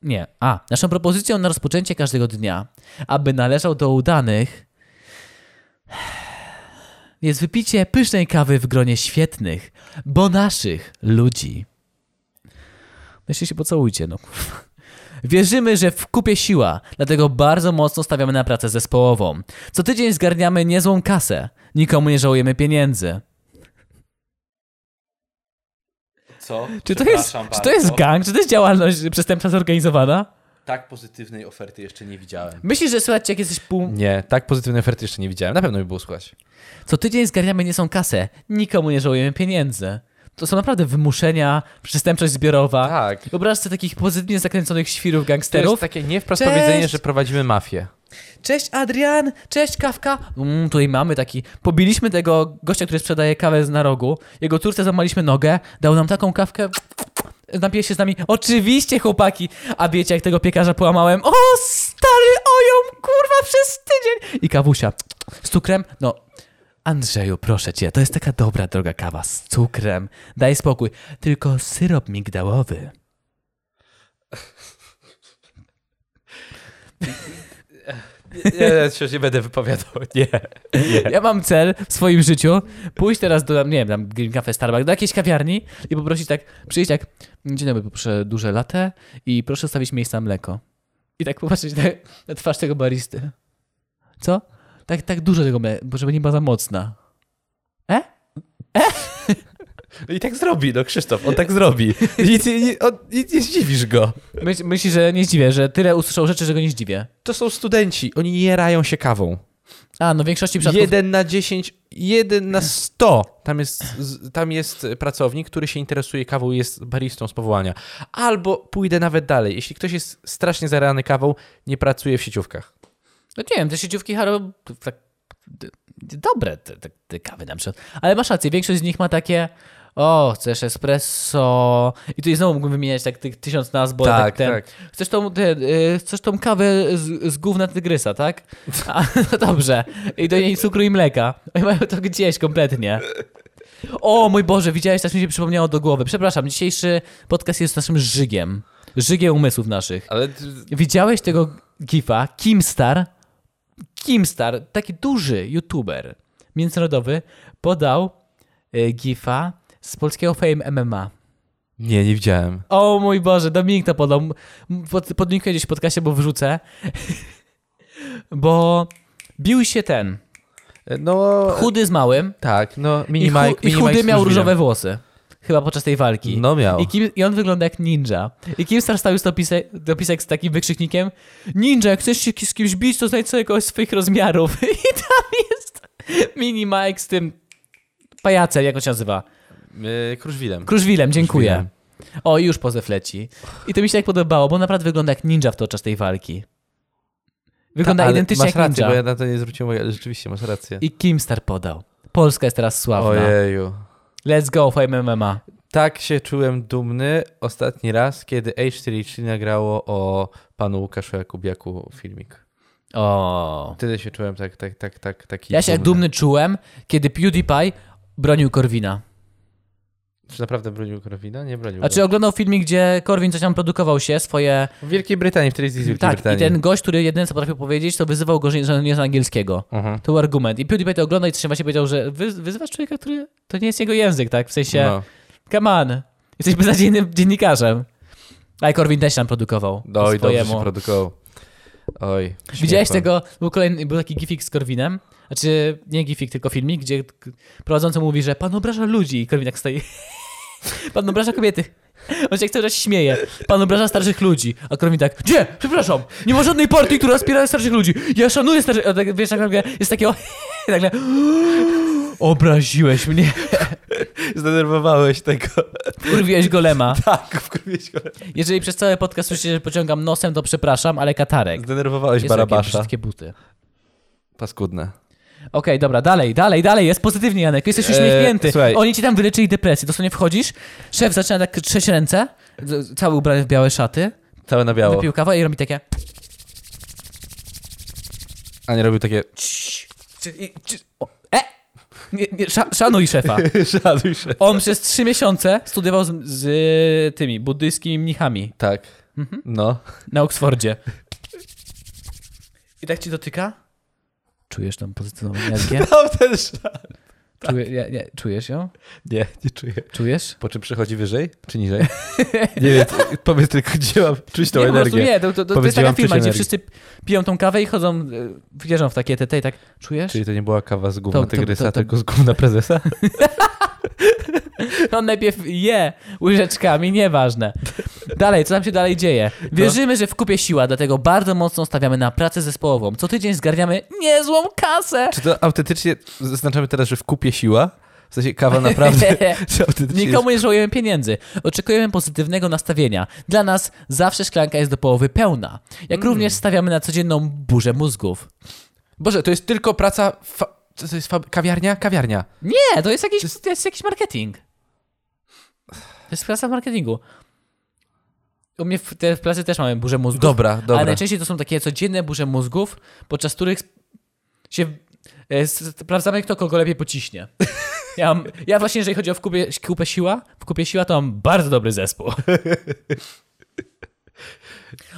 Speaker 2: Nie. A, naszą propozycją na rozpoczęcie każdego dnia, aby należał do udanych, jest wypicie pysznej kawy w gronie świetnych, bo naszych ludzi. No Jeszcze się pocałujcie, no kurwa. Wierzymy, że w kupie siła, dlatego bardzo mocno stawiamy na pracę zespołową. Co tydzień zgarniamy niezłą kasę. Nikomu nie żałujemy pieniędzy.
Speaker 1: Co?
Speaker 2: Czy to, jest,
Speaker 1: Przepraszam
Speaker 2: czy to jest
Speaker 1: bardzo.
Speaker 2: gang? Czy to jest działalność przestępcza zorganizowana?
Speaker 1: Tak pozytywnej oferty jeszcze nie widziałem.
Speaker 2: Myślisz, że słuchajcie, jak jesteś pół...
Speaker 1: Nie, tak pozytywnej oferty jeszcze nie widziałem. Na pewno by było słuchać.
Speaker 2: Co tydzień zgarniamy nie są kasę, nikomu nie żałujemy pieniędzy. To są naprawdę wymuszenia, przestępczość zbiorowa.
Speaker 1: Tak.
Speaker 2: Wyobraź sobie takich pozytywnie zakręconych świrów
Speaker 1: To jest
Speaker 2: gangsterów.
Speaker 1: takie nie wprost
Speaker 2: Cześć!
Speaker 1: powiedzenie, że prowadzimy mafię.
Speaker 2: Cześć Adrian, cześć Kawka. Mm, tutaj mamy taki, pobiliśmy tego gościa, który sprzedaje kawę z na rogu. Jego córce zamaliśmy nogę, dał nam taką kawkę, napije się z nami. Oczywiście chłopaki, a wiecie jak tego piekarza połamałem? O stary oją, kurwa przez tydzień. I kawusia z cukrem, no... Andrzeju, proszę cię, to jest taka dobra droga kawa z cukrem. Daj spokój. Tylko syrop migdałowy.
Speaker 1: Ja się nie będę wypowiadał, nie.
Speaker 2: Ja mam cel w swoim życiu pójść teraz do, nie wiem, tam Green Cafe, Starbucks, do jakiejś kawiarni i poprosić tak, przyjść tak, dzień dobry, poproszę duże latte i proszę stawić miejsca mleko. I tak popatrzeć na, na twarz tego baristy. Co? Tak, tak dużo tego mleka, bo żeby nie była za mocna. E?
Speaker 1: I tak zrobi, no Krzysztof, on tak zrobi. I, i, i, on, i nie zdziwisz go.
Speaker 2: Myśl, myśli, że nie zdziwię, że tyle usłyszał rzeczy, że go nie zdziwię.
Speaker 1: To są studenci, oni nie rają się kawą.
Speaker 2: A, no w większości przypadków...
Speaker 1: Jeden na 10, jeden na 100. Tam jest, z- tam jest pracownik, który się interesuje kawą i jest baristą z powołania. Albo pójdę nawet dalej. Jeśli ktoś jest strasznie zarany kawą, nie pracuje w sieciówkach.
Speaker 2: No nie wiem, te sieciówki Haro, to tak d- d- dobre te, te, te kawy na przykład. Ale masz rację, większość z nich ma takie o, chcesz espresso i tutaj znowu mógłbym wymieniać tak tych tysiąc nazw, bo
Speaker 1: Tak,
Speaker 2: tak, ten,
Speaker 1: tak.
Speaker 2: Chcesz, tą, te, y, chcesz tą kawę z, z gówna tygrysa, tak? A, no dobrze. I do niej cukru i mleka. Oni mają to gdzieś kompletnie. O mój Boże, widziałeś, tak mi się przypomniało do głowy. Przepraszam, dzisiejszy podcast jest naszym żygiem. Żygiem umysłów naszych.
Speaker 1: Ale
Speaker 2: Widziałeś tego gifa? Kimstar? Kimstar, taki duży youtuber międzynarodowy, podał y, gifa z polskiego Fame MMA.
Speaker 1: nie, nie widziałem.
Speaker 2: O mój Boże, Dominik to podał. M- Pod, podlinkuję gdzieś w podcastie, bo wrzucę. bo bił się ten
Speaker 1: No,
Speaker 2: chudy z małym
Speaker 1: tak, no,
Speaker 2: i, chu,
Speaker 1: Minimike.
Speaker 2: i chudy miał różowe włosy. Chyba podczas tej walki.
Speaker 1: No miał.
Speaker 2: I, kim, I on wygląda jak ninja. I Kimstar stał już dopisek, dopisek z takim wykrzyknikiem Ninja, jak chcesz się ki- z kimś bić, to znajdź sobie kogoś swoich rozmiarów. I tam jest mini Mike z tym pajacem, jak on się nazywa.
Speaker 1: Y, Kruszwilem.
Speaker 2: Kruszwilem, dziękuję. O, i już pozefleci. I to mi się tak podobało, bo naprawdę wygląda jak ninja w podczas tej walki. Wygląda
Speaker 1: Ta, Tak, ale
Speaker 2: identycznie
Speaker 1: masz
Speaker 2: jak
Speaker 1: rację,
Speaker 2: ninja.
Speaker 1: bo ja na to nie zwróciłem uwagi, ale rzeczywiście masz rację.
Speaker 2: I no. Kimstar podał. Polska jest teraz sławna.
Speaker 1: Ojeju.
Speaker 2: Let's go, fame MMA.
Speaker 1: Tak się czułem dumny ostatni raz, kiedy H43 nagrało o panu Łukaszu Jakubiaku filmik.
Speaker 2: O.
Speaker 1: Wtedy się czułem tak, tak, tak, tak, taki
Speaker 2: Ja się jak dumny czułem, kiedy PewDiePie bronił Korwina.
Speaker 1: Czy naprawdę bronił Korwina? Nie bronił.
Speaker 2: A czy Znaczy, oglądał filmik, gdzie Korwin coś tam produkował się, swoje...
Speaker 1: go. W Wielkiej Brytanii, w telewizji z Wielkiej
Speaker 2: tak,
Speaker 1: Brytanii.
Speaker 2: i ten gość, który jedyne co potrafił powiedzieć, to wyzywał go, że że nie zna angielskiego.
Speaker 1: Mhm.
Speaker 2: To był argument. I PewDiePie to ogląda i coś właśnie powiedział, że wy, wyzywasz człowieka, który... To nie jest jego język, tak? W sensie...
Speaker 1: No.
Speaker 2: Come on. Jesteś beznadziejnym dziennikarzem. A i Korwin też tam produkował.
Speaker 1: No i dobrze się
Speaker 2: swojemu.
Speaker 1: produkował. Oj.
Speaker 2: Widziałeś
Speaker 1: śmiech tak.
Speaker 2: tego, był kolejny, był taki gifik z Korwinem, znaczy nie gifik, tylko filmik, gdzie k- prowadzący mówi, że pan obraża ludzi i Korwin tak stoi. Pan obraża kobiety. On się cały czas śmieje. Pan obraża starszych ludzi. A Korwin tak, gdzie? Przepraszam, nie ma żadnej partii, która wspiera starszych ludzi. Ja szanuję starszych... A tak, Wiesz, nagle jest takie... o- I nagle... Obraziłeś mnie.
Speaker 1: pan. Zdenerwowałeś tego.
Speaker 2: Kurwiłeś golema.
Speaker 1: tak, wkurwiłeś go.
Speaker 2: Jeżeli przez cały podcast słyszycie, że pociągam nosem, to przepraszam, ale katarek.
Speaker 1: Zdenerwowałeś
Speaker 2: Jezu, jakie
Speaker 1: Barabasza.
Speaker 2: brzydkie buty.
Speaker 1: Paskudne.
Speaker 2: Okej, dobra, dalej, dalej, dalej, jest pozytywnie, Janek, jesteś
Speaker 1: Eee,
Speaker 2: uśmiechnięty.
Speaker 1: słuchaj.
Speaker 2: Oni ci tam wyleczyli depresję, dosłownie wchodzisz, szef zaczyna tak trzeć ręce, z- cały ubrany w białe szaty,
Speaker 1: Całe na biało.
Speaker 2: wypił kawę i robi takie...
Speaker 1: A nie robił takie...
Speaker 2: "Cii, ci- i- ci- o, E! Nie, nie, sza, szanuj szefa.
Speaker 1: Szanuj się.
Speaker 2: On przez trzy miesiące studiował z, z tymi buddyjskimi mnichami
Speaker 1: Tak. No.
Speaker 2: na Oksfordzie. I tak ci dotyka? Czujesz tam pozytywną energię?
Speaker 1: Tam ten szat. Tak.
Speaker 2: Czuje, nie, nie, czujesz ją?
Speaker 1: Nie, nie czuję.
Speaker 2: Czujesz?
Speaker 1: Po czym przychodzi wyżej, czy niżej? nie wiem, powiedz tylko, gdzie mam czuć tą
Speaker 2: nie, po prostu
Speaker 1: energię.
Speaker 2: nie, to, to, to, to jest
Speaker 1: Powiedziałam wcześniej
Speaker 2: taka firma, gdzie
Speaker 1: energii.
Speaker 2: wszyscy piją tą kawę i chodzą, e, wierzą w takie TT i tak, czujesz?
Speaker 1: Czyli to nie była kawa z gówna
Speaker 2: To- to-
Speaker 1: tygrysa,
Speaker 2: to- to-
Speaker 1: tylko z gówna prezesa?
Speaker 2: On najpierw je łyżeczkami, nieważne. Dalej, co nam się dalej dzieje?
Speaker 1: No.
Speaker 2: Wierzymy, że w kupie siła, dlatego bardzo mocno stawiamy na pracę zespołową. Co tydzień zgarniamy niezłą kasę.
Speaker 1: Czy to autentycznie zaznaczamy teraz, że w kupie siła? W sensie kawa naprawdę... czy autentycznie
Speaker 2: Nikomu nie żałujemy pieniędzy. Oczekujemy pozytywnego nastawienia. Dla nas zawsze szklanka jest do połowy pełna.
Speaker 1: Mm.
Speaker 2: Jak również stawiamy na codzienną burzę mózgów.
Speaker 1: jest... Boże, to jest tylko praca... Fa... Co to jest fab... kawiarnia? Kawiarnia.
Speaker 2: Nie, to jest jakiś,
Speaker 1: To jest-
Speaker 2: to jest jakiś marketing. To jest klasa marketingu. U mnie w, te, w pracy też mamy burzę mózgów.
Speaker 1: Dobra, dobra.
Speaker 2: Ale najczęściej to są takie codzienne burze mózgów, podczas których sp- się e, s- sprawdzamy, kto kogo lepiej pociśnie. Ja, mam, ja właśnie, jeżeli chodzi o w kupie, kupę siła, w kupie siła to mam bardzo dobry zespół.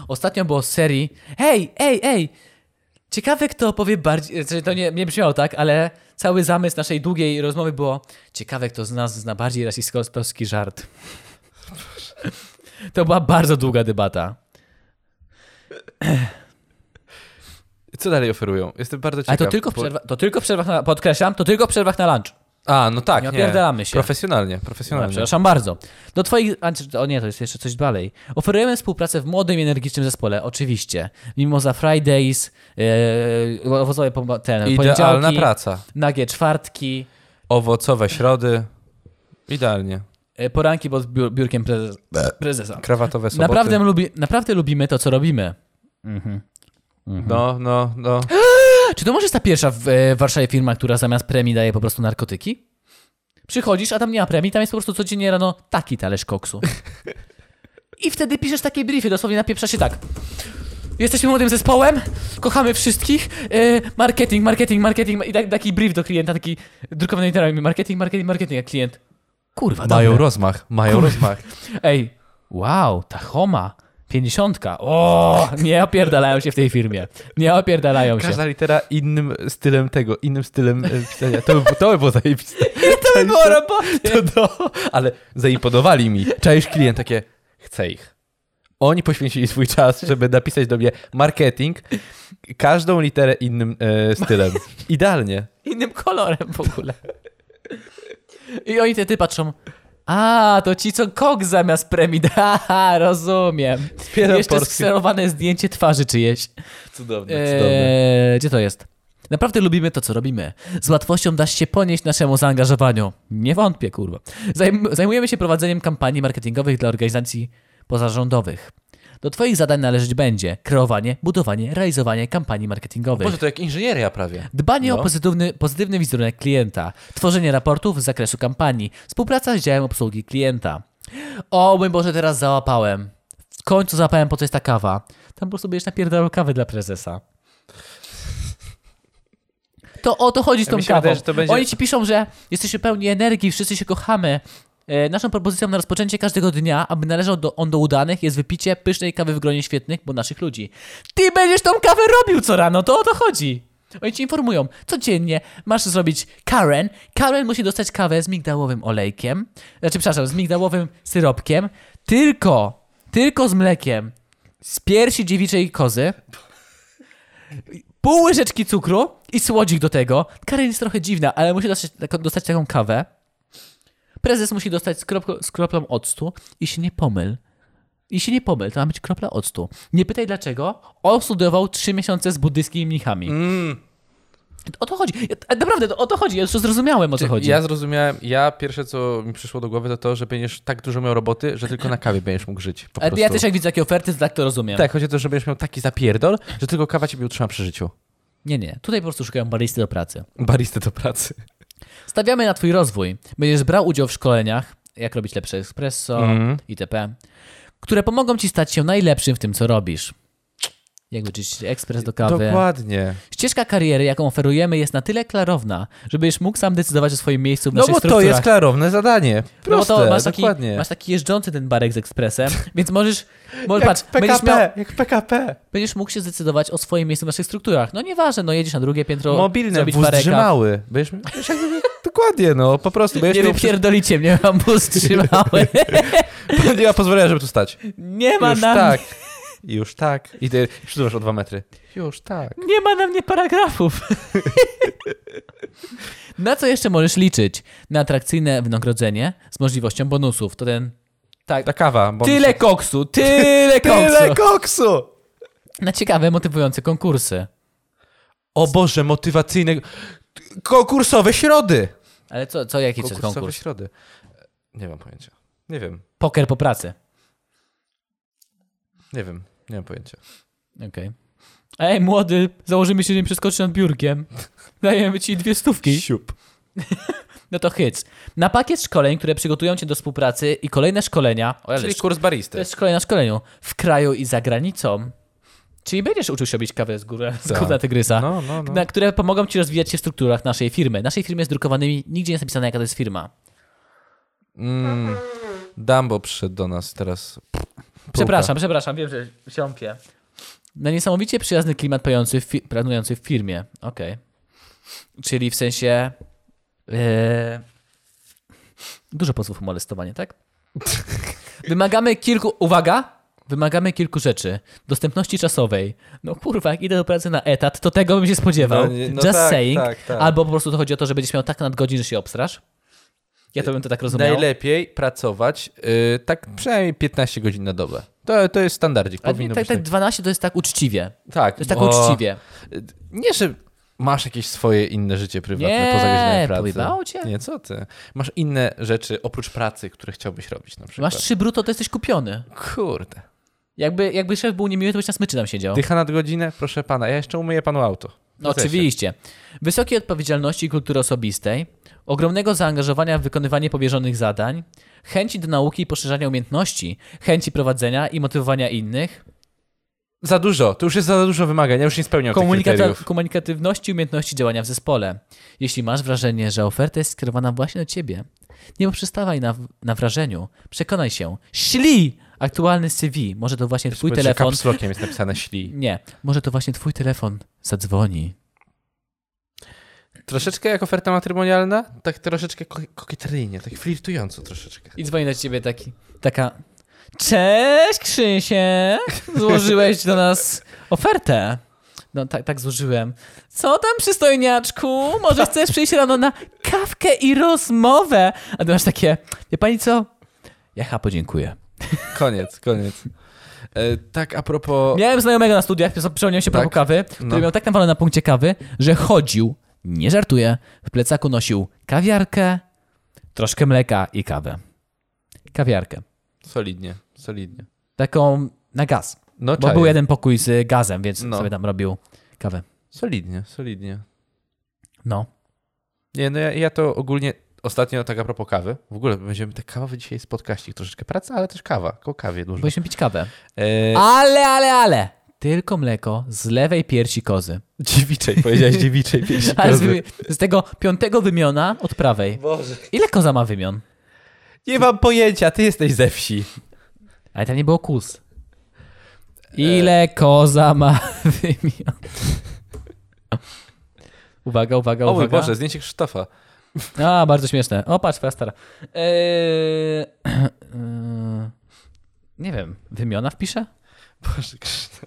Speaker 2: Ostatnio było z serii Hej, ej, ej! Ciekawe, kto powie bardziej. Znaczy, to nie, nie brzmiało tak, ale cały zamysł naszej długiej rozmowy było ciekawe, kto z nas zna bardziej rasistowski żart. To była bardzo długa debata.
Speaker 1: Co dalej oferują? Jestem bardzo
Speaker 2: Ale
Speaker 1: ciekaw.
Speaker 2: to tylko, w
Speaker 1: bo-
Speaker 2: przerwa, to tylko w przerwach, na, podkreślam, to tylko w przerwach na lunch.
Speaker 1: A, no tak,
Speaker 2: Nie
Speaker 1: nie.
Speaker 2: opierdalamy się.
Speaker 1: Profesjonalnie,
Speaker 2: No,
Speaker 1: profesjonalnie.
Speaker 2: przepraszam bardzo. Do twoich... a, czy- O nie, to jest jeszcze coś dalej. Oferujemy współpracę w młodym, energicznym zespole, oczywiście. Mimo za Fridays, yy, owocowe pom- ten,
Speaker 1: Idealna
Speaker 2: poniedziałki,
Speaker 1: praca.
Speaker 2: nagie czwartki,
Speaker 1: Owocowe środy. Idealnie.
Speaker 2: yy, poranki pod biur, biurkiem prezes, prezesa.
Speaker 1: Krawatowe soboty.
Speaker 2: Naprawdę, lubi, naprawdę lubimy to, co robimy.
Speaker 1: No, no, no.
Speaker 2: Czy to może jest ta pierwsza w e, Warszawie firma, która zamiast premii daje po prostu narkotyki? Przychodzisz, a tam nie ma premii, tam jest po prostu codziennie rano taki talerz koksu. I wtedy piszesz takie briefy, dosłownie napieprza się tak. Jesteśmy młodym zespołem, kochamy wszystkich. e, marketing, marketing, marketing. I tak, taki brief do klienta, taki drukowany literami. Marketing, marketing, marketing, jak klient. Kurwa,
Speaker 1: Mają
Speaker 2: dobre.
Speaker 1: rozmach, mają rozmach.
Speaker 2: Ej, wow, ta Homa, pięćdziesiątka. O, nie opierdalają się w tej firmie. Nie opierdalają się.
Speaker 1: Każda litera innym stylem tego, innym stylem e, pisania. To by, to by było zajebiste.
Speaker 2: To by było roboty.
Speaker 1: To, to, ale zaimponowali mi. Cześć klient, takie, chcę ich. Oni poświęcili swój czas, żeby napisać do mnie marketing, każdą literę innym e, stylem. Idealnie.
Speaker 2: Innym kolorem w ogóle. I oni te ty patrzą. A, to ci co kok zamiast premii. Aha, rozumiem.
Speaker 1: Wspieram
Speaker 2: Jeszcze
Speaker 1: Polskę.
Speaker 2: skserowane zdjęcie twarzy czyjeś.
Speaker 1: Cudowne, cudowne.
Speaker 2: Eee, gdzie to jest? Naprawdę lubimy to, co robimy. Z łatwością dasz się ponieść naszemu zaangażowaniu. Nie wątpię, kurwa. Zajm- zajmujemy się prowadzeniem kampanii marketingowych dla organizacji pozarządowych. Do Twoich zadań należeć będzie kreowanie, budowanie, realizowanie kampanii marketingowych.
Speaker 1: Boże, to jak inżynieria prawie.
Speaker 2: Dbanie o
Speaker 1: No.
Speaker 2: pozytywny, pozytywny wizerunek klienta, tworzenie raportów z zakresu kampanii, współpraca z działem obsługi klienta. O mój Boże, teraz załapałem. W końcu załapałem, po co jest ta kawa. Tam po prostu będziesz napierdalał kawę dla prezesa. To o to chodzi z
Speaker 1: Ja
Speaker 2: tą
Speaker 1: mi się
Speaker 2: kawą.
Speaker 1: wydaje, że to będzie-
Speaker 2: Oni ci piszą, że jesteśmy pełni energii, wszyscy się kochamy. E, Naszą propozycją na rozpoczęcie każdego dnia, aby należał do, on do udanych, jest wypicie pysznej kawy w gronie świetnych, bo naszych ludzi. Ty będziesz tą kawę robił co rano, to o to chodzi. Oni ci informują, codziennie masz zrobić Karen. Karen musi dostać kawę z migdałowym olejkiem, znaczy, przepraszam, z migdałowym syropkiem, tylko, tylko z mlekiem, z piersi dziewiczej kozy pół łyżeczki cukru i słodzik do tego. Karen jest trochę dziwna, ale musi dostać, dostać taką kawę. Prezes musi dostać z, kropko- z kroplą octu i się nie pomyl. I się nie pomyl, to ma być kropla octu. Nie pytaj dlaczego. On studiował trzy miesiące z buddyjskimi mnichami.
Speaker 1: Mm.
Speaker 2: O to chodzi. Ja- a Naprawdę, to, o to chodzi. Ja już zrozumiałem, o co chodzi.
Speaker 1: Ja zrozumiałem, ja pierwsze co mi przyszło do głowy to to, że będziesz tak dużo miał roboty, że tylko na kawie będziesz mógł żyć. Po
Speaker 2: Ale
Speaker 1: prostu.
Speaker 2: E, ja też jak widzę takie oferty, to tak to rozumiem.
Speaker 1: Tak, chodzi o to, że będziesz miał taki zapierdol, że tylko kawa ciebie utrzyma przy życiu.
Speaker 2: Nie, nie. Tutaj po prostu szukają baristy do pracy.
Speaker 1: Baristy do pracy.
Speaker 2: Stawiamy na Twój rozwój. Będziesz brał udział w szkoleniach, jak robić lepsze
Speaker 1: No.
Speaker 2: espresso
Speaker 1: Mm. Mhm.
Speaker 2: itp., które pomogą Ci stać się najlepszym w tym, co robisz. Jak wyczyścić ekspres do kawy.
Speaker 1: Dokładnie.
Speaker 2: Ścieżka kariery, jaką oferujemy, jest na tyle klarowna, że będziesz mógł sam decydować o swoim miejscu w
Speaker 1: No
Speaker 2: naszych
Speaker 1: bo to
Speaker 2: strukturach.
Speaker 1: jest klarowne zadanie.
Speaker 2: No bo
Speaker 1: Proste,
Speaker 2: to masz taki,
Speaker 1: dokładnie.
Speaker 2: masz taki jeżdżący ten barek z ekspresem, więc możesz, możesz
Speaker 1: jak
Speaker 2: patrz,
Speaker 1: w
Speaker 2: będziesz,
Speaker 1: PKP,
Speaker 2: miał,
Speaker 1: jak w PKP.
Speaker 2: będziesz mógł się zdecydować o swoim miejscu w naszych strukturach. No nieważne, no jedziesz na drugie piętro,
Speaker 1: Mobilne,
Speaker 2: zrobić
Speaker 1: wóz
Speaker 2: bareka.
Speaker 1: trzymały. Będziesz, będziesz jakby, dokładnie, no, po prostu. Będziesz
Speaker 2: Nie
Speaker 1: miał przy...
Speaker 2: wypierdolicie mnie, mam bus trzymały.
Speaker 1: Ja pozwolę, żeby tu stać.
Speaker 2: Nie ma
Speaker 1: Już
Speaker 2: na
Speaker 1: tak.
Speaker 2: mnie,
Speaker 1: Już tak. I ty przytywasz o dwa metry. Już tak.
Speaker 2: nie ma na mnie paragrafów. na co jeszcze możesz liczyć? Na atrakcyjne wynagrodzenie z możliwością bonusów. To ten
Speaker 1: Ta kawa. Bo
Speaker 2: tyle koksu, tyle koksu.
Speaker 1: Tyle koksu!
Speaker 2: na ciekawe, motywujące konkursy.
Speaker 1: O Boże, motywacyjne... Konkursowe środy!
Speaker 2: Ale co, co jaki to jest konkurs?
Speaker 1: środy. Nie mam pojęcia. Nie wiem,
Speaker 2: Poker po pracy.
Speaker 1: nie wiem, nie mam pojęcia.
Speaker 2: Okej. Ej, młody, założymy się, że nie przeskoczy nad biurkiem. Dajemy ci dwie stówki.
Speaker 1: Siup.
Speaker 2: No to hyc. Na pakiet szkoleń, które przygotują cię do współpracy i kolejne szkolenia. O, ale
Speaker 1: Czyli
Speaker 2: szk-
Speaker 1: kurs
Speaker 2: To
Speaker 1: baristy.
Speaker 2: jest szkolenie na szkoleniu. W kraju i za granicą. Czyli będziesz uczył się robić kawę z góry, z
Speaker 1: Tak.
Speaker 2: góry tygrysa.
Speaker 1: No, no, no.
Speaker 2: Na które pomogą ci rozwijać się w strukturach naszej firmy. Naszej firmy z drukowanymi nigdzie nie jest napisane, jaka to jest firma.
Speaker 1: Mm, Dumbo przyszedł do nas teraz.
Speaker 2: Przepraszam, przepraszam, wiem, że siąpię. Na niesamowicie przyjazny klimat panujący w, fi- panujący w firmie. Okej. Czyli w sensie. e, dużo pozwów o molestowanie, tak? Wymagamy kilku. Uwaga! Wymagamy kilku rzeczy. Dostępności czasowej. No kurwa, jak idę do pracy na etat, to tego bym się spodziewał.
Speaker 1: No nie- no
Speaker 2: Just
Speaker 1: tak,
Speaker 2: saying.
Speaker 1: tak, tak.
Speaker 2: Albo po prostu to chodzi o to, że będziesz miał tak nadgodzin, że się obstrasz. Ja to bym to tak rozumiał.
Speaker 1: Najlepiej pracować y, tak przynajmniej 15 godzin na dobę. To, to jest standardzik.
Speaker 2: Ale
Speaker 1: Powinno
Speaker 2: tak,
Speaker 1: być
Speaker 2: tak,
Speaker 1: tak,
Speaker 2: 12 to jest tak uczciwie.
Speaker 1: tak,
Speaker 2: To jest tak
Speaker 1: bo-
Speaker 2: uczciwie.
Speaker 1: Nie, że masz jakieś swoje inne życie prywatne
Speaker 2: Nie,
Speaker 1: poza godzinami pracy.
Speaker 2: pojebało cię.
Speaker 1: Nie, co ty? Masz inne rzeczy oprócz pracy, które chciałbyś robić na przykład.
Speaker 2: Masz trzy brutto, to jesteś kupiony.
Speaker 1: Kurde.
Speaker 2: Jakby, jakby szef był niemiły, to byś na smyczy tam siedział.
Speaker 1: Dycha nad godzinę? Proszę pana, ja jeszcze umyję panu auto.
Speaker 2: No, oczywiście. Wysokiej odpowiedzialności i kultury osobistej, ogromnego zaangażowania w wykonywanie powierzonych zadań, chęci do nauki i poszerzania umiejętności, chęci prowadzenia i motywowania innych,
Speaker 1: Za dużo, to już jest za dużo wymagań, ja już nie spełniam tych
Speaker 2: Komunikata-
Speaker 1: kryteriów.
Speaker 2: komunikatywności, umiejętności działania w zespole. Jeśli masz wrażenie, że oferta jest skierowana właśnie do ciebie, nie poprzestawaj na, na wrażeniu. Przekonaj się. Śli! Aktualny CV. Może to właśnie twój
Speaker 1: Powiedzcie,
Speaker 2: telefon.
Speaker 1: Caps lockiem jest napisane śli.
Speaker 2: Nie, może to właśnie twój telefon zadzwoni.
Speaker 1: Troszeczkę jak oferta matrymonialna, tak troszeczkę ko- kokieteryjnie, tak flirtująco troszeczkę.
Speaker 2: I dzwoni do ciebie taki, taka Cześć Krzysiek! Złożyłeś do nas ofertę. No tak, tak złożyłem. Co tam przystojniaczku? Może chcesz przyjść rano na kawkę i rozmowę? A ty masz takie, wie pani co? Ja chyba podziękuję.
Speaker 1: Koniec, koniec. E, tak a propos...
Speaker 2: Miałem znajomego na studiach, przepełniał się
Speaker 1: Tak?
Speaker 2: prawo kawy, który
Speaker 1: No.
Speaker 2: miał tak nawalone na punkcie kawy, że chodził, nie żartuję, w plecaku nosił kawiarkę, troszkę mleka i kawę. Kawiarkę.
Speaker 1: Solidnie, solidnie.
Speaker 2: Taką na gaz.
Speaker 1: No
Speaker 2: Bo
Speaker 1: czaję.
Speaker 2: był jeden pokój z y, gazem, więc
Speaker 1: No.
Speaker 2: sobie tam robił kawę.
Speaker 1: Solidnie, solidnie.
Speaker 2: No.
Speaker 1: Nie, no ja, ja to ogólnie ostatnio tak a propos kawy. W ogóle będziemy te kawowy dzisiaj z podkaścik, troszeczkę praca, ale też kawa, koło kawie dużo.
Speaker 2: Powinniśmy pić kawę.
Speaker 1: E,
Speaker 2: Ale, ale, ale! Tylko mleko z lewej piersi kozy.
Speaker 1: dziewiczej, powiedziałeś dziewiczej piersi
Speaker 2: Ale z,
Speaker 1: kozy.
Speaker 2: wy- z tego piątego wymiona od prawej.
Speaker 1: Boże.
Speaker 2: Ile koza ma wymion?
Speaker 1: Nie mam pojęcia, ty jesteś ze wsi.
Speaker 2: Ale tam nie było kus. Ile koza ma wymion? Uwaga, uwaga,
Speaker 1: O
Speaker 2: uwaga.
Speaker 1: mój Boże, zdjęcie Krzysztofa.
Speaker 2: A, bardzo śmieszne. O, patrz, twoja stara. Eee, eee, nie wiem, wymiona wpiszę?
Speaker 1: Boże, Krzysztof.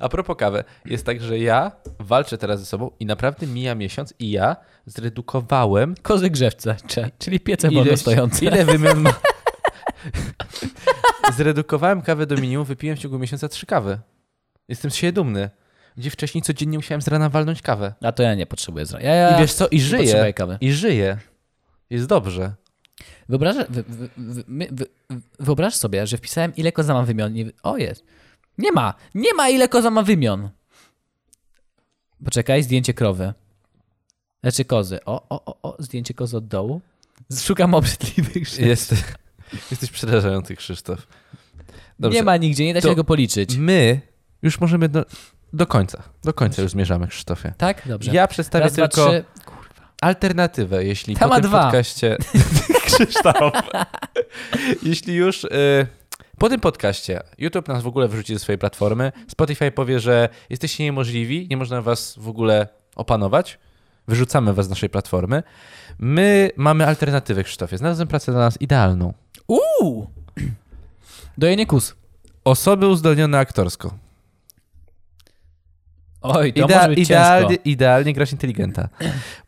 Speaker 1: A propos kawy, jest tak, że ja walczę teraz ze sobą i naprawdę mija miesiąc i ja zredukowałem
Speaker 2: Kozy grzewce, cze- czyli piece wolno stojące.
Speaker 1: ile wymian ma... Zredukowałem kawę do minimum, wypiłem w ciągu miesiąca trzy kawy. Jestem z siebie dumny. Gdzie wcześniej codziennie musiałem z rana walnąć kawę.
Speaker 2: A to ja nie potrzebuję zra. Ja, ja
Speaker 1: I wiesz co, i
Speaker 2: potrzebuję
Speaker 1: żyję.
Speaker 2: kawy.
Speaker 1: I żyję. Jest dobrze.
Speaker 2: Wyobrażasz, wy, wy, wy, my- wy, wyobraż sobie, że wpisałem ile koza ma wymion. Nie, o jest. Nie ma. Nie ma ile koza ma wymion. Poczekaj, zdjęcie krowy. Znaczy kozy. O, o, o, o zdjęcie kozy od dołu. Szukam obrzydliwych rzeczy.
Speaker 1: Jest... Jesteś przerażający, Krzysztof. Dobrze.
Speaker 2: Nie ma nigdzie, nie da się
Speaker 1: To-
Speaker 2: tego policzyć.
Speaker 1: My już możemy do, do końca. Do końca już zmierzamy, Krzysztofie.
Speaker 2: Tak? Dobrze.
Speaker 1: Ja przedstawię
Speaker 2: Raz, dwa,
Speaker 1: tylko
Speaker 2: trzy.
Speaker 1: alternatywę, jeśli
Speaker 2: Ta
Speaker 1: po
Speaker 2: ma
Speaker 1: tym
Speaker 2: dwa.
Speaker 1: podcaście... Krzysztof. jeśli już... Y... Po tym podcaście YouTube nas w ogóle wyrzuci ze swojej platformy, Spotify powie, że jesteście niemożliwi, nie można was w ogóle opanować, wyrzucamy was z naszej platformy. My mamy alternatywę, Krzysztofie. Znalazłem pracę dla nas idealną.
Speaker 2: Uuu! Dojenie kus.
Speaker 1: Osoby uzdolnione aktorsko.
Speaker 2: Oj, to
Speaker 1: Idea-
Speaker 2: może być ciężko.
Speaker 1: idealnie, idealnie grasz inteligenta.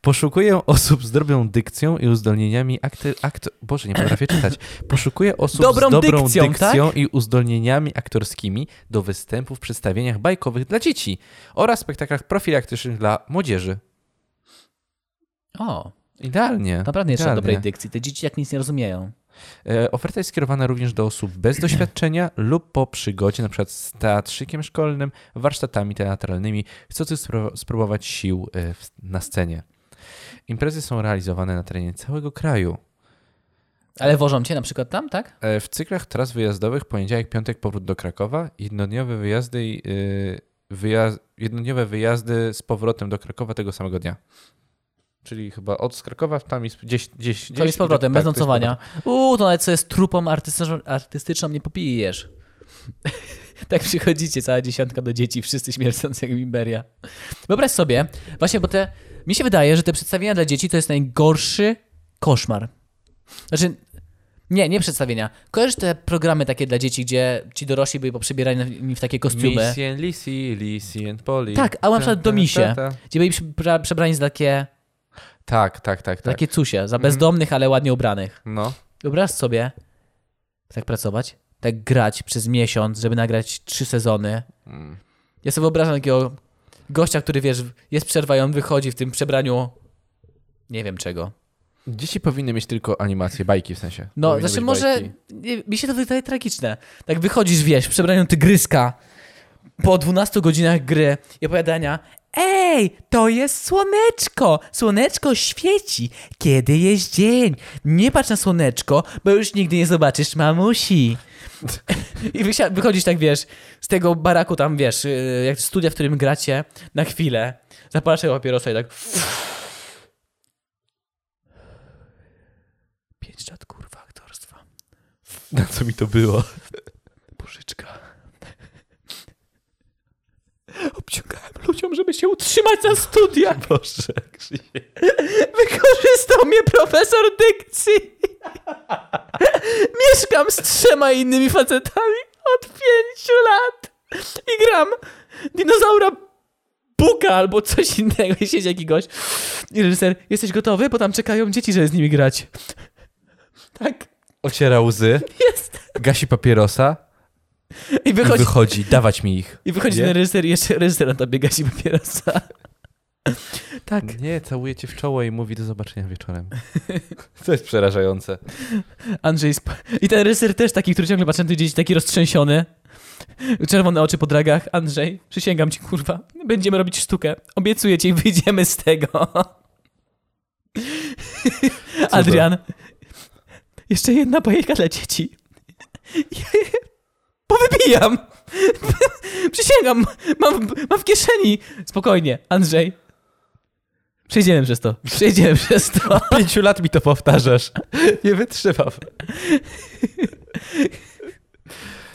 Speaker 1: Poszukuję osób z dobrą dykcją i uzdolnieniami akty, akto- Boże, nie potrafię czytać. Poszukuję osób
Speaker 2: Dobrą
Speaker 1: z dobrą
Speaker 2: dykcją, tak?
Speaker 1: dykcją, i uzdolnieniami aktorskimi do występu w przedstawieniach bajkowych dla dzieci oraz spektaklach profilaktycznych dla młodzieży.
Speaker 2: O.
Speaker 1: Idealnie.
Speaker 2: Naprawdę nie trzeba
Speaker 1: idealnie.
Speaker 2: dobrej dykcji. Te dzieci jak nic nie rozumieją.
Speaker 1: E, Oferta jest skierowana również do osób bez doświadczenia lub po przygodzie, na przykład z teatrzykiem szkolnym, warsztatami teatralnymi, chcących spró- spróbować sił e, w- na scenie. Imprezy są realizowane na terenie całego kraju.
Speaker 2: Ale wożą cię na przykład tam, tak?
Speaker 1: E, W cyklach tras wyjazdowych poniedziałek, piątek powrót do Krakowa, jednodniowe wyjazdy, i, y, wyjaz- jednodniowe wyjazdy z powrotem do Krakowa tego samego dnia. Czyli chyba od z Krakowa tam jest gdzieś, gdzieś, gdzieś
Speaker 2: To jest z powrotem,
Speaker 1: i-
Speaker 2: bez
Speaker 1: tak, to jest
Speaker 2: nocowania. Uuu, to nawet co jest trupą artystyczną, artystyczną nie popijesz. tak przychodzicie, cała dziesiątka do dzieci, wszyscy śmierdzący jak Imberia. Wyobraź sobie, właśnie, bo te... Mi się wydaje, że te przedstawienia dla dzieci to jest najgorszy koszmar. Znaczy... Nie, nie przedstawienia. Kojarzysz te programy takie dla dzieci, gdzie ci dorośli byli poprzebierani w takie kostiumy?
Speaker 1: Misjen Lisi, Lisi and Poli.
Speaker 2: Tak, a na przykład
Speaker 1: Ta,
Speaker 2: do
Speaker 1: ta,
Speaker 2: misie.
Speaker 1: ta, ta.
Speaker 2: Gdzie byli przebra- przebrani za takie,
Speaker 1: Tak, tak, tak,
Speaker 2: za
Speaker 1: tak.
Speaker 2: takie cusie, za bezdomnych, ale ładnie ubranych.
Speaker 1: No.
Speaker 2: Wyobraź sobie tak pracować, tak grać przez miesiąc, żeby nagrać trzy sezony.
Speaker 1: Mm.
Speaker 2: Ja sobie wyobrażam takiego gościa, który wiesz, jest przerwa i on wychodzi w tym przebraniu nie wiem czego.
Speaker 1: Dzieci powinny mieć tylko animacje, bajki w sensie.
Speaker 2: No,
Speaker 1: Powinny
Speaker 2: znaczy
Speaker 1: być
Speaker 2: może
Speaker 1: bajki.
Speaker 2: nie, mi się to wydaje tragiczne. Tak wychodzisz, wiesz, w przebraniu tygryska po 12 godzinach gry i opowiadania Ej, to jest słoneczko! Słoneczko świeci, kiedy jest dzień. Nie patrz na słoneczko, bo już nigdy nie zobaczysz mamusi. I wysia- wychodzisz tak, wiesz, z tego baraku tam, wiesz, yy, jak studia, w którym gracie, na chwilę, zapalasz tego papierosa i tak... Pięć lat, kurwa, aktorstwa.
Speaker 1: Na co mi to było?
Speaker 2: Pożyczka. Obciągałem ludziom, żeby się utrzymać za studia.
Speaker 1: Boże, Krzysiek.
Speaker 2: Wykorzystał mnie profesor dykcji. Mieszkam z trzema innymi facetami od pięciu lat i gram dinozaura Buka albo coś innego i siedzi jakiś gość. I reżyser, jesteś gotowy? Bo tam czekają dzieci, żeby z nimi grać. Tak,
Speaker 1: Ociera łzy,
Speaker 2: jest.
Speaker 1: gasi papierosa
Speaker 2: I
Speaker 1: i
Speaker 2: wychodzi,
Speaker 1: wychodzi. Dawać mi ich.
Speaker 2: i wychodzi
Speaker 1: Nie?
Speaker 2: ten reżyser i jeszcze reżyser na tobie gasi papierosa. Tak.
Speaker 1: Nie, całuje cię w czoło i mówi do zobaczenia wieczorem. To jest przerażające.
Speaker 2: Andrzej sp- I ten reżyser też taki, który ciągle patrzy na tych dzieci, taki roztrzęsiony. Czerwone oczy po dragach. Andrzej, przysięgam ci, kurwa. Będziemy robić sztukę. Obiecuję ci, wyjdziemy z tego. Adrian. Jeszcze jedna bajka dla dzieci. Powybijam. Przysięgam. Mam, mam w kieszeni. Spokojnie, Andrzej. Przejdziemy przez to. Przejdziemy przez to.
Speaker 1: Pięciu lat mi to powtarzasz. Nie wytrzymam.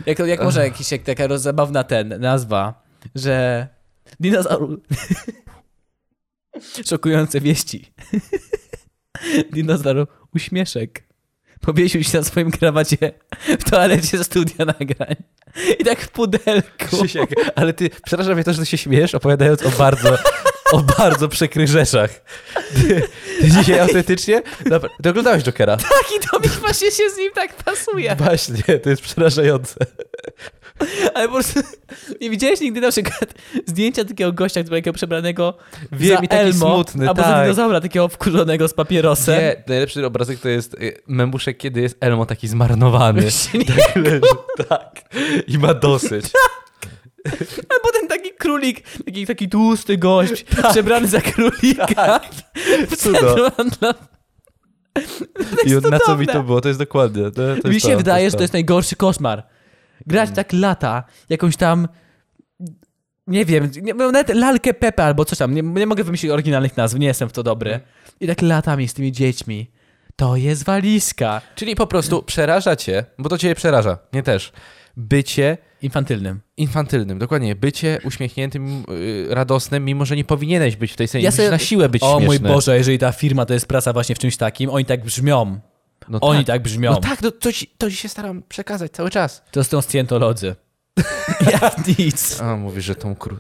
Speaker 2: Jak, jak może jakiś, jak taka roz- zabawna ten, nazwa, że dinozaur... Szokujące wieści. dinozaur uśmieszek. Powiesił się na swoim krawacie w toalecie studia nagrań. I tak w pudelku.
Speaker 1: Krzysiek, ale ty, przeraża mnie to, że ty się śmiesz, opowiadając o bardzo, o bardzo przykrych rzeczach. Ty, ty dzisiaj autentycznie? Dobra, ty oglądałeś Jokera?
Speaker 2: Tak i to mi właśnie się z nim tak pasuje.
Speaker 1: Właśnie, to jest przerażające.
Speaker 2: Ale po prostu nie widziałeś nigdy na przykład zdjęcia takiego gościa, którego przebranego
Speaker 1: Wiem,
Speaker 2: za
Speaker 1: i taki
Speaker 2: Elmo,
Speaker 1: smutny,
Speaker 2: albo za
Speaker 1: tak.
Speaker 2: dinozaura takiego wkurzonego z papierosem.
Speaker 1: Nie, najlepszy obrazek to jest y, memuszek, kiedy jest Elmo taki zmarnowany.
Speaker 2: Śniegu.
Speaker 1: Tak leży, tak. I ma dosyć.
Speaker 2: A potem taki królik, taki, taki tłusty gość, przebrany za królika. w
Speaker 1: Tak. Cudo.
Speaker 2: centrum dla...
Speaker 1: I na co mi
Speaker 2: cudowne.
Speaker 1: to było? To jest dokładnie. To, to jest
Speaker 2: Mi się
Speaker 1: to, Mm.
Speaker 2: wydaje,
Speaker 1: jest
Speaker 2: że to jest najgorszy koszmar. Grać tak lata, jakąś tam... Nie wiem, nie, no nawet lalkę Pepe albo coś tam. Nie, nie mogę wymyślić oryginalnych nazw, nie jestem w to dobry.
Speaker 1: Mm.
Speaker 2: I tak latami z tymi dziećmi. To jest walizka.
Speaker 1: Czyli po prostu przeraża cię, bo to cię przeraża, mnie też, bycie
Speaker 2: Infantylnym.
Speaker 1: infantylnym, dokładnie, bycie uśmiechniętym, yy, radosnym, mimo że nie powinieneś być w tej scenie,
Speaker 2: Ja
Speaker 1: musisz
Speaker 2: sobie-
Speaker 1: na siłę być
Speaker 2: O
Speaker 1: śmieszny.
Speaker 2: mój Boże, jeżeli ta firma to jest praca właśnie w czymś takim, oni tak brzmią.
Speaker 1: No
Speaker 2: oni
Speaker 1: tak.
Speaker 2: tak, brzmią.
Speaker 1: No tak, no to, ci, to ci się staram przekazać cały czas.
Speaker 2: To są scjentolodzy. ja nic.
Speaker 1: A, mówisz, że tą kru...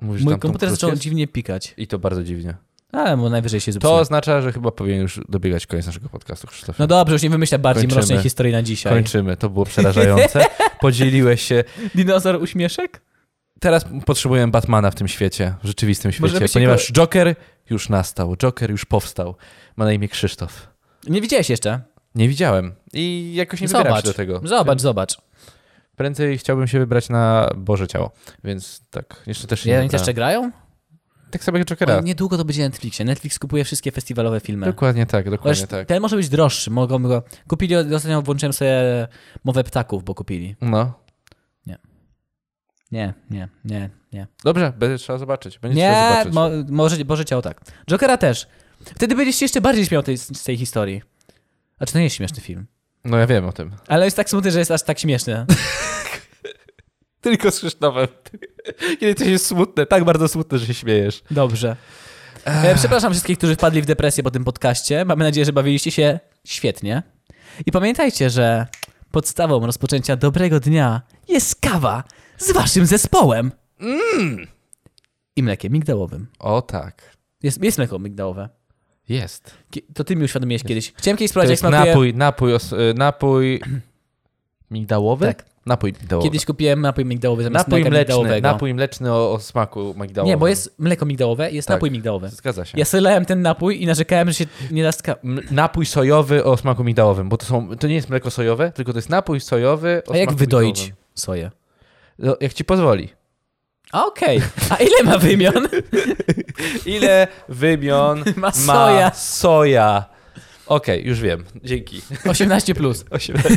Speaker 1: Mówisz, że
Speaker 2: Mój
Speaker 1: tam Tom
Speaker 2: komputer
Speaker 1: Cruise
Speaker 2: zaczął
Speaker 1: jest?
Speaker 2: dziwnie pikać.
Speaker 1: I to bardzo dziwnie.
Speaker 2: Ale mu najwyżej się
Speaker 1: To
Speaker 2: zepsuje.
Speaker 1: oznacza, że chyba powinien już dobiegać koniec naszego podcastu, Krzysztof.
Speaker 2: No dobrze, już nie wymyśla bardziej
Speaker 1: Kończymy.
Speaker 2: mrocznej historii na dzisiaj.
Speaker 1: Kończymy, to było przerażające. Podzieliłeś się.
Speaker 2: Dinozaur uśmieszek?
Speaker 1: Teraz potrzebuję Batmana w tym świecie, w rzeczywistym
Speaker 2: Może
Speaker 1: świecie,
Speaker 2: byś się
Speaker 1: ponieważ Joker już nastał, Joker już powstał. Ma na imię Krzysztof.
Speaker 2: Nie widziałeś jeszcze.
Speaker 1: Nie widziałem i jakoś nie wybieram się
Speaker 2: Zobacz.
Speaker 1: do tego.
Speaker 2: Zobacz, zobacz.
Speaker 1: Prędzej chciałbym się wybrać na Boże Ciało, więc tak, jeszcze też
Speaker 2: Nie,
Speaker 1: nie
Speaker 2: oni też
Speaker 1: wybrałem.
Speaker 2: jeszcze grają?
Speaker 1: Tak samo jak Jokera.
Speaker 2: Oni Niedługo to będzie na Netflixie. Netflix kupuje wszystkie festiwalowe filmy.
Speaker 1: Dokładnie tak, dokładnie
Speaker 2: Chociaż
Speaker 1: tak.
Speaker 2: Ten może być droższy. Mogą go... Kupili, ostatnio włączyłem sobie mowę ptaków, bo kupili.
Speaker 1: No.
Speaker 2: Nie, nie, nie, nie.
Speaker 1: Dobrze, będzie trzeba zobaczyć. Będzie trzeba
Speaker 2: Nie,
Speaker 1: zobaczyć.
Speaker 2: mo, może, może ciało tak. Jokera też. Wtedy będziesz się jeszcze bardziej śmiał tej, z tej historii. A czy to nie jest śmieszny film?
Speaker 1: No ja wiem o tym.
Speaker 2: Ale jest tak smutny, że jest aż tak śmieszny.
Speaker 1: Tylko z Krzysztofem. Kiedy coś jest smutne, tak bardzo smutne, że się śmiejesz.
Speaker 2: Dobrze. E, przepraszam wszystkich, którzy wpadli w depresję po tym podcaście. Mamy nadzieję, że bawiliście się świetnie. I pamiętajcie, że podstawą rozpoczęcia dobrego dnia jest kawa z waszym zespołem.
Speaker 1: Mm.
Speaker 2: I mlekiem migdałowym.
Speaker 1: O tak.
Speaker 2: Jest, jest mleko migdałowe.
Speaker 1: Jest.
Speaker 2: Ki- To ty mi uświadomiłeś kiedyś. Chciałem kiedyś
Speaker 1: To
Speaker 2: sprawdzić, jak
Speaker 1: jest
Speaker 2: smakuje...
Speaker 1: napój, napój, os, y, napój migdałowy?
Speaker 2: Tak.
Speaker 1: Napój migdałowy.
Speaker 2: Kiedyś kupiłem napój migdałowy zamiast
Speaker 1: napój
Speaker 2: mleka
Speaker 1: mleczny,
Speaker 2: migdałowego.
Speaker 1: napój mleczny o, o smaku migdałowym.
Speaker 2: Nie, bo jest mleko migdałowe i jest
Speaker 1: Tak.
Speaker 2: napój migdałowy.
Speaker 1: Zgadza się.
Speaker 2: Ja sylałem ten napój i narzekałem, że się nie da ska...
Speaker 1: M- Napój sojowy o smaku migdałowym, bo to, są, to nie jest mleko sojowe, tylko to jest napój sojowy o
Speaker 2: A jak
Speaker 1: smaku
Speaker 2: wydoić
Speaker 1: migdałowym.
Speaker 2: soję?
Speaker 1: No, jak ci pozwoli.
Speaker 2: A, Okej. A ile ma wymion?
Speaker 1: Ile wymion
Speaker 2: Ma soja.
Speaker 1: soja? Okej, już wiem. Dzięki.
Speaker 2: 18 plus.
Speaker 1: 18.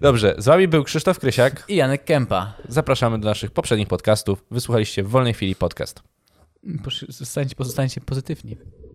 Speaker 1: Dobrze, z wami był Krzysztof Krysiak.
Speaker 2: I Janek Kępa.
Speaker 1: Zapraszamy do naszych poprzednich podcastów. Wysłuchaliście w wolnej chwili podcast.
Speaker 2: Posz- Zostańcie, pozostańcie pozytywni.